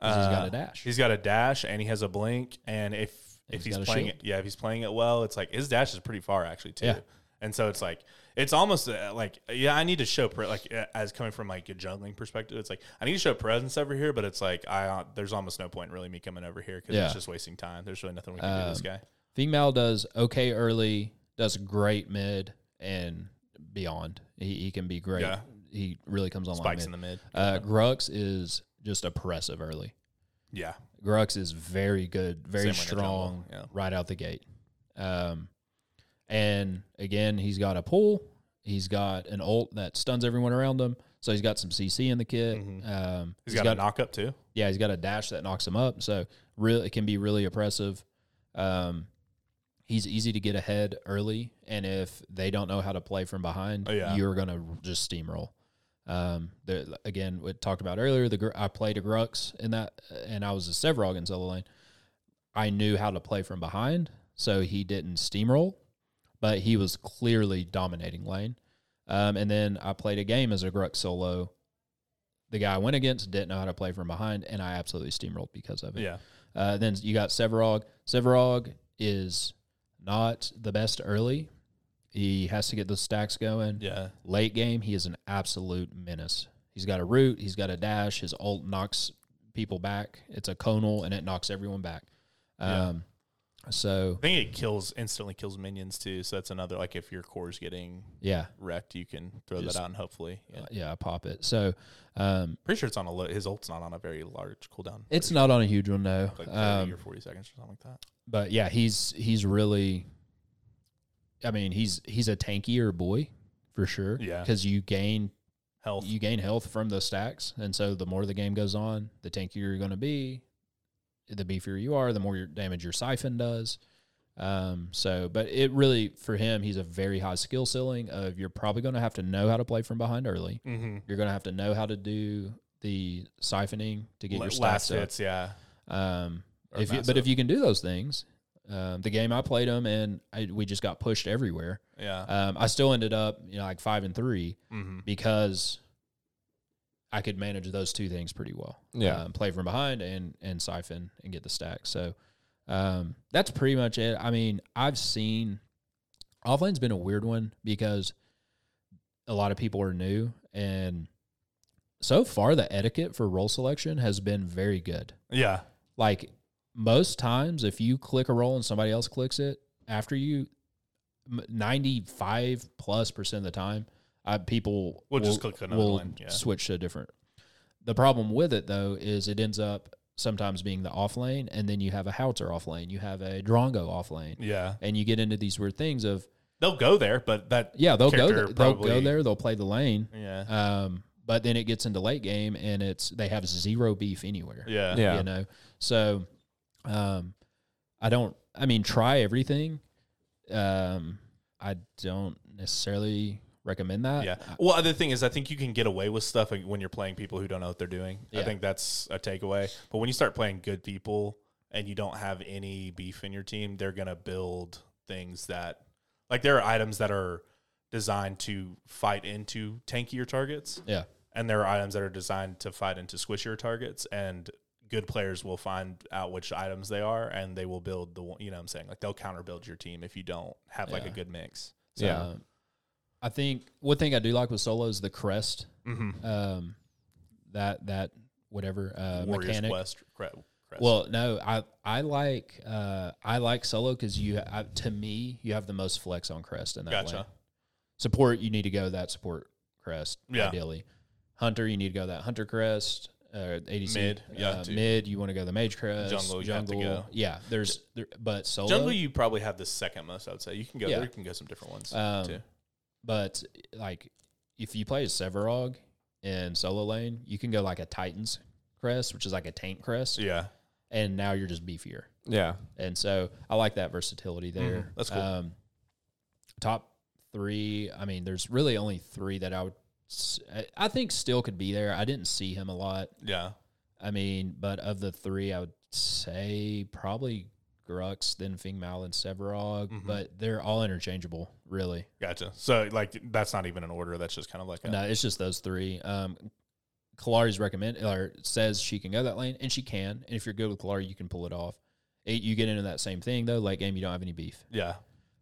Speaker 2: 'Cause he's got
Speaker 3: Uh,
Speaker 2: a dash.
Speaker 3: He's got a dash, and he has a blink. And if
Speaker 2: And he's
Speaker 3: if he's,
Speaker 2: got a
Speaker 3: playing
Speaker 2: shield.
Speaker 3: it, yeah, if he's playing it well, it's like his dash is pretty far actually too.
Speaker 2: Yeah.
Speaker 3: And so it's like it's almost uh, like yeah, I need to show pre- like uh, as coming from like a jungling perspective, it's like I need to show presence over here, but it's like I uh, there's almost no point really me coming over here because
Speaker 2: Yeah.
Speaker 3: it's just wasting time. There's really nothing we can do to this
Speaker 2: Um,
Speaker 3: guy.
Speaker 2: Female does okay early, does great mid and beyond. He, he can be great.
Speaker 3: Yeah.
Speaker 2: He really comes online.
Speaker 3: Spikes
Speaker 2: mid.
Speaker 3: in the mid.
Speaker 2: Uh, Grux is just oppressive early.
Speaker 3: yeah,
Speaker 2: Grux is very good, very
Speaker 3: Same way in the
Speaker 2: strong
Speaker 3: jungle, yeah.
Speaker 2: right out the gate. Um, and again, he's got a pull. He's got an ult that stuns everyone around him. So he's got some CC in the kit. Um,
Speaker 3: Mm-hmm. he's got, a knock up too.
Speaker 2: yeah, he's got a dash that knocks him up. So real, it can be really oppressive. Um, he's easy to get ahead early, and if they don't know how to play from behind,
Speaker 3: Oh, yeah.
Speaker 2: you're gonna just steamroll. Um, there, again, we talked about earlier. The gr- I played a Grux in that, uh, and I was a Sevrog in solo lane. I knew how to play from behind, so he didn't steamroll, but he was clearly dominating lane. Um, and then I played a game as a Grux solo. The guy I went against didn't know how to play from behind, and I absolutely steamrolled because of it.
Speaker 3: Yeah,
Speaker 2: Uh, then you got Severog. Severog is not the best early. He has to get the stacks going.
Speaker 3: yeah.
Speaker 2: Late game, he is an absolute menace. He's got a root, he's got a dash, his ult knocks people back. It's a conal and it knocks everyone back. Um, So,
Speaker 3: I think it kills instantly kills minions too. So that's another like if your core's getting
Speaker 2: yeah,
Speaker 3: wrecked, you can throw
Speaker 2: Just-
Speaker 3: that out and hopefully. Yeah.
Speaker 2: yeah, I pop it. So, um,
Speaker 3: Pretty sure it's on a lo- his ult's not on a very large cooldown.
Speaker 2: it's not on a huge one, though.
Speaker 3: like 30
Speaker 2: Um,
Speaker 3: or forty seconds or something like that.
Speaker 2: but yeah, he's he's really. I mean, he's he's a tankier boy for sure.
Speaker 3: Yeah.
Speaker 2: because you gain
Speaker 3: Health.
Speaker 2: you gain health from the stacks, and so the more the game goes on, the tankier you're going to be, the beefier you are, the more your damage your siphon does. Um, so, but it really for him, he's a very high skill ceiling. Of you're probably going to have to know how to play from behind early.
Speaker 3: mm-hmm.
Speaker 2: You're going to have to know how to do the siphoning to get your stacks
Speaker 3: last
Speaker 2: up.
Speaker 3: hits. Yeah.
Speaker 2: Um,
Speaker 3: Or
Speaker 2: if you, but
Speaker 3: massive.
Speaker 2: if you can do those things, um, the game I played them and I, we just got pushed everywhere.
Speaker 3: Yeah.
Speaker 2: Um, I still ended up you know like five and three
Speaker 3: mm-hmm.
Speaker 2: because I could manage those two things pretty well.
Speaker 1: Yeah.
Speaker 2: um, play from behind and and siphon and get the stack. So um, that's pretty much it. I mean, I've seen offline's been a weird one because a lot of people are new and so far the etiquette for role selection has been very good
Speaker 3: Yeah.
Speaker 2: like most times if you click a roll and somebody else clicks it after you m- 95 plus percent of the time uh, people
Speaker 3: We'll just click another one, yeah.
Speaker 2: switch to a different the problem with it though is it ends up sometimes being the off lane and then you have a howitzer off lane you have a drongo off lane
Speaker 3: Yeah.
Speaker 2: and you get into these weird things of
Speaker 3: They'll go there, but that.
Speaker 2: yeah they'll go
Speaker 3: character
Speaker 2: there, they'll go
Speaker 3: probably-
Speaker 2: there they'll play the lane
Speaker 3: Yeah.
Speaker 2: um, but then it gets into late game and it's they have zero beef anywhere
Speaker 3: yeah.
Speaker 1: Yeah.
Speaker 2: you know so um i don't i mean try everything um i don't necessarily recommend that
Speaker 3: Yeah. Well, other thing is, I think you can get away with stuff when you're playing people who don't know what they're doing.
Speaker 2: Yeah.
Speaker 3: I think that's a takeaway. But when you start playing good people and you don't have any beef in your team, they're gonna build things that, like, there are items that are designed to fight into tankier targets,
Speaker 2: yeah
Speaker 3: and there are items that are designed to fight into squishier targets. And good players will find out which items they are, and they will build the one. You know, what I'm saying like they'll counterbuild your team if you don't have like
Speaker 2: Yeah.
Speaker 3: a good mix.
Speaker 2: So,
Speaker 1: Yeah.
Speaker 2: i think one thing i do like with solo is the crest
Speaker 3: Mm-hmm.
Speaker 2: um that that whatever uh
Speaker 3: Warriors
Speaker 2: mechanic
Speaker 3: Quest cre- crest.
Speaker 2: Well, no, I I like uh, I like solo because you I, to me you have the most flex on crest in that
Speaker 3: Gotcha.
Speaker 2: lane. Support you need to go that support crest
Speaker 3: Yeah.
Speaker 2: ideally. Hunter you need to go that hunter crest. Uh, ADC
Speaker 3: Mid, yeah,
Speaker 2: uh,
Speaker 3: too.
Speaker 2: mid. You want to go the mage crest.
Speaker 3: Jungle, you have to go.
Speaker 2: Yeah, there's there, but solo.
Speaker 3: jungle, you probably have the second most. I would say you can go.
Speaker 2: Yeah.
Speaker 3: There can go some different ones
Speaker 2: Um,
Speaker 3: too.
Speaker 2: But like, if you play a Severog in solo lane, you can go like a Titan's crest, which is like a tank crest,
Speaker 3: Yeah,
Speaker 2: and now you're just beefier.
Speaker 1: Yeah.
Speaker 2: And so I like that versatility there.
Speaker 3: Mhm. That's cool.
Speaker 2: Um, top three. I mean, there's really only three that I would. s- I- I think still could be there. I didn't see him a lot.
Speaker 3: yeah.
Speaker 2: I mean, but of the three, I would say probably Grux, then Fingmal, and Severog.
Speaker 3: Mhm.
Speaker 2: But they're all interchangeable, really.
Speaker 3: Gotcha. So like that's not even an order. That's just kind of like a
Speaker 2: No, it's just those three. Um, Kalari's recommend or says she can go that lane, and she can. And if you're good with Kalari, you can pull it off. It, you get into that same thing though. Like game, you don't have any beef.
Speaker 3: yeah.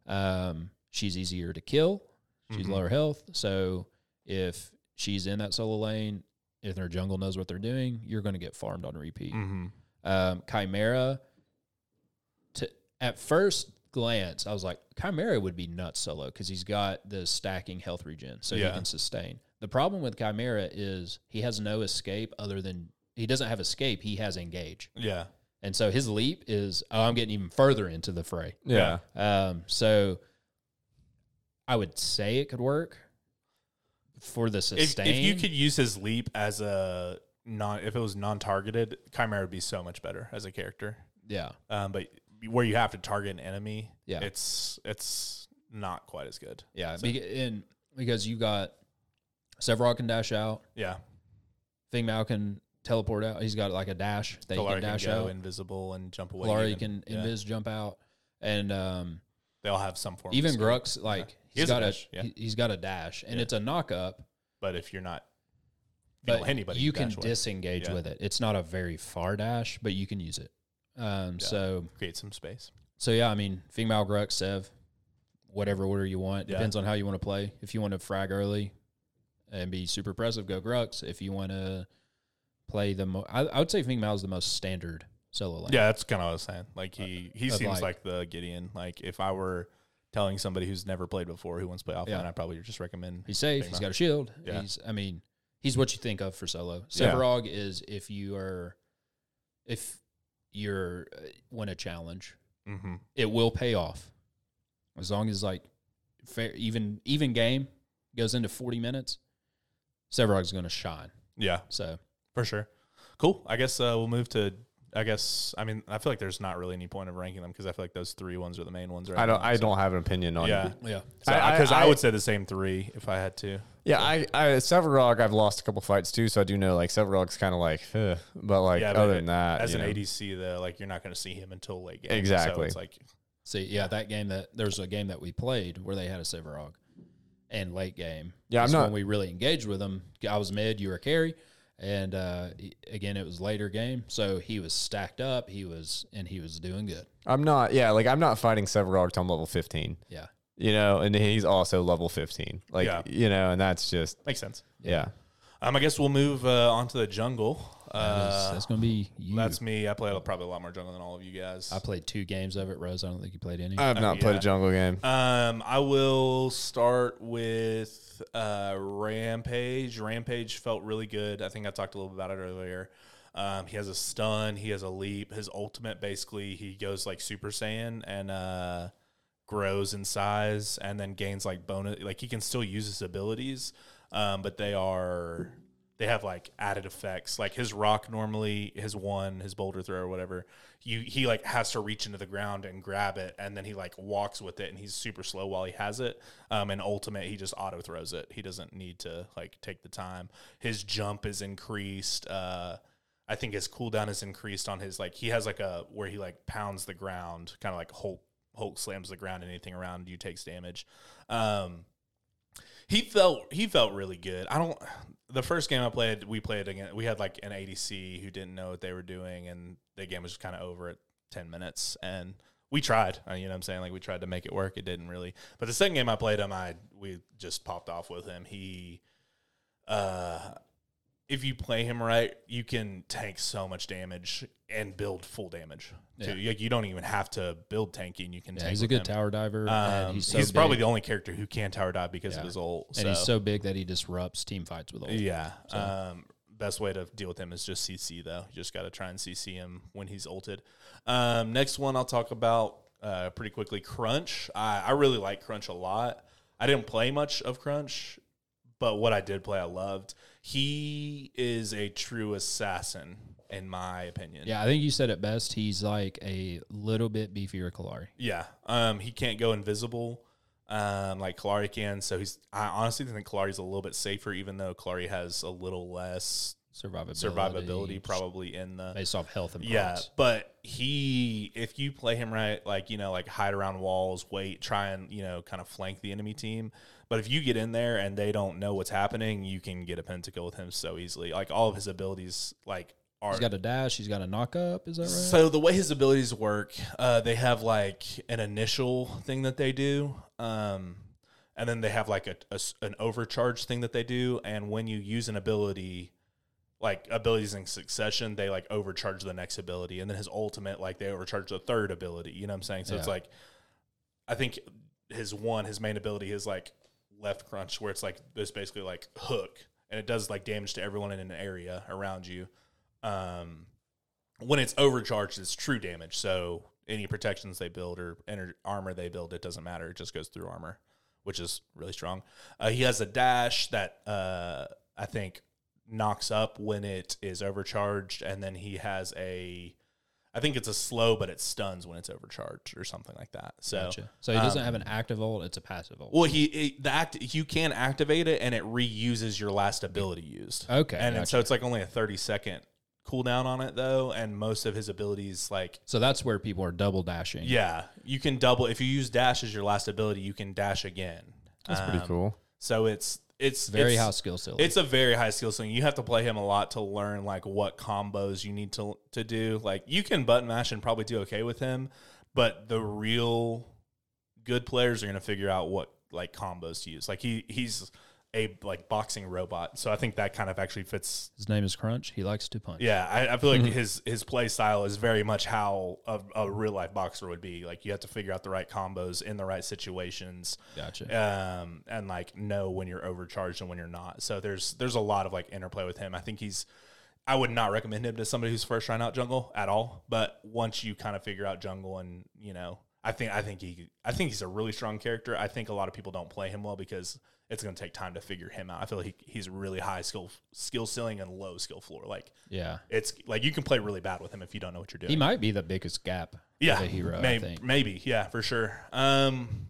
Speaker 2: Um, she's easier to kill. She's
Speaker 3: Mhm.
Speaker 2: lower health. So if she's in that solo lane, if their jungle knows what they're doing, you're going to get farmed on repeat.
Speaker 3: Mm-hmm.
Speaker 2: Um, Chimera. To at first glance, I was like, Chimera would be nuts solo because he's got the stacking health regen, so
Speaker 3: Yeah.
Speaker 2: he can sustain. The problem with Chimera is he has no escape other than he doesn't have escape. He has engage,
Speaker 3: Yeah.
Speaker 2: and so his leap is oh, I'm getting even further into the fray.
Speaker 1: Yeah.
Speaker 2: Um, so I would say it could work for the
Speaker 3: If,
Speaker 2: sustain.
Speaker 3: if you could use his leap as a non, if it was non-targeted, Chimera would be so much better as a character.
Speaker 2: yeah,
Speaker 3: Um, but where you have to target an enemy,
Speaker 2: Yeah.
Speaker 3: it's it's not quite as good.
Speaker 2: yeah,
Speaker 3: So-
Speaker 2: beca- and because you got Severog can dash out,
Speaker 3: Yeah,
Speaker 2: Fingmal can teleport out. He's got like a dash that he
Speaker 3: Kalari
Speaker 2: can
Speaker 3: can
Speaker 2: dash
Speaker 3: go
Speaker 2: out.
Speaker 3: invisible and jump away.
Speaker 2: Kalari
Speaker 3: even.
Speaker 2: can
Speaker 3: Yeah.
Speaker 2: invis jump out, and um,
Speaker 3: They all have some form.
Speaker 2: even
Speaker 3: of escape.
Speaker 2: Grux like he's
Speaker 3: He has a
Speaker 2: got a,
Speaker 3: dash, yeah.
Speaker 2: he, has got a dash, and
Speaker 3: Yeah.
Speaker 2: it's a knock up.
Speaker 3: but if you're not, you
Speaker 2: But
Speaker 3: know, anybody
Speaker 2: you
Speaker 3: can
Speaker 2: can
Speaker 3: dash away.
Speaker 2: disengage
Speaker 3: Yeah.
Speaker 2: with it. It's not a very far dash, but you can use it. Um,
Speaker 3: Yeah.
Speaker 2: so
Speaker 3: create some space.
Speaker 2: So yeah, I mean, female Grux, Sev, whatever order you want.
Speaker 3: Yeah.
Speaker 2: Depends on how you want to play. If you want to frag early and be super aggressive, go Grux. If you want to play the, mo- I, I would say female is the most standard solo lane.
Speaker 3: Yeah, that's kind of what I was saying. Like he he
Speaker 2: uh, of
Speaker 3: seems
Speaker 2: like-
Speaker 3: like, the Gideon. Like if I were telling somebody who's never played before who wants to play offline,
Speaker 2: Yeah.
Speaker 3: I probably just recommend.
Speaker 2: He's safe. He's
Speaker 3: Fingmal.
Speaker 2: got a shield.
Speaker 3: Yeah.
Speaker 2: He's, I mean, he's what you think of for solo.
Speaker 1: Yeah.
Speaker 2: Severog is if you are, if you're uh, want a challenge,
Speaker 3: Mm-hmm.
Speaker 2: it will pay off as long as like fair even even game goes into 40 minutes Severog's going to shine
Speaker 3: Yeah,
Speaker 2: so
Speaker 3: for sure. Cool. I guess uh, we'll move to. I guess I mean I feel like there's not really any point of ranking them because I feel like those three ones are the main ones right
Speaker 1: I don't.
Speaker 3: now,
Speaker 1: I
Speaker 3: so-
Speaker 1: don't have an opinion on.
Speaker 3: Yeah,
Speaker 2: yeah
Speaker 1: I-
Speaker 3: because I,
Speaker 1: I-
Speaker 3: would say the same three if I had to.
Speaker 1: Yeah. I. I Severog. I've lost a couple fights too, so I do know like Severog's kind of like, eh, but like
Speaker 3: Yeah, but
Speaker 1: other than that,
Speaker 3: As
Speaker 1: you
Speaker 3: an
Speaker 1: know.
Speaker 3: ADC, though, like you're not going to see him until late game. So
Speaker 1: Exactly.
Speaker 3: it's like
Speaker 2: see yeah that game that there's a game that we played where they had a Severog and late game
Speaker 1: Yeah, I'm
Speaker 2: is
Speaker 1: not-
Speaker 2: when we really engaged with him I was mid you were carry and uh, he- again it was later game so he was stacked up he was and he was doing good
Speaker 1: I'm not. Yeah. Like I'm not fighting Severog till I'm level 15.
Speaker 2: yeah
Speaker 1: You know, and he's also level 15. Like
Speaker 3: Yeah.
Speaker 1: you know, and that's just
Speaker 3: makes sense.
Speaker 1: yeah.
Speaker 3: Um, I guess we'll move uh, on to the jungle.
Speaker 2: That's-
Speaker 3: Uh,
Speaker 2: that's going to be you
Speaker 3: That's me. I play a- probably a lot more jungle than all of you guys.
Speaker 2: I played two games of it Rose I don't think you played any
Speaker 1: I have not played
Speaker 3: yeah.
Speaker 1: a jungle game.
Speaker 3: Um, I will start with uh, Rampage. Rampage felt really good. I think I talked a little bit about it earlier. Um, he has a stun. He has a leap. His ultimate basically he goes like Super Saiyan and uh, grows in size and then gains like bonus. Like he can still use his abilities, um, but they are they have like added effects. Like his rock normally, his one, his boulder throw or whatever. You he like has to reach into the ground and grab it, and then he like walks with it, and he's super slow while he has it. Um, and ultimate, he just auto throws it. He doesn't need to like take the time. His jump is increased. Uh, I think his cooldown is increased on his like he has like a where he like pounds the ground, kind of like Hulk Hulk slams the ground and anything around you takes damage. Um, he felt he felt really good. I don't. The first game I played, we played again. We had like an ADC who didn't know what they were doing, and the game was just kind of over at ten minutes. And we tried, uh, you know, what I'm saying like we tried to make it work. It didn't really. But the second game I played him, I we just popped off with him. He, uh, if you play him right, you can tank so much damage and build full damage. too. Like you don't even have to build tanking. You can
Speaker 2: Yeah,
Speaker 3: tank.
Speaker 2: he's a
Speaker 3: with
Speaker 2: good
Speaker 3: him.
Speaker 2: tower diver.
Speaker 3: Um,
Speaker 2: and he's
Speaker 3: he's
Speaker 2: so big,
Speaker 3: probably the only character who can tower dive because
Speaker 2: Yeah.
Speaker 3: of his ult.
Speaker 2: and he's so big that he disrupts team fights with ult.
Speaker 3: yeah. Um, best way to deal with him is just CC though. You just got to try and CC him when he's ulted. Um, next one I'll talk about uh, pretty quickly. Crunch. I, I really like Crunch a lot. I didn't play much of Crunch, but what I did play, I loved. He is a true assassin, in my opinion.
Speaker 2: Yeah, I think you said it best. He's like a little bit beefier Kalari.
Speaker 3: Yeah. Um, he can't go invisible, um, like Kalari can. So he's. I honestly think Kalari's a little bit safer, even though Kalari has a little less
Speaker 2: Survivability.
Speaker 3: survivability, probably in the.
Speaker 2: based off health and
Speaker 3: Yeah,
Speaker 2: procs.
Speaker 3: but he, if you play him right, like you know, like hide around walls, wait, try and you know, kind of flank the enemy team. But if you get in there and they don't know what's happening, you can get a pentacle with him so easily. Like all of his abilities, like are
Speaker 2: He's got a dash. He's got a knock up. Is that right?
Speaker 3: so the way his abilities work, uh, they have like an initial thing that they do, um, and then they have like a, a s- an overcharge thing that they do. And when you use an ability, like abilities in succession, they like overcharge the next ability, and then his ultimate, like they overcharge the third ability. You know what I'm saying? So it's
Speaker 2: Yeah.
Speaker 3: like, I think his one, his main ability is like left crunch, where it's like this basically like hook, and it does like damage to everyone in an area around you. Um, when it's overcharged, it's true damage. So any protections they build or ener- armor they build, it doesn't matter. It just goes through armor, which is really strong. Uh, he has a dash that uh, I think knocks up when it is overcharged, and then he has a. I think it's a slow, but it stuns when it's overcharged or something like that. So,
Speaker 2: Gotcha. So he doesn't have an active ult. It's a passive ult.
Speaker 3: Um, well, he it, the act you can activate it and it reuses your last ability used.
Speaker 2: Okay,
Speaker 3: and,
Speaker 2: gotcha.
Speaker 3: so it's like only a thirty second cooldown on it though, and most of his abilities like
Speaker 2: so that's where people are double dashing.
Speaker 3: yeah, you can double if you use dash as your last ability, you can dash again.
Speaker 1: That's pretty
Speaker 3: Um,
Speaker 1: cool.
Speaker 3: So it's it's
Speaker 2: Very
Speaker 3: it's,
Speaker 2: high skill still.
Speaker 3: It's a very high skill swing. You have to play him a lot to learn like what combos you need to to do. Like you can button mash and probably do okay with him, but the real good players are going to figure out what like combos to use. Like he he's a like boxing robot, so I think that kind of actually fits.
Speaker 2: His name is Crunch. He likes to punch.
Speaker 3: Yeah, I, I feel like his his play style is very much how a, a real life boxer would be. Like you have to figure out the right combos in the right situations
Speaker 2: Gotcha.
Speaker 3: um, and like know when you're overcharged and when you're not. So there's there's a lot of like interplay with him. I think he's I would not recommend him to somebody who's first trying out jungle at all. But once you kind of figure out jungle and you know, I think I think he I think he's a really strong character. I think a lot of people don't play him well because it's going to take time to figure him out. I feel like he, he's really high skill skill ceiling and low skill floor. Like
Speaker 2: Yeah.
Speaker 3: it's like you can play really bad with him if you don't know what you're doing
Speaker 2: He might be the biggest gap.
Speaker 3: yeah,
Speaker 2: Of a hero.
Speaker 3: may-
Speaker 2: I think.
Speaker 3: maybe, yeah, for sure. Um,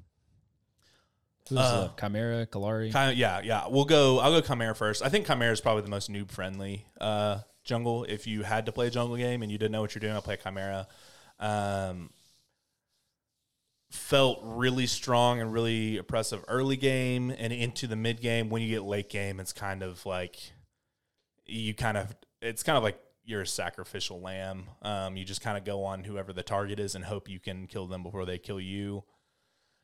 Speaker 2: Who's
Speaker 3: uh,
Speaker 2: left? Chimera, Kalari.
Speaker 3: kind of, yeah, yeah. We'll go. I'll go Chimera first. I think Chimera is probably the most noob friendly uh, jungle. If you had to play a jungle game and you didn't know what you're doing, I'll play Chimera. Um, felt really strong and really oppressive early game and into the mid game. When you get late game, it's kind of like you kind of it's kind of like you're a sacrificial lamb. Um, you just kind of go on whoever the target is and hope you can kill them before they kill you.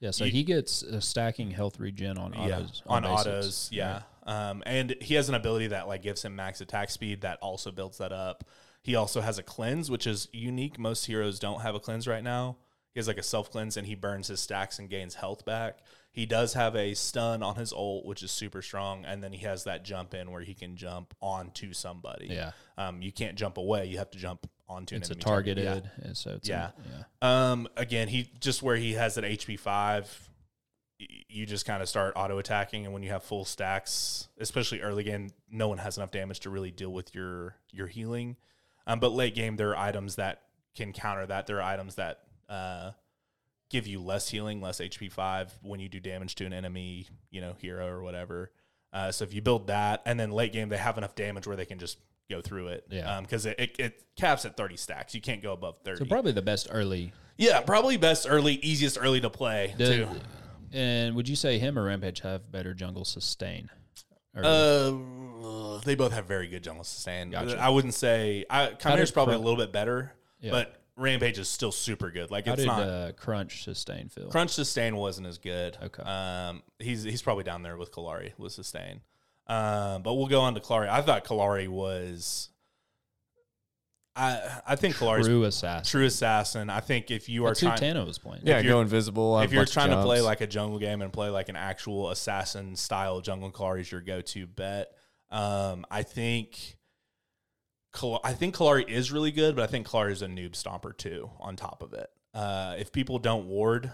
Speaker 2: yeah. So
Speaker 3: you-
Speaker 2: he gets uh, stacking health regen on
Speaker 3: yeah,
Speaker 2: autos.
Speaker 3: on,
Speaker 2: basics.
Speaker 3: autos. Yeah. Um, and he has an ability that like gives him max attack speed that also builds that up. He also has a cleanse, which is unique. Most heroes don't have a cleanse right now. He has like a self cleanse and he burns his stacks and gains health back. He does have a stun on his ult, which is super strong, and then he has that jump in where he can jump onto somebody.
Speaker 2: Yeah.
Speaker 3: Um, you can't jump away; you have to jump onto.
Speaker 2: It's a
Speaker 3: an enemy target.
Speaker 2: targeted.
Speaker 3: Yeah.
Speaker 2: and so it's
Speaker 3: Yeah.
Speaker 2: A, yeah.
Speaker 3: Um, again, he just where he has that HP five, y- you just kind of start auto attacking, and when you have full stacks, especially early game, no one has enough damage to really deal with your your healing. Um, but late game, there are items that can counter that. There are items that uh, give you less healing, less HP five when you do damage to an enemy, you know, hero or whatever. Uh, so if you build that, and then late game, they have enough damage where they can just go through it.
Speaker 2: Yeah.
Speaker 3: because it, it, it caps at thirty stacks. You can't go above thirty.
Speaker 2: So probably the best early.
Speaker 3: Yeah, probably best early, easiest early to play
Speaker 2: Did-
Speaker 3: too.
Speaker 2: and would you say him or Rampage have better jungle sustain? Or-
Speaker 3: Uh, they both have very good jungle sustain.
Speaker 2: Gotcha.
Speaker 3: I wouldn't say I Chimeras
Speaker 2: did
Speaker 3: probably
Speaker 2: Crun-
Speaker 3: a little bit better,
Speaker 2: Yeah.
Speaker 3: but Rampage is still super good. Like
Speaker 2: how
Speaker 3: it's
Speaker 2: did
Speaker 3: not
Speaker 2: uh, Crunch sustain feel?
Speaker 3: Crunch sustain wasn't as good.
Speaker 2: Okay.
Speaker 3: um, he's he's probably down there with Kalari with sustain. Uh, but we'll go on to Kalari. I thought Kalari was. I I think Kalari's true,
Speaker 2: True assassin.
Speaker 3: assassin. I think if you are
Speaker 2: That's who
Speaker 3: trying,
Speaker 2: Tano was playing.
Speaker 1: Yeah,
Speaker 3: you're-
Speaker 1: go invisible. have
Speaker 3: if
Speaker 1: a
Speaker 3: you're
Speaker 1: bunch of
Speaker 3: trying to play
Speaker 1: jobs.
Speaker 3: like a jungle game and play like an actual assassin style jungle Kalari is your go to bet. Um, I think Kal- I think Kalari is really good, but I think Kalari is a noob stomper too. On top of it, uh, if people don't ward,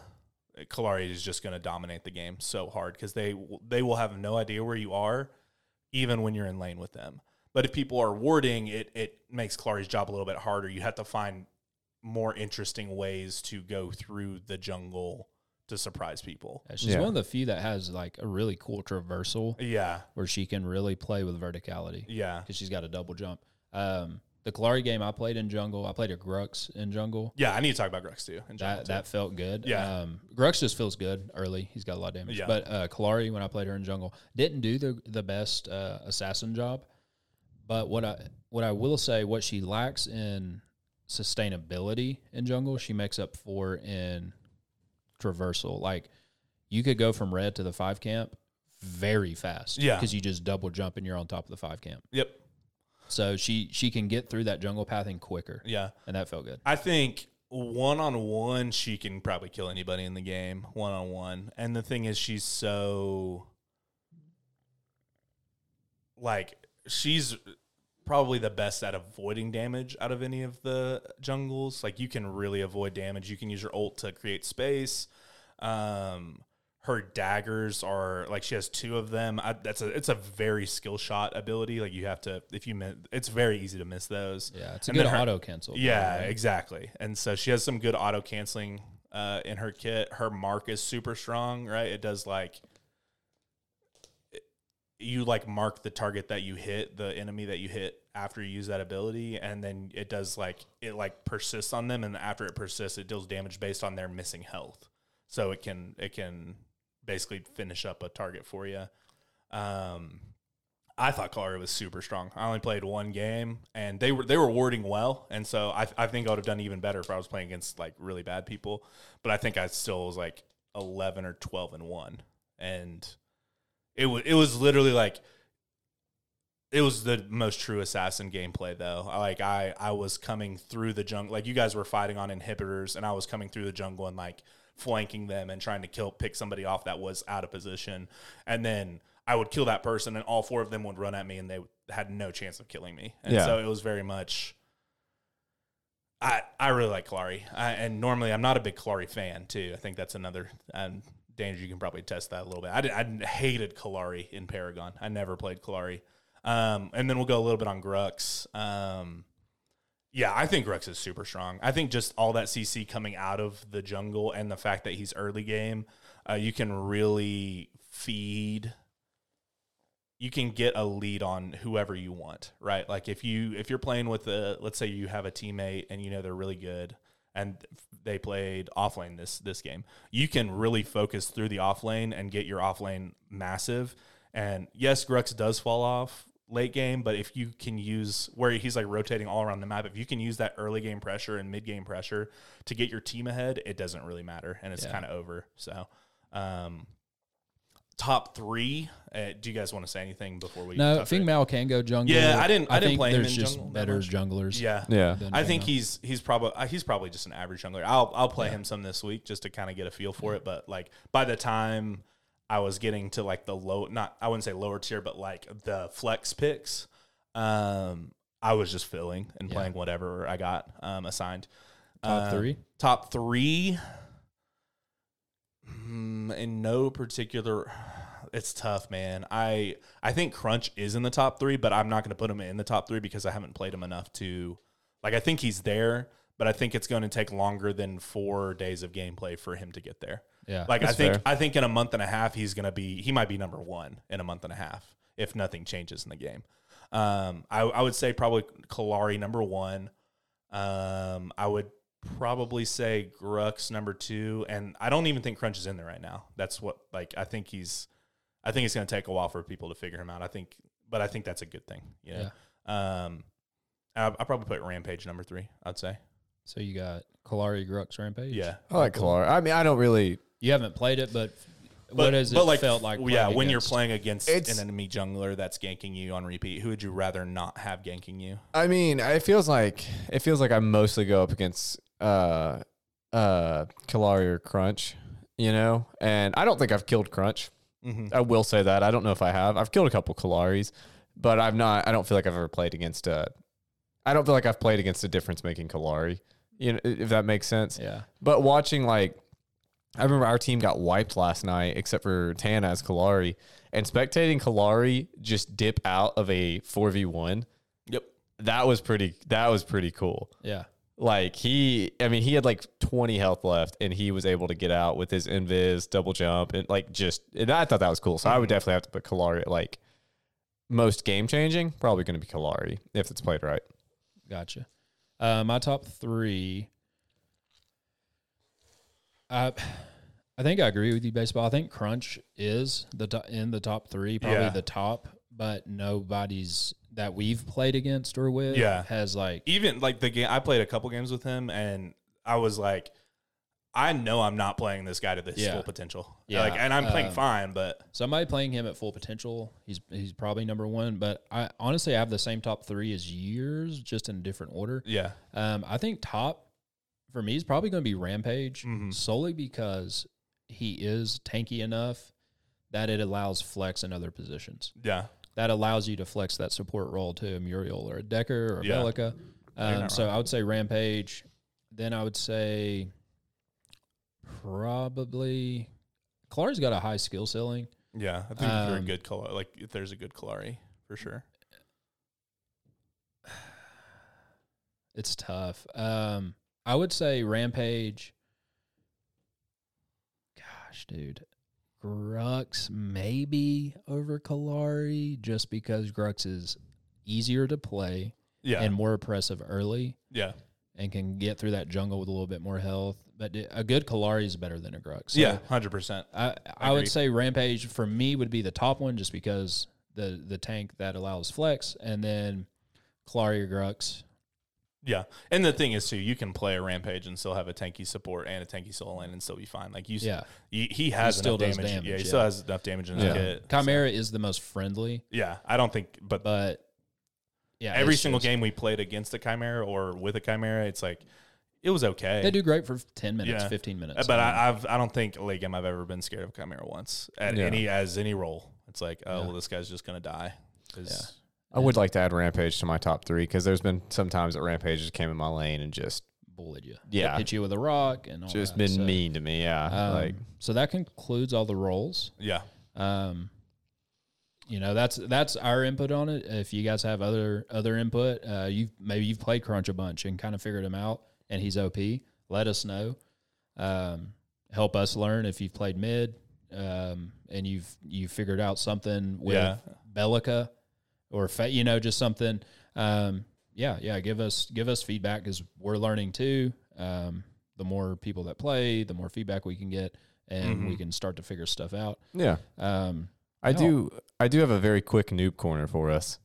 Speaker 3: Kalari is just going to dominate the game so hard because they they will have no idea where you are, even when you're in lane with them. But if people are warding, it it makes Kalari's job a little bit harder. You have to find more interesting ways to go through the jungle to surprise people.
Speaker 2: Yeah, She's
Speaker 1: Yeah.
Speaker 2: one of the few that has like a really cool traversal
Speaker 3: Yeah,
Speaker 2: where she can really play with verticality
Speaker 3: yeah,
Speaker 2: because she's got a double jump. Um, the Clary game I played in jungle, I played a Grux in jungle.
Speaker 3: yeah. I need to talk about Grux too. And
Speaker 2: That that felt good.
Speaker 3: Yeah.
Speaker 2: Um, Grux just feels good early. He's got a lot of damage.
Speaker 3: Yeah.
Speaker 2: But uh, Kalari, when I played her in jungle, didn't do the the best uh, assassin job. But what I what I will say, what she lacks in sustainability in jungle, she makes up for in traversal. Like you could go from red to the five camp very fast.
Speaker 3: Yeah.
Speaker 2: Because you just double jump and you're on top of the five camp.
Speaker 3: yep,
Speaker 2: So she she can get through that jungle pathing quicker.
Speaker 3: yeah.
Speaker 2: And that felt good.
Speaker 3: I think one on one, she can probably kill anybody in the game. One on one, and the thing is, she's so like she's probably the best at avoiding damage out of any of the jungles. Like you can really avoid damage. You can use your ult to create space. Um, her daggers are like she has two of them. I, that's a it's a very skill shot ability. Like you have to if you miss, it's very easy to miss those.
Speaker 2: Yeah. It's a
Speaker 3: And
Speaker 2: good
Speaker 3: then her-
Speaker 2: auto cancel.
Speaker 3: Yeah, exactly. And so she has some good auto canceling uh, in her kit. Her mark is super strong, right? It does like you like mark the target that you hit, the enemy that you hit after you use that ability, and then it does like it like persists on them, and after it persists, it deals damage based on their missing health. So it can it can basically finish up a target for you. Um, I thought Colorado was super strong. I only played one game, and they were they were warding well, and so I, I think I would have done even better if I was playing against like really bad people. But I think I still was like eleven or twelve and one, and it was it was literally like it was the most true assassin gameplay though. I, like I I was coming through the jungle, like you guys were fighting on inhibitors, and I was coming through the jungle and like flanking them and trying to kill pick somebody off that was out of position, and then I would kill that person, and all four of them would run at me, and they had no chance of killing me. And
Speaker 1: Yeah.
Speaker 3: so it was very much. I, I really like Clary, I, and normally I'm not a big Clary fan too. I think that's another um, danger you can probably test that a little bit. I, did, I hated Kalari in Paragon. I never played Kalari, um, and then we'll go a little bit on Grux. Um, yeah, I think Grux is super strong. I think just all that CC coming out of the jungle and the fact that he's early game, uh, you can really feed you can get a lead on whoever you want, right? Like if you if you're playing with a let's say you have a teammate and you know they're really good and they played offlane this this game, you can really focus through the offlane and get your offlane massive. And yes, Grux does fall off late game, but if you can use where he's like rotating all around the map, if you can use that early game pressure and mid game pressure to get your team ahead, it doesn't really matter and it's
Speaker 2: Yeah.
Speaker 3: kind of over. So, um, top three. Uh, do you guys want to say anything before we?
Speaker 2: No,
Speaker 3: top
Speaker 2: Fing
Speaker 3: three?
Speaker 2: Mao can go jungle.
Speaker 3: Yeah, I didn't- I didn't
Speaker 2: think
Speaker 3: play him
Speaker 2: there's
Speaker 3: in
Speaker 2: just
Speaker 3: jungle that
Speaker 2: better
Speaker 3: much.
Speaker 2: junglers.
Speaker 3: Yeah,
Speaker 1: yeah,
Speaker 2: than
Speaker 3: I think
Speaker 2: Fing Mao.
Speaker 3: he's he's probably uh, he's probably just an average jungler. I'll I'll play him some this week just to kind of get a feel for it. But like by the time I was getting to like the low, not I wouldn't say lower tier, but like the flex picks, um, I was just filling and
Speaker 2: Yeah.
Speaker 3: playing whatever I got um, assigned.
Speaker 2: top
Speaker 3: Uh,
Speaker 2: three.
Speaker 3: top three mm, in no particular (sighs) it's tough man i i think crunch is in the top three but i'm not going to put him in the top three because i haven't played him enough to like i think he's there but i think it's going to take longer than four days of gameplay for him to get there
Speaker 2: Yeah,
Speaker 3: like uh, i
Speaker 1: That's
Speaker 3: think
Speaker 1: fair.
Speaker 3: i think in a month and a half he's going to be he might be number one in a month and a half if nothing changes in the game um i, I would say probably kalari number one um, I would probably say Grux number two, and I don't even think Crunch is in there right now. That's what like I think he's, I think it's going to take a while for people to figure him out. I think, but I think that's a good thing. You know? Yeah. Um, I I probably put Rampage number three. I'd say.
Speaker 2: so you got Kalari Grux Rampage.
Speaker 3: Yeah.
Speaker 1: I like Kalar. I mean, I don't really.
Speaker 2: you haven't played it, but what has it felt like?
Speaker 3: well, yeah,
Speaker 2: playing
Speaker 3: when you're
Speaker 2: against?
Speaker 3: playing against
Speaker 1: It's-
Speaker 3: an enemy jungler that's ganking you on repeat, who would you rather not have ganking you?
Speaker 1: I mean, it feels like it feels like I mostly go up against uh uh Kalari or Crunch, you know? And I don't think I've killed Crunch. I will say that. I don't know if I have. I've killed a couple Kalaris, but I've not I don't feel like I've ever played against a I don't feel like I've played against a difference making Kalari. You know, if that makes sense.
Speaker 2: Yeah.
Speaker 1: But watching like I remember our team got wiped last night, except for Tana as Kalari, and spectating Kalari just dip out of a four v one
Speaker 3: Yep.
Speaker 1: that was pretty that was pretty cool
Speaker 2: Yeah.
Speaker 1: like he i mean he had like 20 health left and he was able to get out with his invis double jump and like just and i thought that was cool so i would definitely have to put kalari at like most game changing probably going to be kalari if it's played right
Speaker 2: Gotcha. Uh, my top three. I, I think I agree with you, baseball. I think Crunch is the to- in the top three, probably
Speaker 3: Yeah.
Speaker 2: the top, but nobody's that we've played against or with
Speaker 3: Yeah.
Speaker 2: has like
Speaker 3: Even like the game, I played a couple games with him, and I was like, I know I'm not playing this guy to his
Speaker 2: Yeah.
Speaker 3: full potential.
Speaker 2: Yeah,
Speaker 3: Like, and I'm playing
Speaker 2: um,
Speaker 3: fine, but
Speaker 2: somebody playing him at full potential. He's he's probably number one, but I honestly I have the same top three as years, just in a different order.
Speaker 3: yeah,
Speaker 2: Um, I think top for me is probably going to be Rampage
Speaker 3: Mhm.
Speaker 2: solely because he is tanky enough that it allows flex in other positions.
Speaker 3: yeah,
Speaker 2: That allows you to flex that support role to a Muriel or a Decker or a
Speaker 3: Yeah.
Speaker 2: Velika. Um,
Speaker 3: not
Speaker 2: so I would say Rampage. Then I would say probably Clara's got a high skill ceiling.
Speaker 3: yeah. I think if you're a
Speaker 2: Um,
Speaker 3: good color, like if there's a good Kalari for sure.
Speaker 2: It's tough. Um, I would say Rampage. Gosh, dude. Grux maybe over Kalari just because Grux is easier to play
Speaker 3: Yeah,
Speaker 2: and more oppressive early
Speaker 3: yeah,
Speaker 2: and can get through that jungle with a little bit more health. But di- a good Kalari is better than a Grux. So
Speaker 3: yeah, hundred percent.
Speaker 2: I, I
Speaker 3: Agreed.
Speaker 2: would say Rampage for me would be the top one just because the, the tank that allows flex and then Kalari or Grux.
Speaker 3: Yeah, and the thing is too, you can play a rampage and still have a tanky support and a tanky soul lane and still be fine. Like you,
Speaker 2: Yeah.
Speaker 3: he, he has
Speaker 2: He still
Speaker 3: enough
Speaker 2: does
Speaker 3: damage.
Speaker 2: damage,
Speaker 3: Yeah, he
Speaker 2: yeah.
Speaker 3: still has enough damage in his
Speaker 1: Yeah.
Speaker 3: kit.
Speaker 2: Chimera is the most friendly,
Speaker 3: Yeah, I don't think, but
Speaker 2: but yeah,
Speaker 3: every
Speaker 2: it's
Speaker 3: single
Speaker 2: just-
Speaker 3: game we played against a chimera or with a chimera, it's like it was okay.
Speaker 2: they do great for ten minutes,
Speaker 3: Yeah.
Speaker 2: fifteen
Speaker 3: Uh,
Speaker 2: minutes.
Speaker 3: but
Speaker 2: mean,
Speaker 3: I, I've I don't think late game I've ever been scared of chimera once at
Speaker 1: Yeah.
Speaker 3: any as any role. It's like oh
Speaker 2: Yeah.
Speaker 3: well, this guy's just gonna die. 'Cause-
Speaker 1: i would like to add rampage to my top three because there's been some times that rampage just came in my lane and just
Speaker 2: bullied you,
Speaker 1: Yeah.
Speaker 2: hit you with a rock, and all
Speaker 1: just
Speaker 2: that,
Speaker 1: been
Speaker 2: so,
Speaker 1: mean to me yeah
Speaker 2: um,
Speaker 1: like
Speaker 2: so that concludes all the roles.
Speaker 3: Yeah,
Speaker 2: Um, you know, that's that's our input on it. If you guys have other other input, uh, you've maybe you've played Crunch a bunch and kind of figured him out, and he's OP. Let us know. Um, help us learn if you've played mid, um, and you've you figured out something with
Speaker 3: Yeah.
Speaker 2: Bellica, or fa- you know just something. Um, yeah, yeah. Give us give us feedback because we're learning too. Um, the more people that play, the more feedback we can get, and we can start to figure stuff out.
Speaker 1: yeah
Speaker 2: Um,
Speaker 1: i
Speaker 2: No.
Speaker 1: do i do have a very quick noob corner for us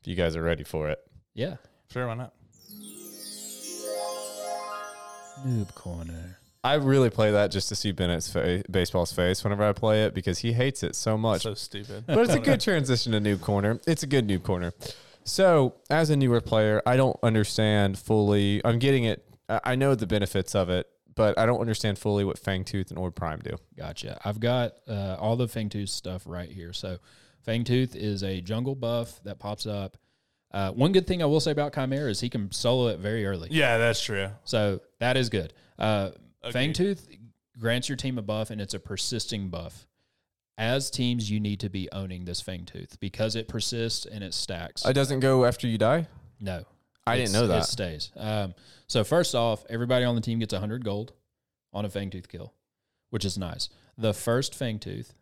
Speaker 1: if you guys are ready for it
Speaker 2: yeah.
Speaker 3: sure, why not?
Speaker 2: Noob corner.
Speaker 1: I really play that just to see Bennett's fa- baseball's face whenever I play it because he hates it so much.
Speaker 2: (laughs)
Speaker 3: So stupid.
Speaker 1: but it's a good transition to noob corner. It's a good noob corner. So, as a newer player, I don't understand fully. I'm getting it. I I know the benefits of it, but I don't understand fully what Fangtooth and Orb Prime do.
Speaker 2: Gotcha. I've got uh, all the Fangtooth stuff right here. So, Fangtooth is a jungle buff that pops up. Uh, one good thing I will say about Chimera is he can solo it very early.
Speaker 3: yeah, that's true.
Speaker 2: So, that is good. Uh,
Speaker 3: Agreed.
Speaker 2: Fangtooth grants your team a buff, and it's a persisting buff. As teams, you need to be owning this Fangtooth because it persists and it stacks.
Speaker 1: It doesn't go after you die.
Speaker 2: no.
Speaker 1: I didn't
Speaker 2: It's-
Speaker 1: know
Speaker 2: It
Speaker 1: that.
Speaker 2: stays. Um, so first off, everybody on the team gets 100 gold on a fangtooth kill, which is nice. The first fangtooth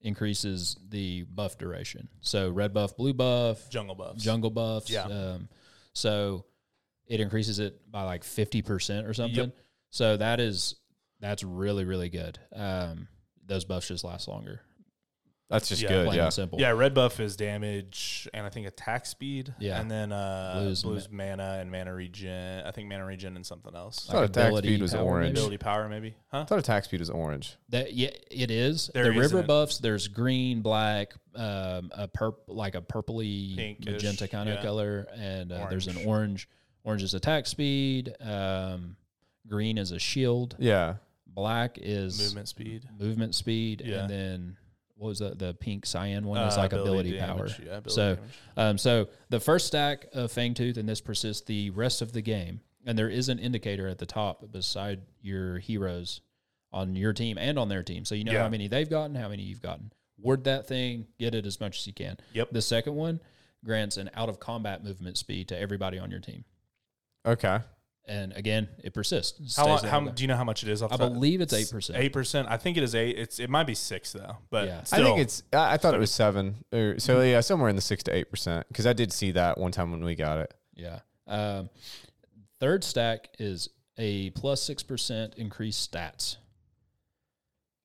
Speaker 2: increases the buff duration. So red buff, blue buff,
Speaker 3: Jungle buffs.
Speaker 2: jungle buffs.
Speaker 3: Yeah.
Speaker 2: Um, so it increases it by like 50% or something. So that is that's really really good. Um, those buffs just last longer.
Speaker 1: That's just
Speaker 3: Yeah,
Speaker 1: good.
Speaker 2: Plain
Speaker 1: Yeah.
Speaker 2: and simple.
Speaker 3: Yeah, red buff is damage and I think attack speed.
Speaker 2: Yeah.
Speaker 3: And then uh
Speaker 2: Blue's
Speaker 3: blues, mana and mana regen. I think mana regen and something else.
Speaker 1: I thought attack
Speaker 2: ability
Speaker 1: speed was
Speaker 2: power, maybe?
Speaker 1: orange. I
Speaker 3: Ability power maybe. Huh?
Speaker 1: thought attack speed was orange.
Speaker 2: That yeah, it is.
Speaker 3: There
Speaker 2: the
Speaker 3: is
Speaker 2: river
Speaker 3: an-
Speaker 2: buffs. There's green, black, um, a purp like a purpley
Speaker 3: Pinkish,
Speaker 2: magenta kind of
Speaker 3: yeah.
Speaker 2: color, and uh, there's an
Speaker 3: Orange.
Speaker 2: orange. Orange is attack speed. Um, green is a shield.
Speaker 1: Yeah.
Speaker 2: Black is movement,
Speaker 3: Movement speed.
Speaker 2: speed,
Speaker 3: Yeah.
Speaker 2: and then what was that? The pink cyan one is
Speaker 3: Uh,
Speaker 2: like ability,
Speaker 3: damage.
Speaker 2: power.
Speaker 3: Yeah, ability
Speaker 2: So-
Speaker 3: damage.
Speaker 2: Um, so the first stack of Fangtooth, and this persists the rest of the game. And there is an indicator at the top beside your heroes on your team and on their team. So you know how
Speaker 3: Yeah.
Speaker 2: many they've gotten, how many you've gotten. Word that thing, get it as much as you can.
Speaker 3: Yep.
Speaker 2: The second one grants an out of combat movement speed to everybody on your team.
Speaker 1: Okay.
Speaker 2: And again, it persists. It
Speaker 3: How,
Speaker 2: stays
Speaker 3: long,
Speaker 2: that
Speaker 3: how
Speaker 2: way.
Speaker 3: do you know how much it is? Off
Speaker 2: I
Speaker 3: the-
Speaker 2: believe it's 8%.
Speaker 3: Eight percent. I think it is eight. It's it might be six though. But
Speaker 2: Yeah. I
Speaker 1: I
Speaker 3: still,
Speaker 1: think it's. I, I thought it was seven. Or, so yeah, somewhere in the six to eight percent. Because I did see that one time when we got it.
Speaker 2: Yeah. Um, third stack is a plus 6% increased stats.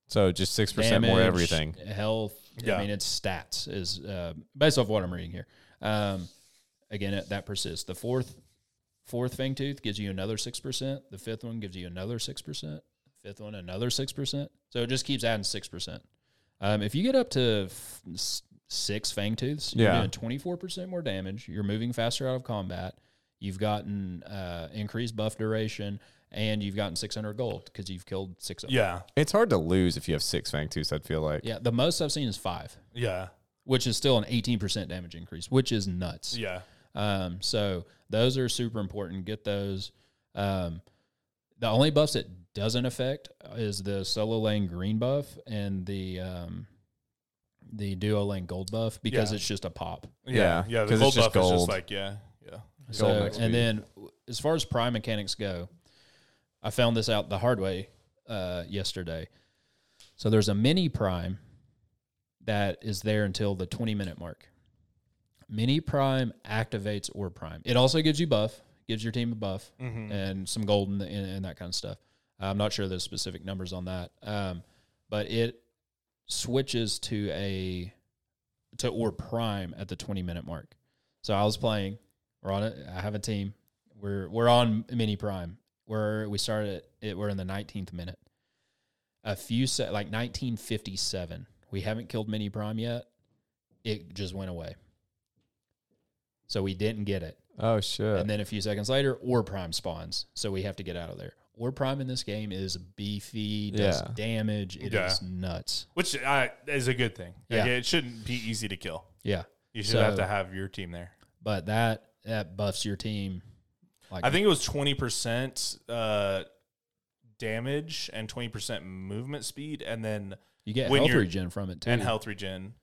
Speaker 1: So just six percent more
Speaker 2: damage,
Speaker 1: everything.
Speaker 2: health. I
Speaker 3: Yeah.
Speaker 2: mean, it's stats is uh, based off what I'm reading here. Um, again, it, that persists. The fourth fourth fangtooth gives you another six percent. The fifth one gives you another six percent. Fifth one another six percent. So it just keeps adding six percent. Um, if you get up to f- s- six fangtooths, you're
Speaker 1: Yeah.
Speaker 2: doing twenty four percent more damage. You're moving faster out of combat. You've gotten uh, increased buff duration, and you've gotten 600 gold because you've killed six of them.
Speaker 3: yeah,
Speaker 1: It's hard to lose if you have six fang tooths. I'd feel like.
Speaker 2: Yeah, the most I've seen is five,
Speaker 3: yeah,
Speaker 2: which is still an eighteen percent damage increase, which is nuts.
Speaker 3: yeah.
Speaker 2: Um, so those are super important. Get those. Um, the only buffs it doesn't affect is the solo lane green buff and the um, the duo lane gold buff because
Speaker 3: Yeah.
Speaker 2: it's just a pop.
Speaker 1: Yeah,
Speaker 3: Yeah, yeah.
Speaker 1: 'cause
Speaker 3: The
Speaker 1: it's
Speaker 3: gold
Speaker 1: just
Speaker 3: buff is
Speaker 1: gold.
Speaker 3: just like yeah, yeah.
Speaker 2: So,
Speaker 1: Gold next
Speaker 2: and
Speaker 1: week.
Speaker 2: then w- as far as prime mechanics go, I found this out the hard way uh, yesterday. So there's a mini prime that is there until the 20 minute mark. Mini prime activates or prime. It also gives you buff, gives your team a buff
Speaker 3: mm-hmm.
Speaker 2: and some gold and, and, and that kind of stuff. I'm not sure there's specific numbers on that, um, but it switches to a to or prime at the 20 minute mark. So I was playing. We're on it. I have a team. We're we're on mini prime. We're we started it. We're in the 19th minute. A few se- like 1957. We haven't killed mini prime yet. It just went away. So we didn't get it.
Speaker 1: Oh shit.
Speaker 2: And then a few seconds later, Or Prime spawns. So we have to get out of there. Or Prime in this game is beefy, does
Speaker 1: Yeah.
Speaker 2: damage. It is
Speaker 3: Yeah.
Speaker 2: nuts.
Speaker 3: Which uh, is a good thing.
Speaker 2: Yeah.
Speaker 3: Like, it shouldn't be easy to kill.
Speaker 2: Yeah.
Speaker 3: You should have
Speaker 2: So-
Speaker 3: to have your team there.
Speaker 2: But that that buffs your team. Like
Speaker 3: I think it was twenty percent uh, damage and twenty percent movement speed, and then
Speaker 2: you get
Speaker 3: when
Speaker 2: health
Speaker 3: you're-
Speaker 2: regen from it too.
Speaker 3: and health regen.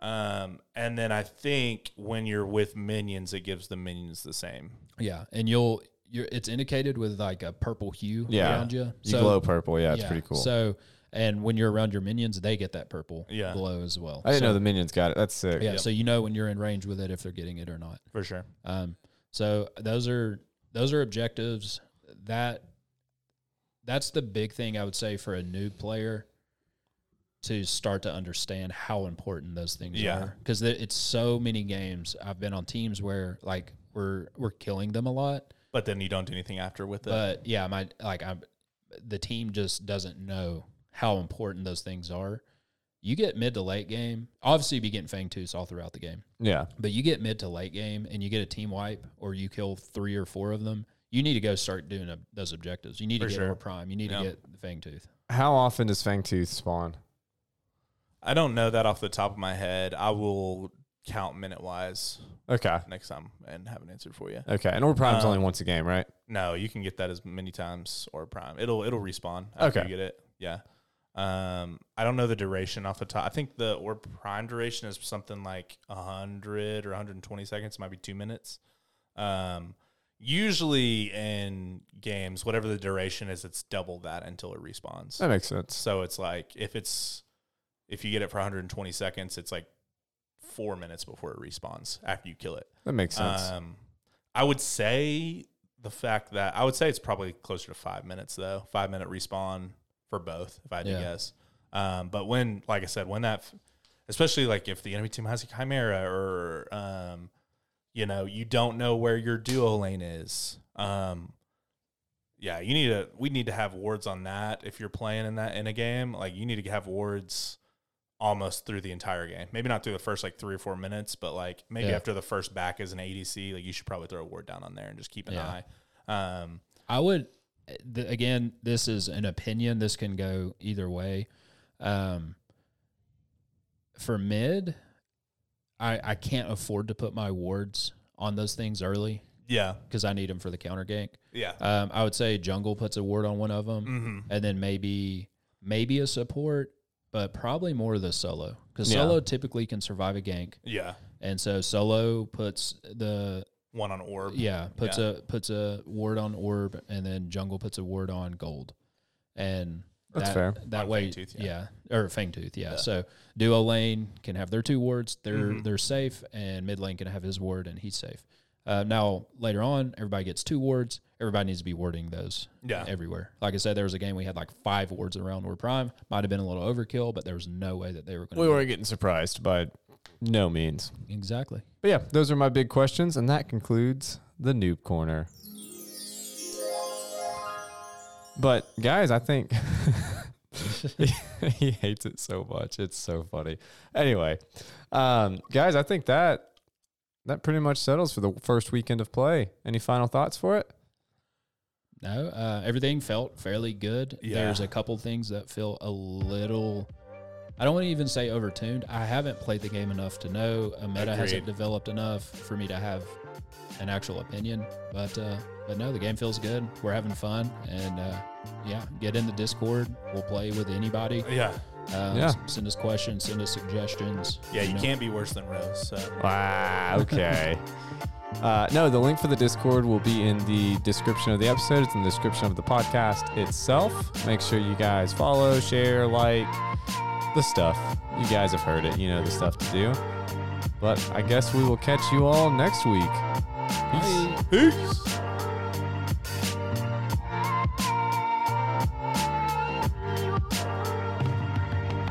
Speaker 3: Um, and then I think when you're with minions, it gives the minions the same.
Speaker 2: Yeah. And you'll you're it's indicated with like a purple hue
Speaker 1: Yeah.
Speaker 2: around you.
Speaker 1: You glow purple. Yeah, it's pretty cool.
Speaker 2: So and when you're around your minions, they get that purple
Speaker 3: Yeah.
Speaker 2: glow as well.
Speaker 1: I didn't
Speaker 2: So-
Speaker 1: know the minions got it. That's sick.
Speaker 2: yeah,
Speaker 3: Yep.
Speaker 2: so you know when you're in range with it if they're getting it or not.
Speaker 3: For sure.
Speaker 2: Um, so those are those are objectives that that's the big thing I would say for a new player to start to understand how important those things
Speaker 3: Yeah.
Speaker 2: are because it's so many games I've been on teams where like we're we're killing them a lot,
Speaker 3: But then you don't do anything after with it.
Speaker 2: but yeah, my like I'm the team just doesn't know how important those things are. You get mid to late game, obviously, you be getting fang tooths all throughout the game.
Speaker 1: Yeah.
Speaker 2: But you get mid to late game and you get a team wipe or you kill three or four of them, you need to go start doing ob- those objectives. You need
Speaker 3: For
Speaker 2: to get
Speaker 3: sure.
Speaker 2: more prime. You need
Speaker 3: Yeah.
Speaker 2: to get the Fangtooth.
Speaker 1: How often does fang tooth spawn?
Speaker 3: I don't know that off the top of my head. I will count minute wise
Speaker 1: Okay.
Speaker 3: next time and have an answer for you.
Speaker 1: Okay. And or prime's
Speaker 3: Uh,
Speaker 1: only once a game, right?
Speaker 3: No, you can get that as many times or prime. It'll it'll respawn after
Speaker 1: Okay.
Speaker 3: you get it. Yeah. Um, I don't know the duration off the top. I think the or prime duration is something like hundred or hundred and twenty seconds. It might be two minutes. Um, usually in games, whatever the duration is, it's double that until it respawns.
Speaker 1: That makes sense.
Speaker 3: So it's like if it's if you get it for 120 seconds, it's like four minutes before it respawns after you kill it.
Speaker 1: That makes sense.
Speaker 3: Um, I would say the fact that I would say it's probably closer to five minutes though, five minute respawn for both, if I had
Speaker 2: Yeah.
Speaker 3: to guess. Um, but when, like I said, when that especially like if the enemy team has a chimera or um, you know, you don't know where your duo lane is. Um, yeah, you need to. We need to have wards on that if you're playing in that in a game. Like you need to have wards almost through the entire game. Maybe not through the first like three or four minutes, but like maybe
Speaker 2: Yeah.
Speaker 3: after the first back as an ADC, like you should probably throw a ward down on there and just keep an
Speaker 2: Yeah.
Speaker 3: eye. Um,
Speaker 2: I would, th- again, this is an opinion. This can go either way. Um, for mid, I I can't afford to put my wards on those things early
Speaker 3: yeah,
Speaker 2: because I need them for the counter gank.
Speaker 3: yeah,
Speaker 2: Um, I would say jungle puts a ward on one of them,
Speaker 3: hmm
Speaker 2: and then maybe maybe a support, but probably more of the solo because
Speaker 1: Yeah.
Speaker 2: solo typically can survive a gank,
Speaker 3: yeah.
Speaker 2: and so solo puts the
Speaker 3: One on orb.
Speaker 2: yeah, puts
Speaker 3: Yeah.
Speaker 2: a puts a ward on orb, and then jungle puts a ward on gold, and
Speaker 1: That's
Speaker 2: that,
Speaker 1: fair.
Speaker 2: That
Speaker 3: On
Speaker 2: way,
Speaker 3: Fangtooth,
Speaker 2: yeah. or Fangtooth, yeah. So duo lane can have their two wards; they're
Speaker 3: Mhm.
Speaker 2: they're safe, and mid lane can have his ward, and he's safe. Uh, now later on, everybody gets two wards. Everybody needs to be warding those
Speaker 3: Yeah.
Speaker 2: everywhere. Like I said, there was a game we had like five wards around Ward Prime. Might have been a little overkill, but there was no way that they were going
Speaker 1: We
Speaker 2: to
Speaker 1: were getting surprised by no means.
Speaker 2: exactly.
Speaker 1: But yeah, those are my big questions, and that concludes the noob corner. But guys, I think (laughs) he hates it so much. It's so funny. Anyway, um, guys, I think that that pretty much settles for the first weekend of play. Any final thoughts for it?
Speaker 2: No, uh, everything felt fairly good.
Speaker 3: Yeah.
Speaker 2: There's a couple things that feel a little. I don't want to even say overtuned. I haven't played the game enough to know. A meta hasn't
Speaker 3: Agreed.
Speaker 2: developed enough for me to have an actual opinion. But uh, but no, the game feels good. We're having fun, and uh, yeah, get in the Discord. We'll play with anybody.
Speaker 3: yeah,
Speaker 2: Uh,
Speaker 1: Yeah.
Speaker 2: s- Send us questions. Send us suggestions.
Speaker 3: yeah. You
Speaker 2: know.
Speaker 3: can't be worse than Rose. So.
Speaker 1: Ah, okay. (laughs) uh, no, the link for the Discord will be in the description of the episode. It's in the description of the podcast itself. Make sure you guys follow, share, like the stuff. You guys have heard it. You know the stuff to do. But I guess we will catch you all next week. Peace.
Speaker 2: Bye.
Speaker 3: Peace.